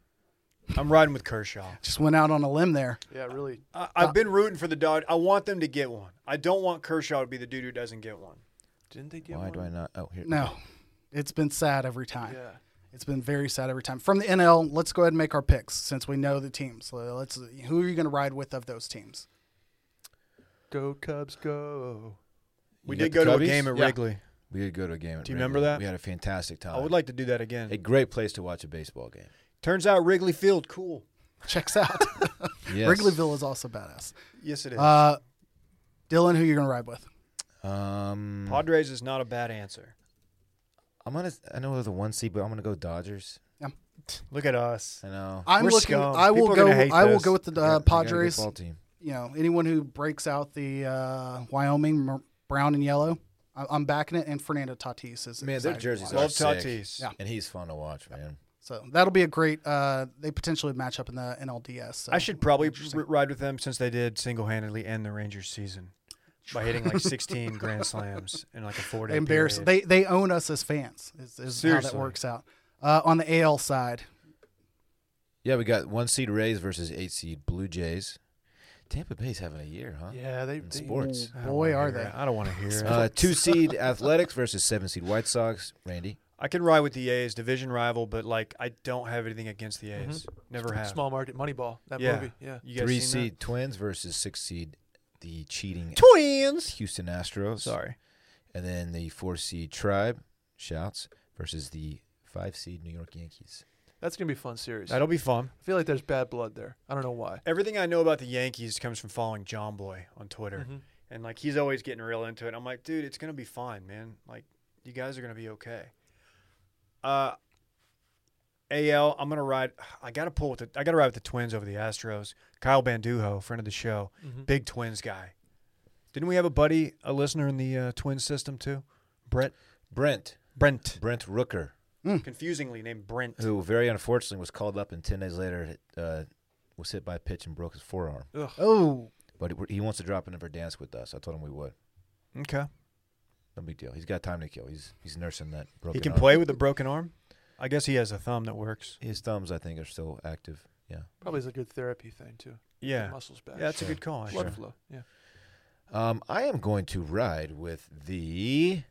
[SPEAKER 2] I'm riding with Kershaw.
[SPEAKER 3] Just went out on a limb there.
[SPEAKER 5] Yeah, really.
[SPEAKER 2] I, I've been rooting for the Dodgers. I want them to get one. I don't want Kershaw to be the dude who doesn't get one.
[SPEAKER 5] Didn't they get
[SPEAKER 4] Why
[SPEAKER 5] one?
[SPEAKER 4] do I not? Oh, here.
[SPEAKER 3] No, it's been sad every time.
[SPEAKER 5] Yeah.
[SPEAKER 3] It's been very sad every time. From the NL, let's go ahead and make our picks since we know the teams. Uh, Let's. Who are you going to ride with of those teams?
[SPEAKER 5] Go Cubs, go.
[SPEAKER 2] We
[SPEAKER 4] You
[SPEAKER 2] did go
[SPEAKER 4] got the
[SPEAKER 2] to a
[SPEAKER 4] Cubbies?
[SPEAKER 2] game at
[SPEAKER 5] Yeah.
[SPEAKER 2] Wrigley.
[SPEAKER 4] We did go to a game. At
[SPEAKER 2] Do you remember
[SPEAKER 4] Wrigley.
[SPEAKER 2] that?
[SPEAKER 4] We had a fantastic time.
[SPEAKER 2] I would like to do that again.
[SPEAKER 4] a great place to watch a baseball game.
[SPEAKER 2] [laughs] Turns out Wrigley Field, cool.
[SPEAKER 3] Checks
[SPEAKER 2] [laughs]
[SPEAKER 3] out.
[SPEAKER 4] Yes.
[SPEAKER 3] Wrigleyville is also badass.
[SPEAKER 2] Yes, it is.
[SPEAKER 3] Uh, Dylan, who you going to ride with?
[SPEAKER 4] Um,
[SPEAKER 2] Mm. Padres is not a bad answer.
[SPEAKER 4] I'm gonna. I know they're the one seed, but I'm gonna go Dodgers.
[SPEAKER 2] Look at us.
[SPEAKER 4] I know.
[SPEAKER 3] I'm
[SPEAKER 2] We're
[SPEAKER 3] looking.
[SPEAKER 2] scum.
[SPEAKER 3] I will
[SPEAKER 2] People are
[SPEAKER 3] go.
[SPEAKER 2] gonna hate
[SPEAKER 3] I will
[SPEAKER 2] this.
[SPEAKER 3] go with the
[SPEAKER 4] They got-
[SPEAKER 3] uh,
[SPEAKER 4] they got a good
[SPEAKER 3] Padres.
[SPEAKER 4] ball team.
[SPEAKER 3] You know, anyone who breaks out the uh, Wyoming mer- brown and yellow, I- I'm backing it. And Fernando Tatis is
[SPEAKER 4] Man, their
[SPEAKER 3] exciting to
[SPEAKER 4] jerseys
[SPEAKER 3] watch.
[SPEAKER 4] are
[SPEAKER 2] Love
[SPEAKER 4] sick.
[SPEAKER 2] Tatis. Yeah.
[SPEAKER 4] and he's fun to watch, man.
[SPEAKER 3] So that'll be a great. Uh, they potentially match up in the NLDS. So.
[SPEAKER 2] I should probably r- ride with them since they did single-handedly end the Rangers season by hitting like 16 grand slams in like a four-day
[SPEAKER 3] embarrass.
[SPEAKER 2] period.
[SPEAKER 3] They they own us as fans. Is, is how that
[SPEAKER 2] Seriously.
[SPEAKER 3] works out. Uh, on the AL side,
[SPEAKER 4] Yeah, we got one seed Rays versus eight seed Blue Jays. Tampa Bay's having a year, huh?
[SPEAKER 5] Yeah, they.
[SPEAKER 4] In
[SPEAKER 5] they-
[SPEAKER 4] sports.
[SPEAKER 2] I don't
[SPEAKER 3] boy,
[SPEAKER 2] wanna
[SPEAKER 3] are
[SPEAKER 2] hear
[SPEAKER 3] they.
[SPEAKER 2] it. I don't want to hear it.
[SPEAKER 4] Uh,
[SPEAKER 2] [laughs]
[SPEAKER 4] two seed Athletics versus seven seed White Sox. Randy,
[SPEAKER 2] I can ride with the A's, division rival, but like I don't have anything against the A's. Never have.
[SPEAKER 5] Small market Moneyball. That
[SPEAKER 2] yeah.
[SPEAKER 5] movie. Yeah.
[SPEAKER 2] You guys
[SPEAKER 4] three
[SPEAKER 2] seen
[SPEAKER 4] seed Twins versus six seed the cheating
[SPEAKER 2] that? Twins.
[SPEAKER 4] Houston Astros.
[SPEAKER 2] Sorry.
[SPEAKER 4] and then the four seed Tribe shouts versus the five seed New York Yankees.
[SPEAKER 5] That's gonna be a fun series. I
[SPEAKER 2] That'll be fun.
[SPEAKER 5] feel like there's bad blood there. I don't know why.
[SPEAKER 2] Everything I know about the Yankees comes from following John Boy on Twitter. And like he's always getting real into it. I'm like, dude, it's gonna be fine, man. Like you guys are gonna be okay. Uh AL, I'm gonna ride I gotta pull with the I gotta ride with the twins over the Astros. Kyle Banduho, friend of the show,
[SPEAKER 5] Mm-hmm.
[SPEAKER 2] big twins guy. Didn't we have a buddy, a listener in the uh, twin system too? Brent
[SPEAKER 4] Brent,
[SPEAKER 2] Brent.
[SPEAKER 4] Brent Rooker,
[SPEAKER 2] Confusingly named Brent.
[SPEAKER 4] who very unfortunately was called up and ten days later uh, was hit by a pitch and broke his forearm.
[SPEAKER 3] oh,
[SPEAKER 4] But it- he wants to drop in for dance with us. I told him we would.
[SPEAKER 2] Okay.
[SPEAKER 4] No big deal. He's got time to kill. He's he's nursing that broken.
[SPEAKER 2] He can
[SPEAKER 4] arm.
[SPEAKER 2] play with a broken arm. I guess he has a thumb that works.
[SPEAKER 4] His thumbs, I think, are still active. Yeah.
[SPEAKER 5] Probably is a good therapy thing too. Get
[SPEAKER 2] Yeah.
[SPEAKER 5] muscles back.
[SPEAKER 2] Yeah, that's a good call.
[SPEAKER 5] blood
[SPEAKER 2] Actually.
[SPEAKER 5] flow. Yeah,
[SPEAKER 4] Um, I am going to ride with the.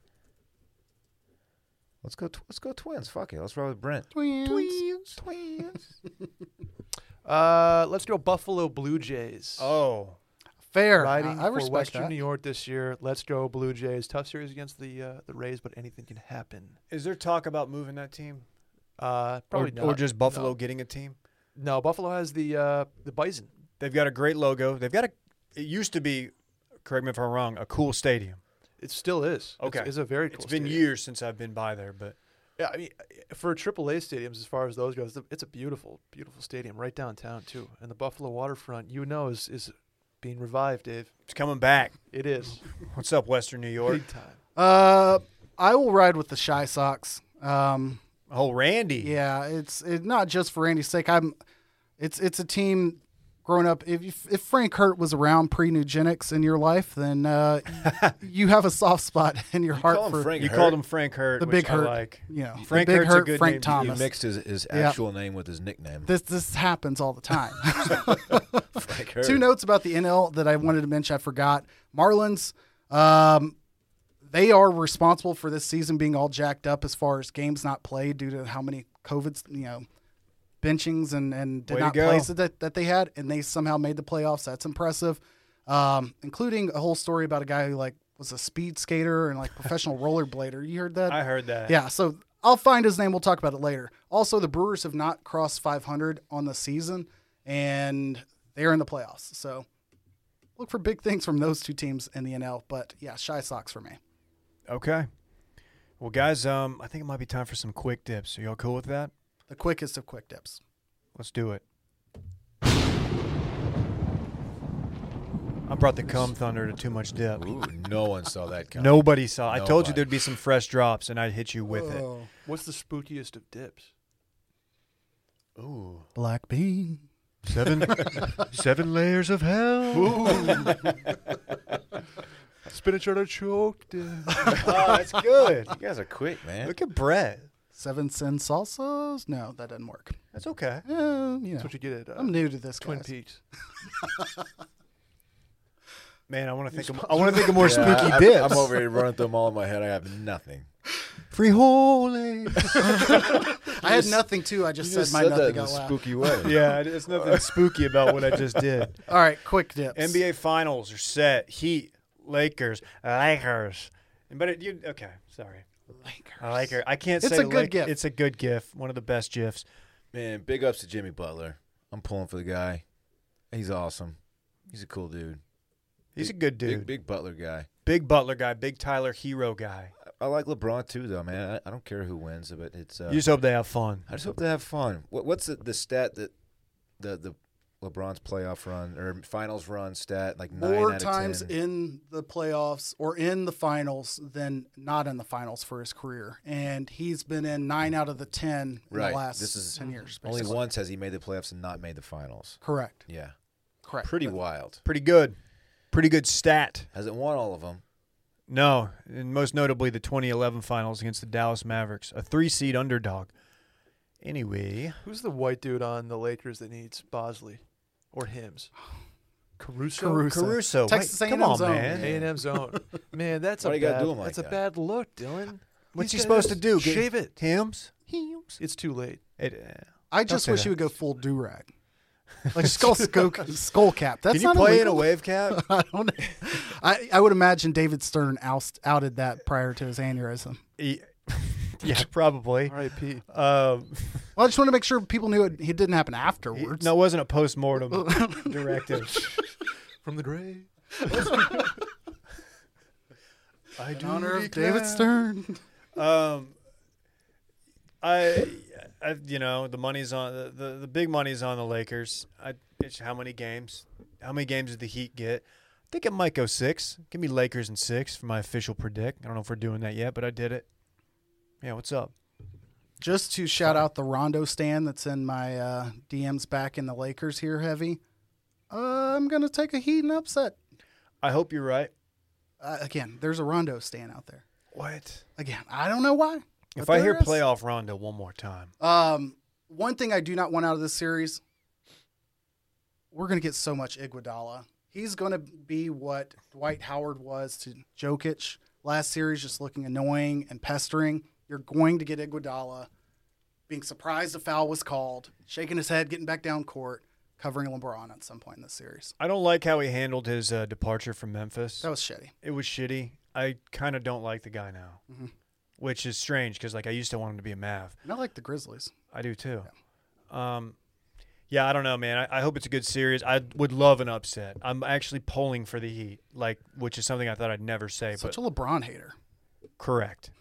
[SPEAKER 4] Let's go. Tw- let's go twins. Fuck it. Let's ride with Brent.
[SPEAKER 3] Twins.
[SPEAKER 4] Twins. Twins.
[SPEAKER 5] Uh, let's go Buffalo Blue Jays.
[SPEAKER 2] Oh,
[SPEAKER 3] Fair.
[SPEAKER 5] Riding
[SPEAKER 3] I, I
[SPEAKER 5] for
[SPEAKER 3] respect
[SPEAKER 5] Western
[SPEAKER 3] that.
[SPEAKER 5] New York this year. Let's go Blue Jays. Tough series against the uh, the Rays, but anything can happen.
[SPEAKER 2] is there talk about moving that team,
[SPEAKER 5] Uh,
[SPEAKER 2] or,
[SPEAKER 5] probably not.
[SPEAKER 2] or just Buffalo
[SPEAKER 5] No.
[SPEAKER 2] getting a team?
[SPEAKER 5] No, Buffalo has the uh, the Bison.
[SPEAKER 2] They've got a great logo. They've got a. It used to be, correct me if I'm wrong, a cool stadium.
[SPEAKER 5] It still is. It's-
[SPEAKER 2] Okay.
[SPEAKER 5] it's, a very cool.
[SPEAKER 2] It's been
[SPEAKER 5] stadium.
[SPEAKER 2] years since I've been by there, but
[SPEAKER 5] Yeah, I mean, for AAA stadiums, as far as those goes, it's a beautiful, beautiful stadium right downtown too. And the Buffalo waterfront, you know, is is being revived, Dave.
[SPEAKER 2] it's coming back. [laughs]
[SPEAKER 5] It is
[SPEAKER 2] What's up, Western New York?
[SPEAKER 5] big time.
[SPEAKER 3] Uh, I will ride with the Shy Sox. Um,
[SPEAKER 2] Oh, Randy.
[SPEAKER 3] yeah, it's it, not just for Andy's sake. I'm. It's it's a team. Growing up, if you, if Frank Hurt was around pre Nugenics in your life, then uh, you have a soft spot in your heart
[SPEAKER 4] call him
[SPEAKER 3] for
[SPEAKER 4] Frank
[SPEAKER 2] You
[SPEAKER 4] Hurt?
[SPEAKER 2] called him Frank Hurt.
[SPEAKER 3] the
[SPEAKER 2] which
[SPEAKER 3] big
[SPEAKER 2] I
[SPEAKER 3] Hurt.
[SPEAKER 2] like.
[SPEAKER 3] You know, the
[SPEAKER 2] Frank
[SPEAKER 3] big
[SPEAKER 2] Hurt's a
[SPEAKER 3] Hurt,
[SPEAKER 2] good
[SPEAKER 3] Frank
[SPEAKER 2] name. You
[SPEAKER 4] You
[SPEAKER 3] Thomas.
[SPEAKER 4] mixed his, his
[SPEAKER 3] Yeah.
[SPEAKER 4] actual name with his nickname.
[SPEAKER 3] This this happens all the
[SPEAKER 2] [laughs]
[SPEAKER 3] time.
[SPEAKER 4] Frank Hurt.
[SPEAKER 3] Two notes about the NL that I wanted to mention. I forgot. Marlins, um, they are responsible for this season being all jacked up as far as games not played due to how many COVIDs, you know, benchings and and did
[SPEAKER 2] Way to
[SPEAKER 3] not
[SPEAKER 2] go.
[SPEAKER 3] plays that that they had, and they somehow made the playoffs. That's impressive. Um, including a whole story about a guy who like was a speed skater and like
[SPEAKER 2] [laughs]
[SPEAKER 3] professional rollerblader. You heard that?
[SPEAKER 2] I heard that.
[SPEAKER 3] Yeah, so I'll find his name. We'll talk about it later. Also, the Brewers have not crossed 500 on the season, and they're in the playoffs. So look for big things from those two teams in the NL. But yeah, shy socks for me.
[SPEAKER 2] Okay. Well, guys, um, I think it might be time for some quick dips. Are y'all cool with that?
[SPEAKER 3] The quickest of quick dips.
[SPEAKER 2] Let's do it. I brought the cum thunder to too much dip.
[SPEAKER 4] Ooh, no one saw that coming.
[SPEAKER 2] Nobody saw. I told you
[SPEAKER 4] Nobody.
[SPEAKER 2] there'd be some fresh drops, and I'd hit you with it.
[SPEAKER 5] What's the spookiest of dips?
[SPEAKER 4] Ooh.
[SPEAKER 3] Black bean.
[SPEAKER 4] [laughs]
[SPEAKER 2] Seven, seven layers of hell.
[SPEAKER 5] Spinach artichoke dip.
[SPEAKER 2] Oh, that's good.
[SPEAKER 4] You guys are quick, man.
[SPEAKER 2] Look at Brett.
[SPEAKER 3] Seven sin salsas. No, that doesn't work.
[SPEAKER 2] That's okay.
[SPEAKER 3] Eh, you know,
[SPEAKER 5] That's what you get at uh,
[SPEAKER 3] I'm new to this.
[SPEAKER 5] Twin
[SPEAKER 3] guys.
[SPEAKER 5] Peaks.
[SPEAKER 2] Man, I want to think. Of, I want to think of more
[SPEAKER 4] Yeah,
[SPEAKER 2] spooky
[SPEAKER 4] I-
[SPEAKER 2] dips.
[SPEAKER 4] I'm over here running through them all in my head. I have nothing. [laughs]
[SPEAKER 2] Frijoles.
[SPEAKER 3] I had nothing too. I just,
[SPEAKER 4] You
[SPEAKER 3] said my nothing
[SPEAKER 4] in a
[SPEAKER 3] out loud.
[SPEAKER 4] spooky way.
[SPEAKER 2] [laughs] yeah, it's
[SPEAKER 4] Uh, [laughs]
[SPEAKER 2] nothing spooky about what I just did.
[SPEAKER 3] All right, quick dips.
[SPEAKER 2] NBA Finals are set. Heat, Lakers, Lakers. But it, you okay? Sorry, I like her. I can't
[SPEAKER 3] It's
[SPEAKER 2] say
[SPEAKER 3] a good
[SPEAKER 2] Lake-
[SPEAKER 3] gif.
[SPEAKER 2] It's a good gif. One of the best gifs.
[SPEAKER 4] Man, big ups to Jimmy Butler. I'm pulling for the guy. He's awesome. He's a cool dude.
[SPEAKER 2] He's a good dude.
[SPEAKER 4] Big, big Butler guy.
[SPEAKER 2] Big Butler guy. Big Tyler Hero guy.
[SPEAKER 4] I like LeBron too, though, man. I, I don't care who wins, but it's. Uh,
[SPEAKER 2] you just hope they have fun.
[SPEAKER 4] I just hope they have fun. What, what's the, the stat that the the LeBron's playoff run or finals run stat like nine
[SPEAKER 3] more
[SPEAKER 4] out of
[SPEAKER 3] times
[SPEAKER 4] 10?
[SPEAKER 3] in the playoffs or in the finals than not in the finals for his career. And he's been in nine out of the 10 in
[SPEAKER 4] Right.
[SPEAKER 3] the last
[SPEAKER 4] This is
[SPEAKER 3] 10 years.
[SPEAKER 4] Only
[SPEAKER 3] basically.
[SPEAKER 4] once has he made the playoffs and not made the finals.
[SPEAKER 3] Correct.
[SPEAKER 4] Yeah,
[SPEAKER 3] Correct.
[SPEAKER 4] pretty wild.
[SPEAKER 2] Pretty good. Pretty good stat.
[SPEAKER 4] Hasn't won all of them.
[SPEAKER 2] No, and most notably the 2011 Finals against the Dallas Mavericks, a three-seed underdog. Anyway,
[SPEAKER 5] Who's the white dude on the Lakers that needs Bosley or Hims? Caruso.
[SPEAKER 3] Caruso.
[SPEAKER 2] Caruso. wait,
[SPEAKER 3] Texas A&M
[SPEAKER 2] come on,
[SPEAKER 3] zone.
[SPEAKER 2] man.
[SPEAKER 5] A and M zone. Man, that's
[SPEAKER 4] Why
[SPEAKER 5] a
[SPEAKER 4] you gotta
[SPEAKER 5] bad.
[SPEAKER 4] do 'em like
[SPEAKER 5] that's
[SPEAKER 4] that?
[SPEAKER 5] a bad look, Dylan.
[SPEAKER 2] What's he
[SPEAKER 5] He's
[SPEAKER 2] supposed to
[SPEAKER 5] gotta
[SPEAKER 2] do? Get-
[SPEAKER 5] Shave it.
[SPEAKER 2] Hims. Hims.
[SPEAKER 5] It's too late.
[SPEAKER 2] It, uh,
[SPEAKER 3] I just
[SPEAKER 2] say
[SPEAKER 3] wish
[SPEAKER 2] that.
[SPEAKER 3] he would go full do
[SPEAKER 4] [laughs]
[SPEAKER 3] rag. Like skull, skull, skull cap. That's
[SPEAKER 2] Can you
[SPEAKER 3] not
[SPEAKER 2] play in a
[SPEAKER 3] illegal.
[SPEAKER 2] wave cap?
[SPEAKER 3] [laughs] I don't know. I, I would imagine David Stern oust, outed that prior to his aneurysm.
[SPEAKER 2] Ye- [laughs] yeah, probably.
[SPEAKER 5] R.I.P.
[SPEAKER 2] Um,
[SPEAKER 3] Well, I just want to make sure people knew it, it didn't happen
[SPEAKER 2] he-
[SPEAKER 3] afterwards.
[SPEAKER 2] no, it wasn't
[SPEAKER 3] [laughs]
[SPEAKER 2] a postmortem directive.
[SPEAKER 5] From the grave.
[SPEAKER 2] I
[SPEAKER 3] in
[SPEAKER 2] do
[SPEAKER 3] honor of David Stern.
[SPEAKER 2] Um, I, I, you know, the money's on the, the, the big money's on the Lakers. I, it's how many games? How many games did the Heat get? I think it might go six. Give me Lakers and six for my official predict. I don't know if we're doing that yet, but I did it. Yeah, what's up?
[SPEAKER 3] Just to shout out the Rondo stand that's in my uh, DMs back in the Lakers here, heavy. uh, I'm going to take a heat and upset.
[SPEAKER 2] I hope you're right.
[SPEAKER 3] Uh, again, there's a Rondo stand out there.
[SPEAKER 5] What?
[SPEAKER 3] Again, I don't know why.
[SPEAKER 2] If
[SPEAKER 3] but
[SPEAKER 2] I hear
[SPEAKER 3] there is.
[SPEAKER 2] playoff Rondo one more time,
[SPEAKER 3] Um, one thing I do not want out of this series, we're going to get so much Iguodala. He's going to be what Dwight Howard was to Jokic last series, just looking annoying and pestering. You're going to get Iguodala being surprised a foul was called, shaking his head, getting back down court, covering LeBron at some point in this series.
[SPEAKER 2] I don't like how he handled his uh, departure from Memphis.
[SPEAKER 3] That was shitty.
[SPEAKER 2] it was shitty. I kind of don't like the guy now, which is strange because like I used to want him to be a Mav.
[SPEAKER 3] And I like the Grizzlies.
[SPEAKER 2] I do too. Um, yeah, I don't know, man. I, I hope it's a good series. I would love an upset. I'm actually polling for the Heat, like which is something I thought I'd never say, but
[SPEAKER 3] Such a LeBron hater.
[SPEAKER 2] correct.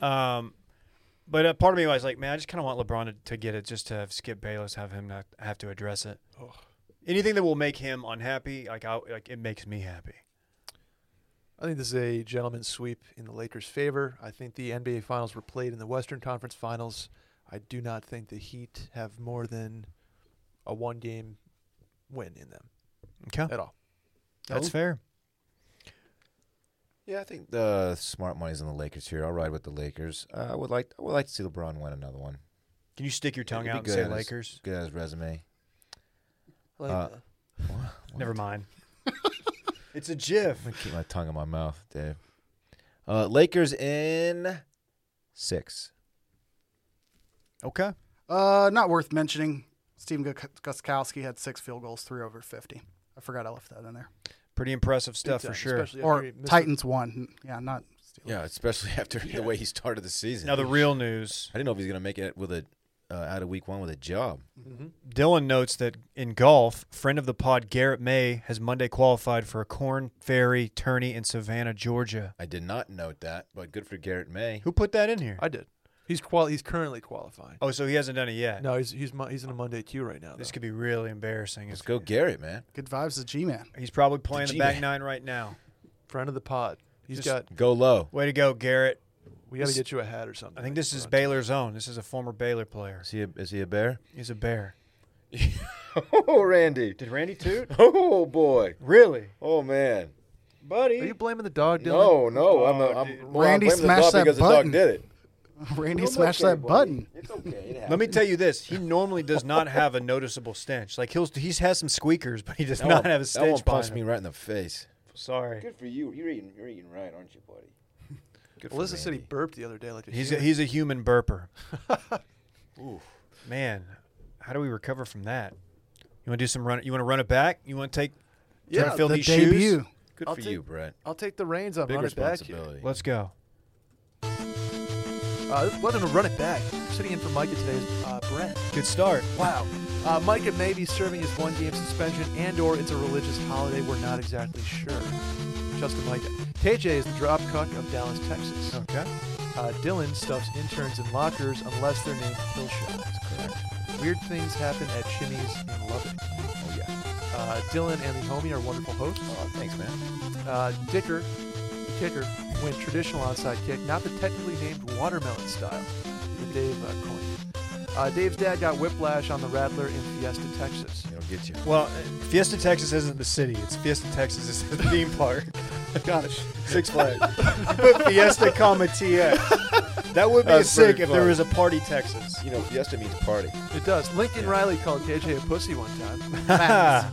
[SPEAKER 2] um, but uh, part of me was like, man, I just kind of want LeBron to, to get it, just to have Skip Bayless have him not have to address it. Anything that will make him unhappy, like I, like it makes me happy.
[SPEAKER 5] I think this is a gentleman's sweep in the Lakers' favor. I think the NBA Finals were played in the Western Conference Finals. I do not think the Heat have more than a one-game win in them
[SPEAKER 2] Okay,
[SPEAKER 5] at all.
[SPEAKER 2] that's fair.
[SPEAKER 4] Yeah, I think the smart money's on the Lakers here. I'll ride with the Lakers. Uh, I would like I would like to see LeBron win another one.
[SPEAKER 2] Can you stick your tongue
[SPEAKER 4] It'd be
[SPEAKER 2] out and say
[SPEAKER 4] at his-
[SPEAKER 2] Lakers?
[SPEAKER 4] good at
[SPEAKER 2] [laughs]
[SPEAKER 4] his resume.
[SPEAKER 5] Like,
[SPEAKER 4] Uh,
[SPEAKER 2] Never
[SPEAKER 4] [laughs]
[SPEAKER 2] mind. it's a GIF.
[SPEAKER 4] I'm gonna keep my tongue in my mouth, Dave. Uh, Lakers in six.
[SPEAKER 2] Okay.
[SPEAKER 3] Uh, not worth mentioning. Steven Guskowski had six field goals, three over 50. I forgot I left that in there.
[SPEAKER 2] Pretty impressive
[SPEAKER 5] big
[SPEAKER 2] stuff for
[SPEAKER 5] time,
[SPEAKER 2] sure.
[SPEAKER 5] especially after
[SPEAKER 3] or
[SPEAKER 5] he missed the-
[SPEAKER 3] Titans won. Yeah, not Steelers.
[SPEAKER 4] Yeah, especially [laughs] after the way he started the season.
[SPEAKER 2] Now the real news.
[SPEAKER 4] I didn't know if he's gonna make it with a uh, out of week one with a job.
[SPEAKER 2] Dylan notes that in golf, friend of the pod Garrett May has Monday qualified for a Corn Ferry tourney in Savannah, Georgia.
[SPEAKER 4] I did not note that, but good for Garrett May.
[SPEAKER 2] Who put that in here?
[SPEAKER 5] I did. He's quali- He's currently qualifying.
[SPEAKER 2] Oh, so he hasn't done it yet.
[SPEAKER 5] No, he's he's mon- he's in a Monday queue right now.
[SPEAKER 2] This
[SPEAKER 5] though.
[SPEAKER 2] could be really embarrassing.
[SPEAKER 4] Let's
[SPEAKER 2] if-
[SPEAKER 4] go, Garrett, man.
[SPEAKER 3] Good vibes to G
[SPEAKER 2] [laughs]
[SPEAKER 3] Man.
[SPEAKER 2] He's probably playing the,
[SPEAKER 4] The
[SPEAKER 2] back
[SPEAKER 4] G-man.
[SPEAKER 2] nine right now.
[SPEAKER 5] friend of the pod. He's
[SPEAKER 2] Just-
[SPEAKER 5] got.
[SPEAKER 4] Go low.
[SPEAKER 2] Way to go, Garrett.
[SPEAKER 5] We got to
[SPEAKER 2] this-
[SPEAKER 5] get you a hat or something.
[SPEAKER 2] I think this is
[SPEAKER 5] Front.
[SPEAKER 2] Baylor's own. This is a former Baylor player.
[SPEAKER 4] Is he a, is he a bear?
[SPEAKER 2] He's a bear.
[SPEAKER 4] [laughs] Oh, Randy.
[SPEAKER 2] Did Randy [laughs] toot?
[SPEAKER 4] [laughs] Oh boy.
[SPEAKER 2] really?
[SPEAKER 4] Oh man.
[SPEAKER 5] Are you blaming the dog, Dylan?
[SPEAKER 4] no. I'm.
[SPEAKER 2] Oh, dude.
[SPEAKER 4] I'm
[SPEAKER 3] Randy smashed that button.
[SPEAKER 4] it.
[SPEAKER 3] [laughs] Randy smashed that button.
[SPEAKER 4] It's okay.
[SPEAKER 2] Let me tell you this: he normally does not have a noticeable stench. Like he'll he's has some squeakers, but he does not have a
[SPEAKER 4] That
[SPEAKER 2] stench.
[SPEAKER 4] one punched
[SPEAKER 2] behind
[SPEAKER 4] me
[SPEAKER 2] him.
[SPEAKER 4] right in the face.
[SPEAKER 2] Sorry.
[SPEAKER 4] Good for you. You're eating. You're eating right, aren't you, buddy? Good
[SPEAKER 5] Melissa said he burped the other day. Like a
[SPEAKER 2] He's a,
[SPEAKER 5] human.
[SPEAKER 2] he's a human burper. man, how do we recover from that? You want to do some run? You want to run it back? You want to take? try to fill
[SPEAKER 3] the
[SPEAKER 2] these
[SPEAKER 3] debut.
[SPEAKER 2] shoes.
[SPEAKER 4] Good
[SPEAKER 5] I'll
[SPEAKER 4] for
[SPEAKER 5] take-
[SPEAKER 4] you, Brett.
[SPEAKER 5] I'll take the reins. I'm
[SPEAKER 4] Big
[SPEAKER 5] run it back here.
[SPEAKER 4] responsibility.
[SPEAKER 2] Let's go.
[SPEAKER 5] Uh, let him run it back. Sitting in for Micah today is uh, Brent.
[SPEAKER 2] Good start.
[SPEAKER 5] Wow. Uh, Micah may be serving his one-game suspension and/or it's a religious holiday. We're not exactly sure. Justin Micah. KJ is the drop cuck of Dallas, Texas.
[SPEAKER 2] Okay.
[SPEAKER 5] Uh, Dylan stuffs interns in lockers unless they're named Hillshot. Weird things happen at Chimmy's in Lubbock.
[SPEAKER 4] Oh yeah.
[SPEAKER 5] Uh, Dylan and the homie are wonderful hosts.
[SPEAKER 4] Oh, thanks, man.
[SPEAKER 5] Uh, Dicker, the kicker, went traditional onside kick, not the technically named watermelon style that Dave uh, coined. Uh, Dave's dad got whiplash on the Rattler in Fiesta, Texas.
[SPEAKER 4] It'll get you.
[SPEAKER 2] Well, uh, Fiesta, Texas isn't the city. It's Fiesta, Texas is the theme park.
[SPEAKER 5] Gosh.
[SPEAKER 2] Six Flags. You put Fiesta, comma TX. That would be
[SPEAKER 4] That's
[SPEAKER 2] sick
[SPEAKER 4] pretty
[SPEAKER 2] if there
[SPEAKER 4] fun.
[SPEAKER 2] was a party, Texas.
[SPEAKER 4] You know, Fiesta means party.
[SPEAKER 5] It does. Lincoln Riley called KJ a pussy one
[SPEAKER 4] [laughs]
[SPEAKER 5] time.
[SPEAKER 2] Ah.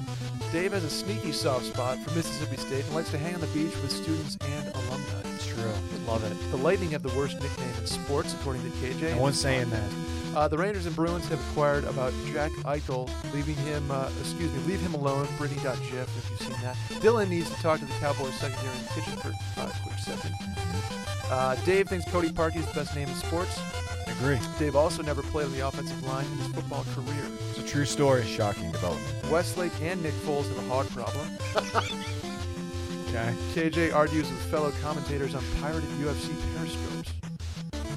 [SPEAKER 5] Dave has a sneaky soft spot for Mississippi State and likes to hang on the beach with students and alumni.
[SPEAKER 2] It's true. Love it.
[SPEAKER 5] The Lightning have the worst nickname in sports, according to KJ.
[SPEAKER 2] No one's saying that.
[SPEAKER 5] Uh, the Rangers and Bruins have acquired about Jack Eichel, leaving him, uh, excuse me, leave him alone. Brittany.gif, if you've seen that. Dylan needs to talk to the Cowboys secondary in the kitchen for uh, a quick second. Uh, Dave thinks Cody Parkey is the best name in sports.
[SPEAKER 2] Agree.
[SPEAKER 5] Dave also never played on the offensive line in his football career.
[SPEAKER 2] It's a true story.
[SPEAKER 4] Shocking development.
[SPEAKER 5] Westlake and Nick Foles have a hog problem.
[SPEAKER 2] Okay.
[SPEAKER 5] KJ argues with fellow commentators on pirated UFC periscopes.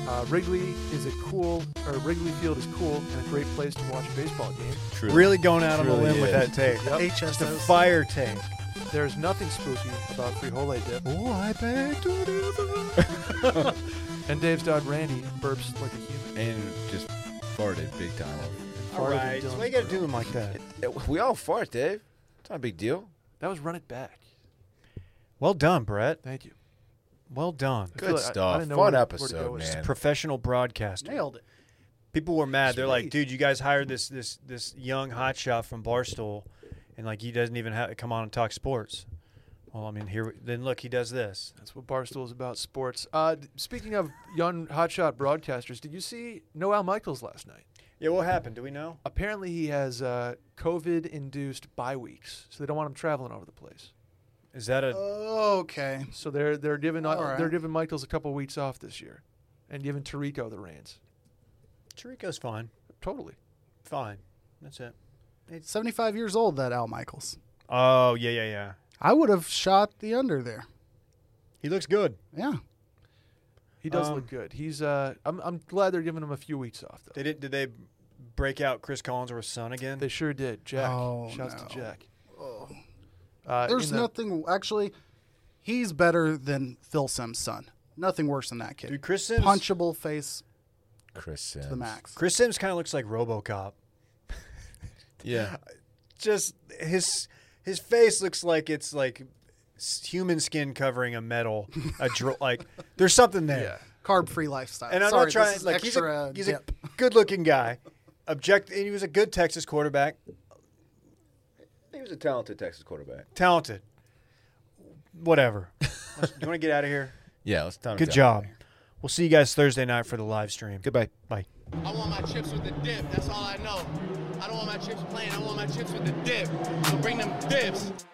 [SPEAKER 5] Uh, Wrigley is a cool, or Wrigley Field is cool and a great place to watch a baseball game.
[SPEAKER 4] True.
[SPEAKER 2] Really going out on a
[SPEAKER 4] Truly
[SPEAKER 2] limb with
[SPEAKER 4] is.
[SPEAKER 2] that take.
[SPEAKER 5] Yep.
[SPEAKER 2] Just a
[SPEAKER 3] HSOs.
[SPEAKER 2] fire take.
[SPEAKER 5] There's nothing spooky about frijole dip.
[SPEAKER 2] Oh, I back to the
[SPEAKER 5] And Dave's dog Randy burps like a human.
[SPEAKER 4] And just farted big time over here.
[SPEAKER 5] And
[SPEAKER 4] All
[SPEAKER 5] farted
[SPEAKER 4] right.
[SPEAKER 5] and done.
[SPEAKER 2] Why you got to do him like that?
[SPEAKER 4] We all fart, Dave. It's not a big deal.
[SPEAKER 5] That was run it back.
[SPEAKER 2] Well done, Brett.
[SPEAKER 5] Thank you.
[SPEAKER 2] Well done.
[SPEAKER 5] feel
[SPEAKER 4] Good
[SPEAKER 5] like I- I
[SPEAKER 4] stuff.
[SPEAKER 5] didn't know
[SPEAKER 4] Fun
[SPEAKER 5] where- where to go
[SPEAKER 4] episode,
[SPEAKER 5] with this.
[SPEAKER 4] man.
[SPEAKER 2] Professional broadcaster.
[SPEAKER 3] Nailed it.
[SPEAKER 2] People were mad. They're like,
[SPEAKER 5] Sweet.
[SPEAKER 2] dude, you guys hired this this this young hotshot from Barstool, and like he doesn't even have come on and talk sports. Well, I mean, here we- then look, he does this.
[SPEAKER 5] That's what Barstool is about, sports. Uh, d- speaking of young hotshot broadcasters, did you see Noel Michaels last night?
[SPEAKER 2] Yeah, what happened? Do we know?
[SPEAKER 5] Apparently, he has uh, COVID-induced bye weeks, so they don't want him traveling over the place.
[SPEAKER 2] Is that
[SPEAKER 3] Uh,
[SPEAKER 2] a
[SPEAKER 3] Okay.
[SPEAKER 5] So they're they're giving
[SPEAKER 3] All right.
[SPEAKER 5] they're giving Michaels a couple weeks off this year, and giving Tarico the reins.
[SPEAKER 2] Chirico's fine,
[SPEAKER 5] Totally.
[SPEAKER 2] fine. That's it.
[SPEAKER 3] 75 years old, that Al Michaels.
[SPEAKER 2] Oh yeah, yeah, yeah.
[SPEAKER 3] I would have shot the under there.
[SPEAKER 2] He looks good.
[SPEAKER 3] Yeah.
[SPEAKER 5] He does
[SPEAKER 2] Um,
[SPEAKER 5] look good. He's uh, I'm I'm glad they're giving him a few weeks off though.
[SPEAKER 2] They did. Did they break out Chris Collinsworth's son again?
[SPEAKER 5] They sure did. Jack.
[SPEAKER 3] Oh,
[SPEAKER 5] Shouts
[SPEAKER 3] no. Oh.
[SPEAKER 5] to Jack. Uh,
[SPEAKER 3] There's
[SPEAKER 5] in the-
[SPEAKER 3] nothing, actually, he's better than Phil Simms' son. Nothing worse than that kid.
[SPEAKER 2] Dude, Chris Sims.
[SPEAKER 3] Punchable face
[SPEAKER 4] Chris Sims.
[SPEAKER 3] to the max.
[SPEAKER 2] Chris Sims kind of looks like RoboCop.
[SPEAKER 4] Yeah.
[SPEAKER 2] Just his his face looks like it's like s- human skin covering a metal. A dro- [laughs] like there's something there.
[SPEAKER 5] Yeah.
[SPEAKER 3] Carb free lifestyle.
[SPEAKER 2] And I'm
[SPEAKER 3] Sorry,
[SPEAKER 2] not trying
[SPEAKER 3] this is
[SPEAKER 2] like he's a
[SPEAKER 3] extra
[SPEAKER 2] he's
[SPEAKER 3] dip. [laughs]
[SPEAKER 2] a good looking guy. Object. And he was a good Texas quarterback.
[SPEAKER 4] He was a talented Texas quarterback.
[SPEAKER 2] Talented. Whatever. [laughs] Do you want to get out of here?
[SPEAKER 4] Yeah, let's time to
[SPEAKER 2] Good
[SPEAKER 4] go.
[SPEAKER 2] job. We'll see you guys Thursday night for the live stream.
[SPEAKER 4] Goodbye.
[SPEAKER 2] Bye.
[SPEAKER 8] I want my chips with the dip. That's all I know. I don't want my chips plain. I want my chips with the dip. So bring them dips.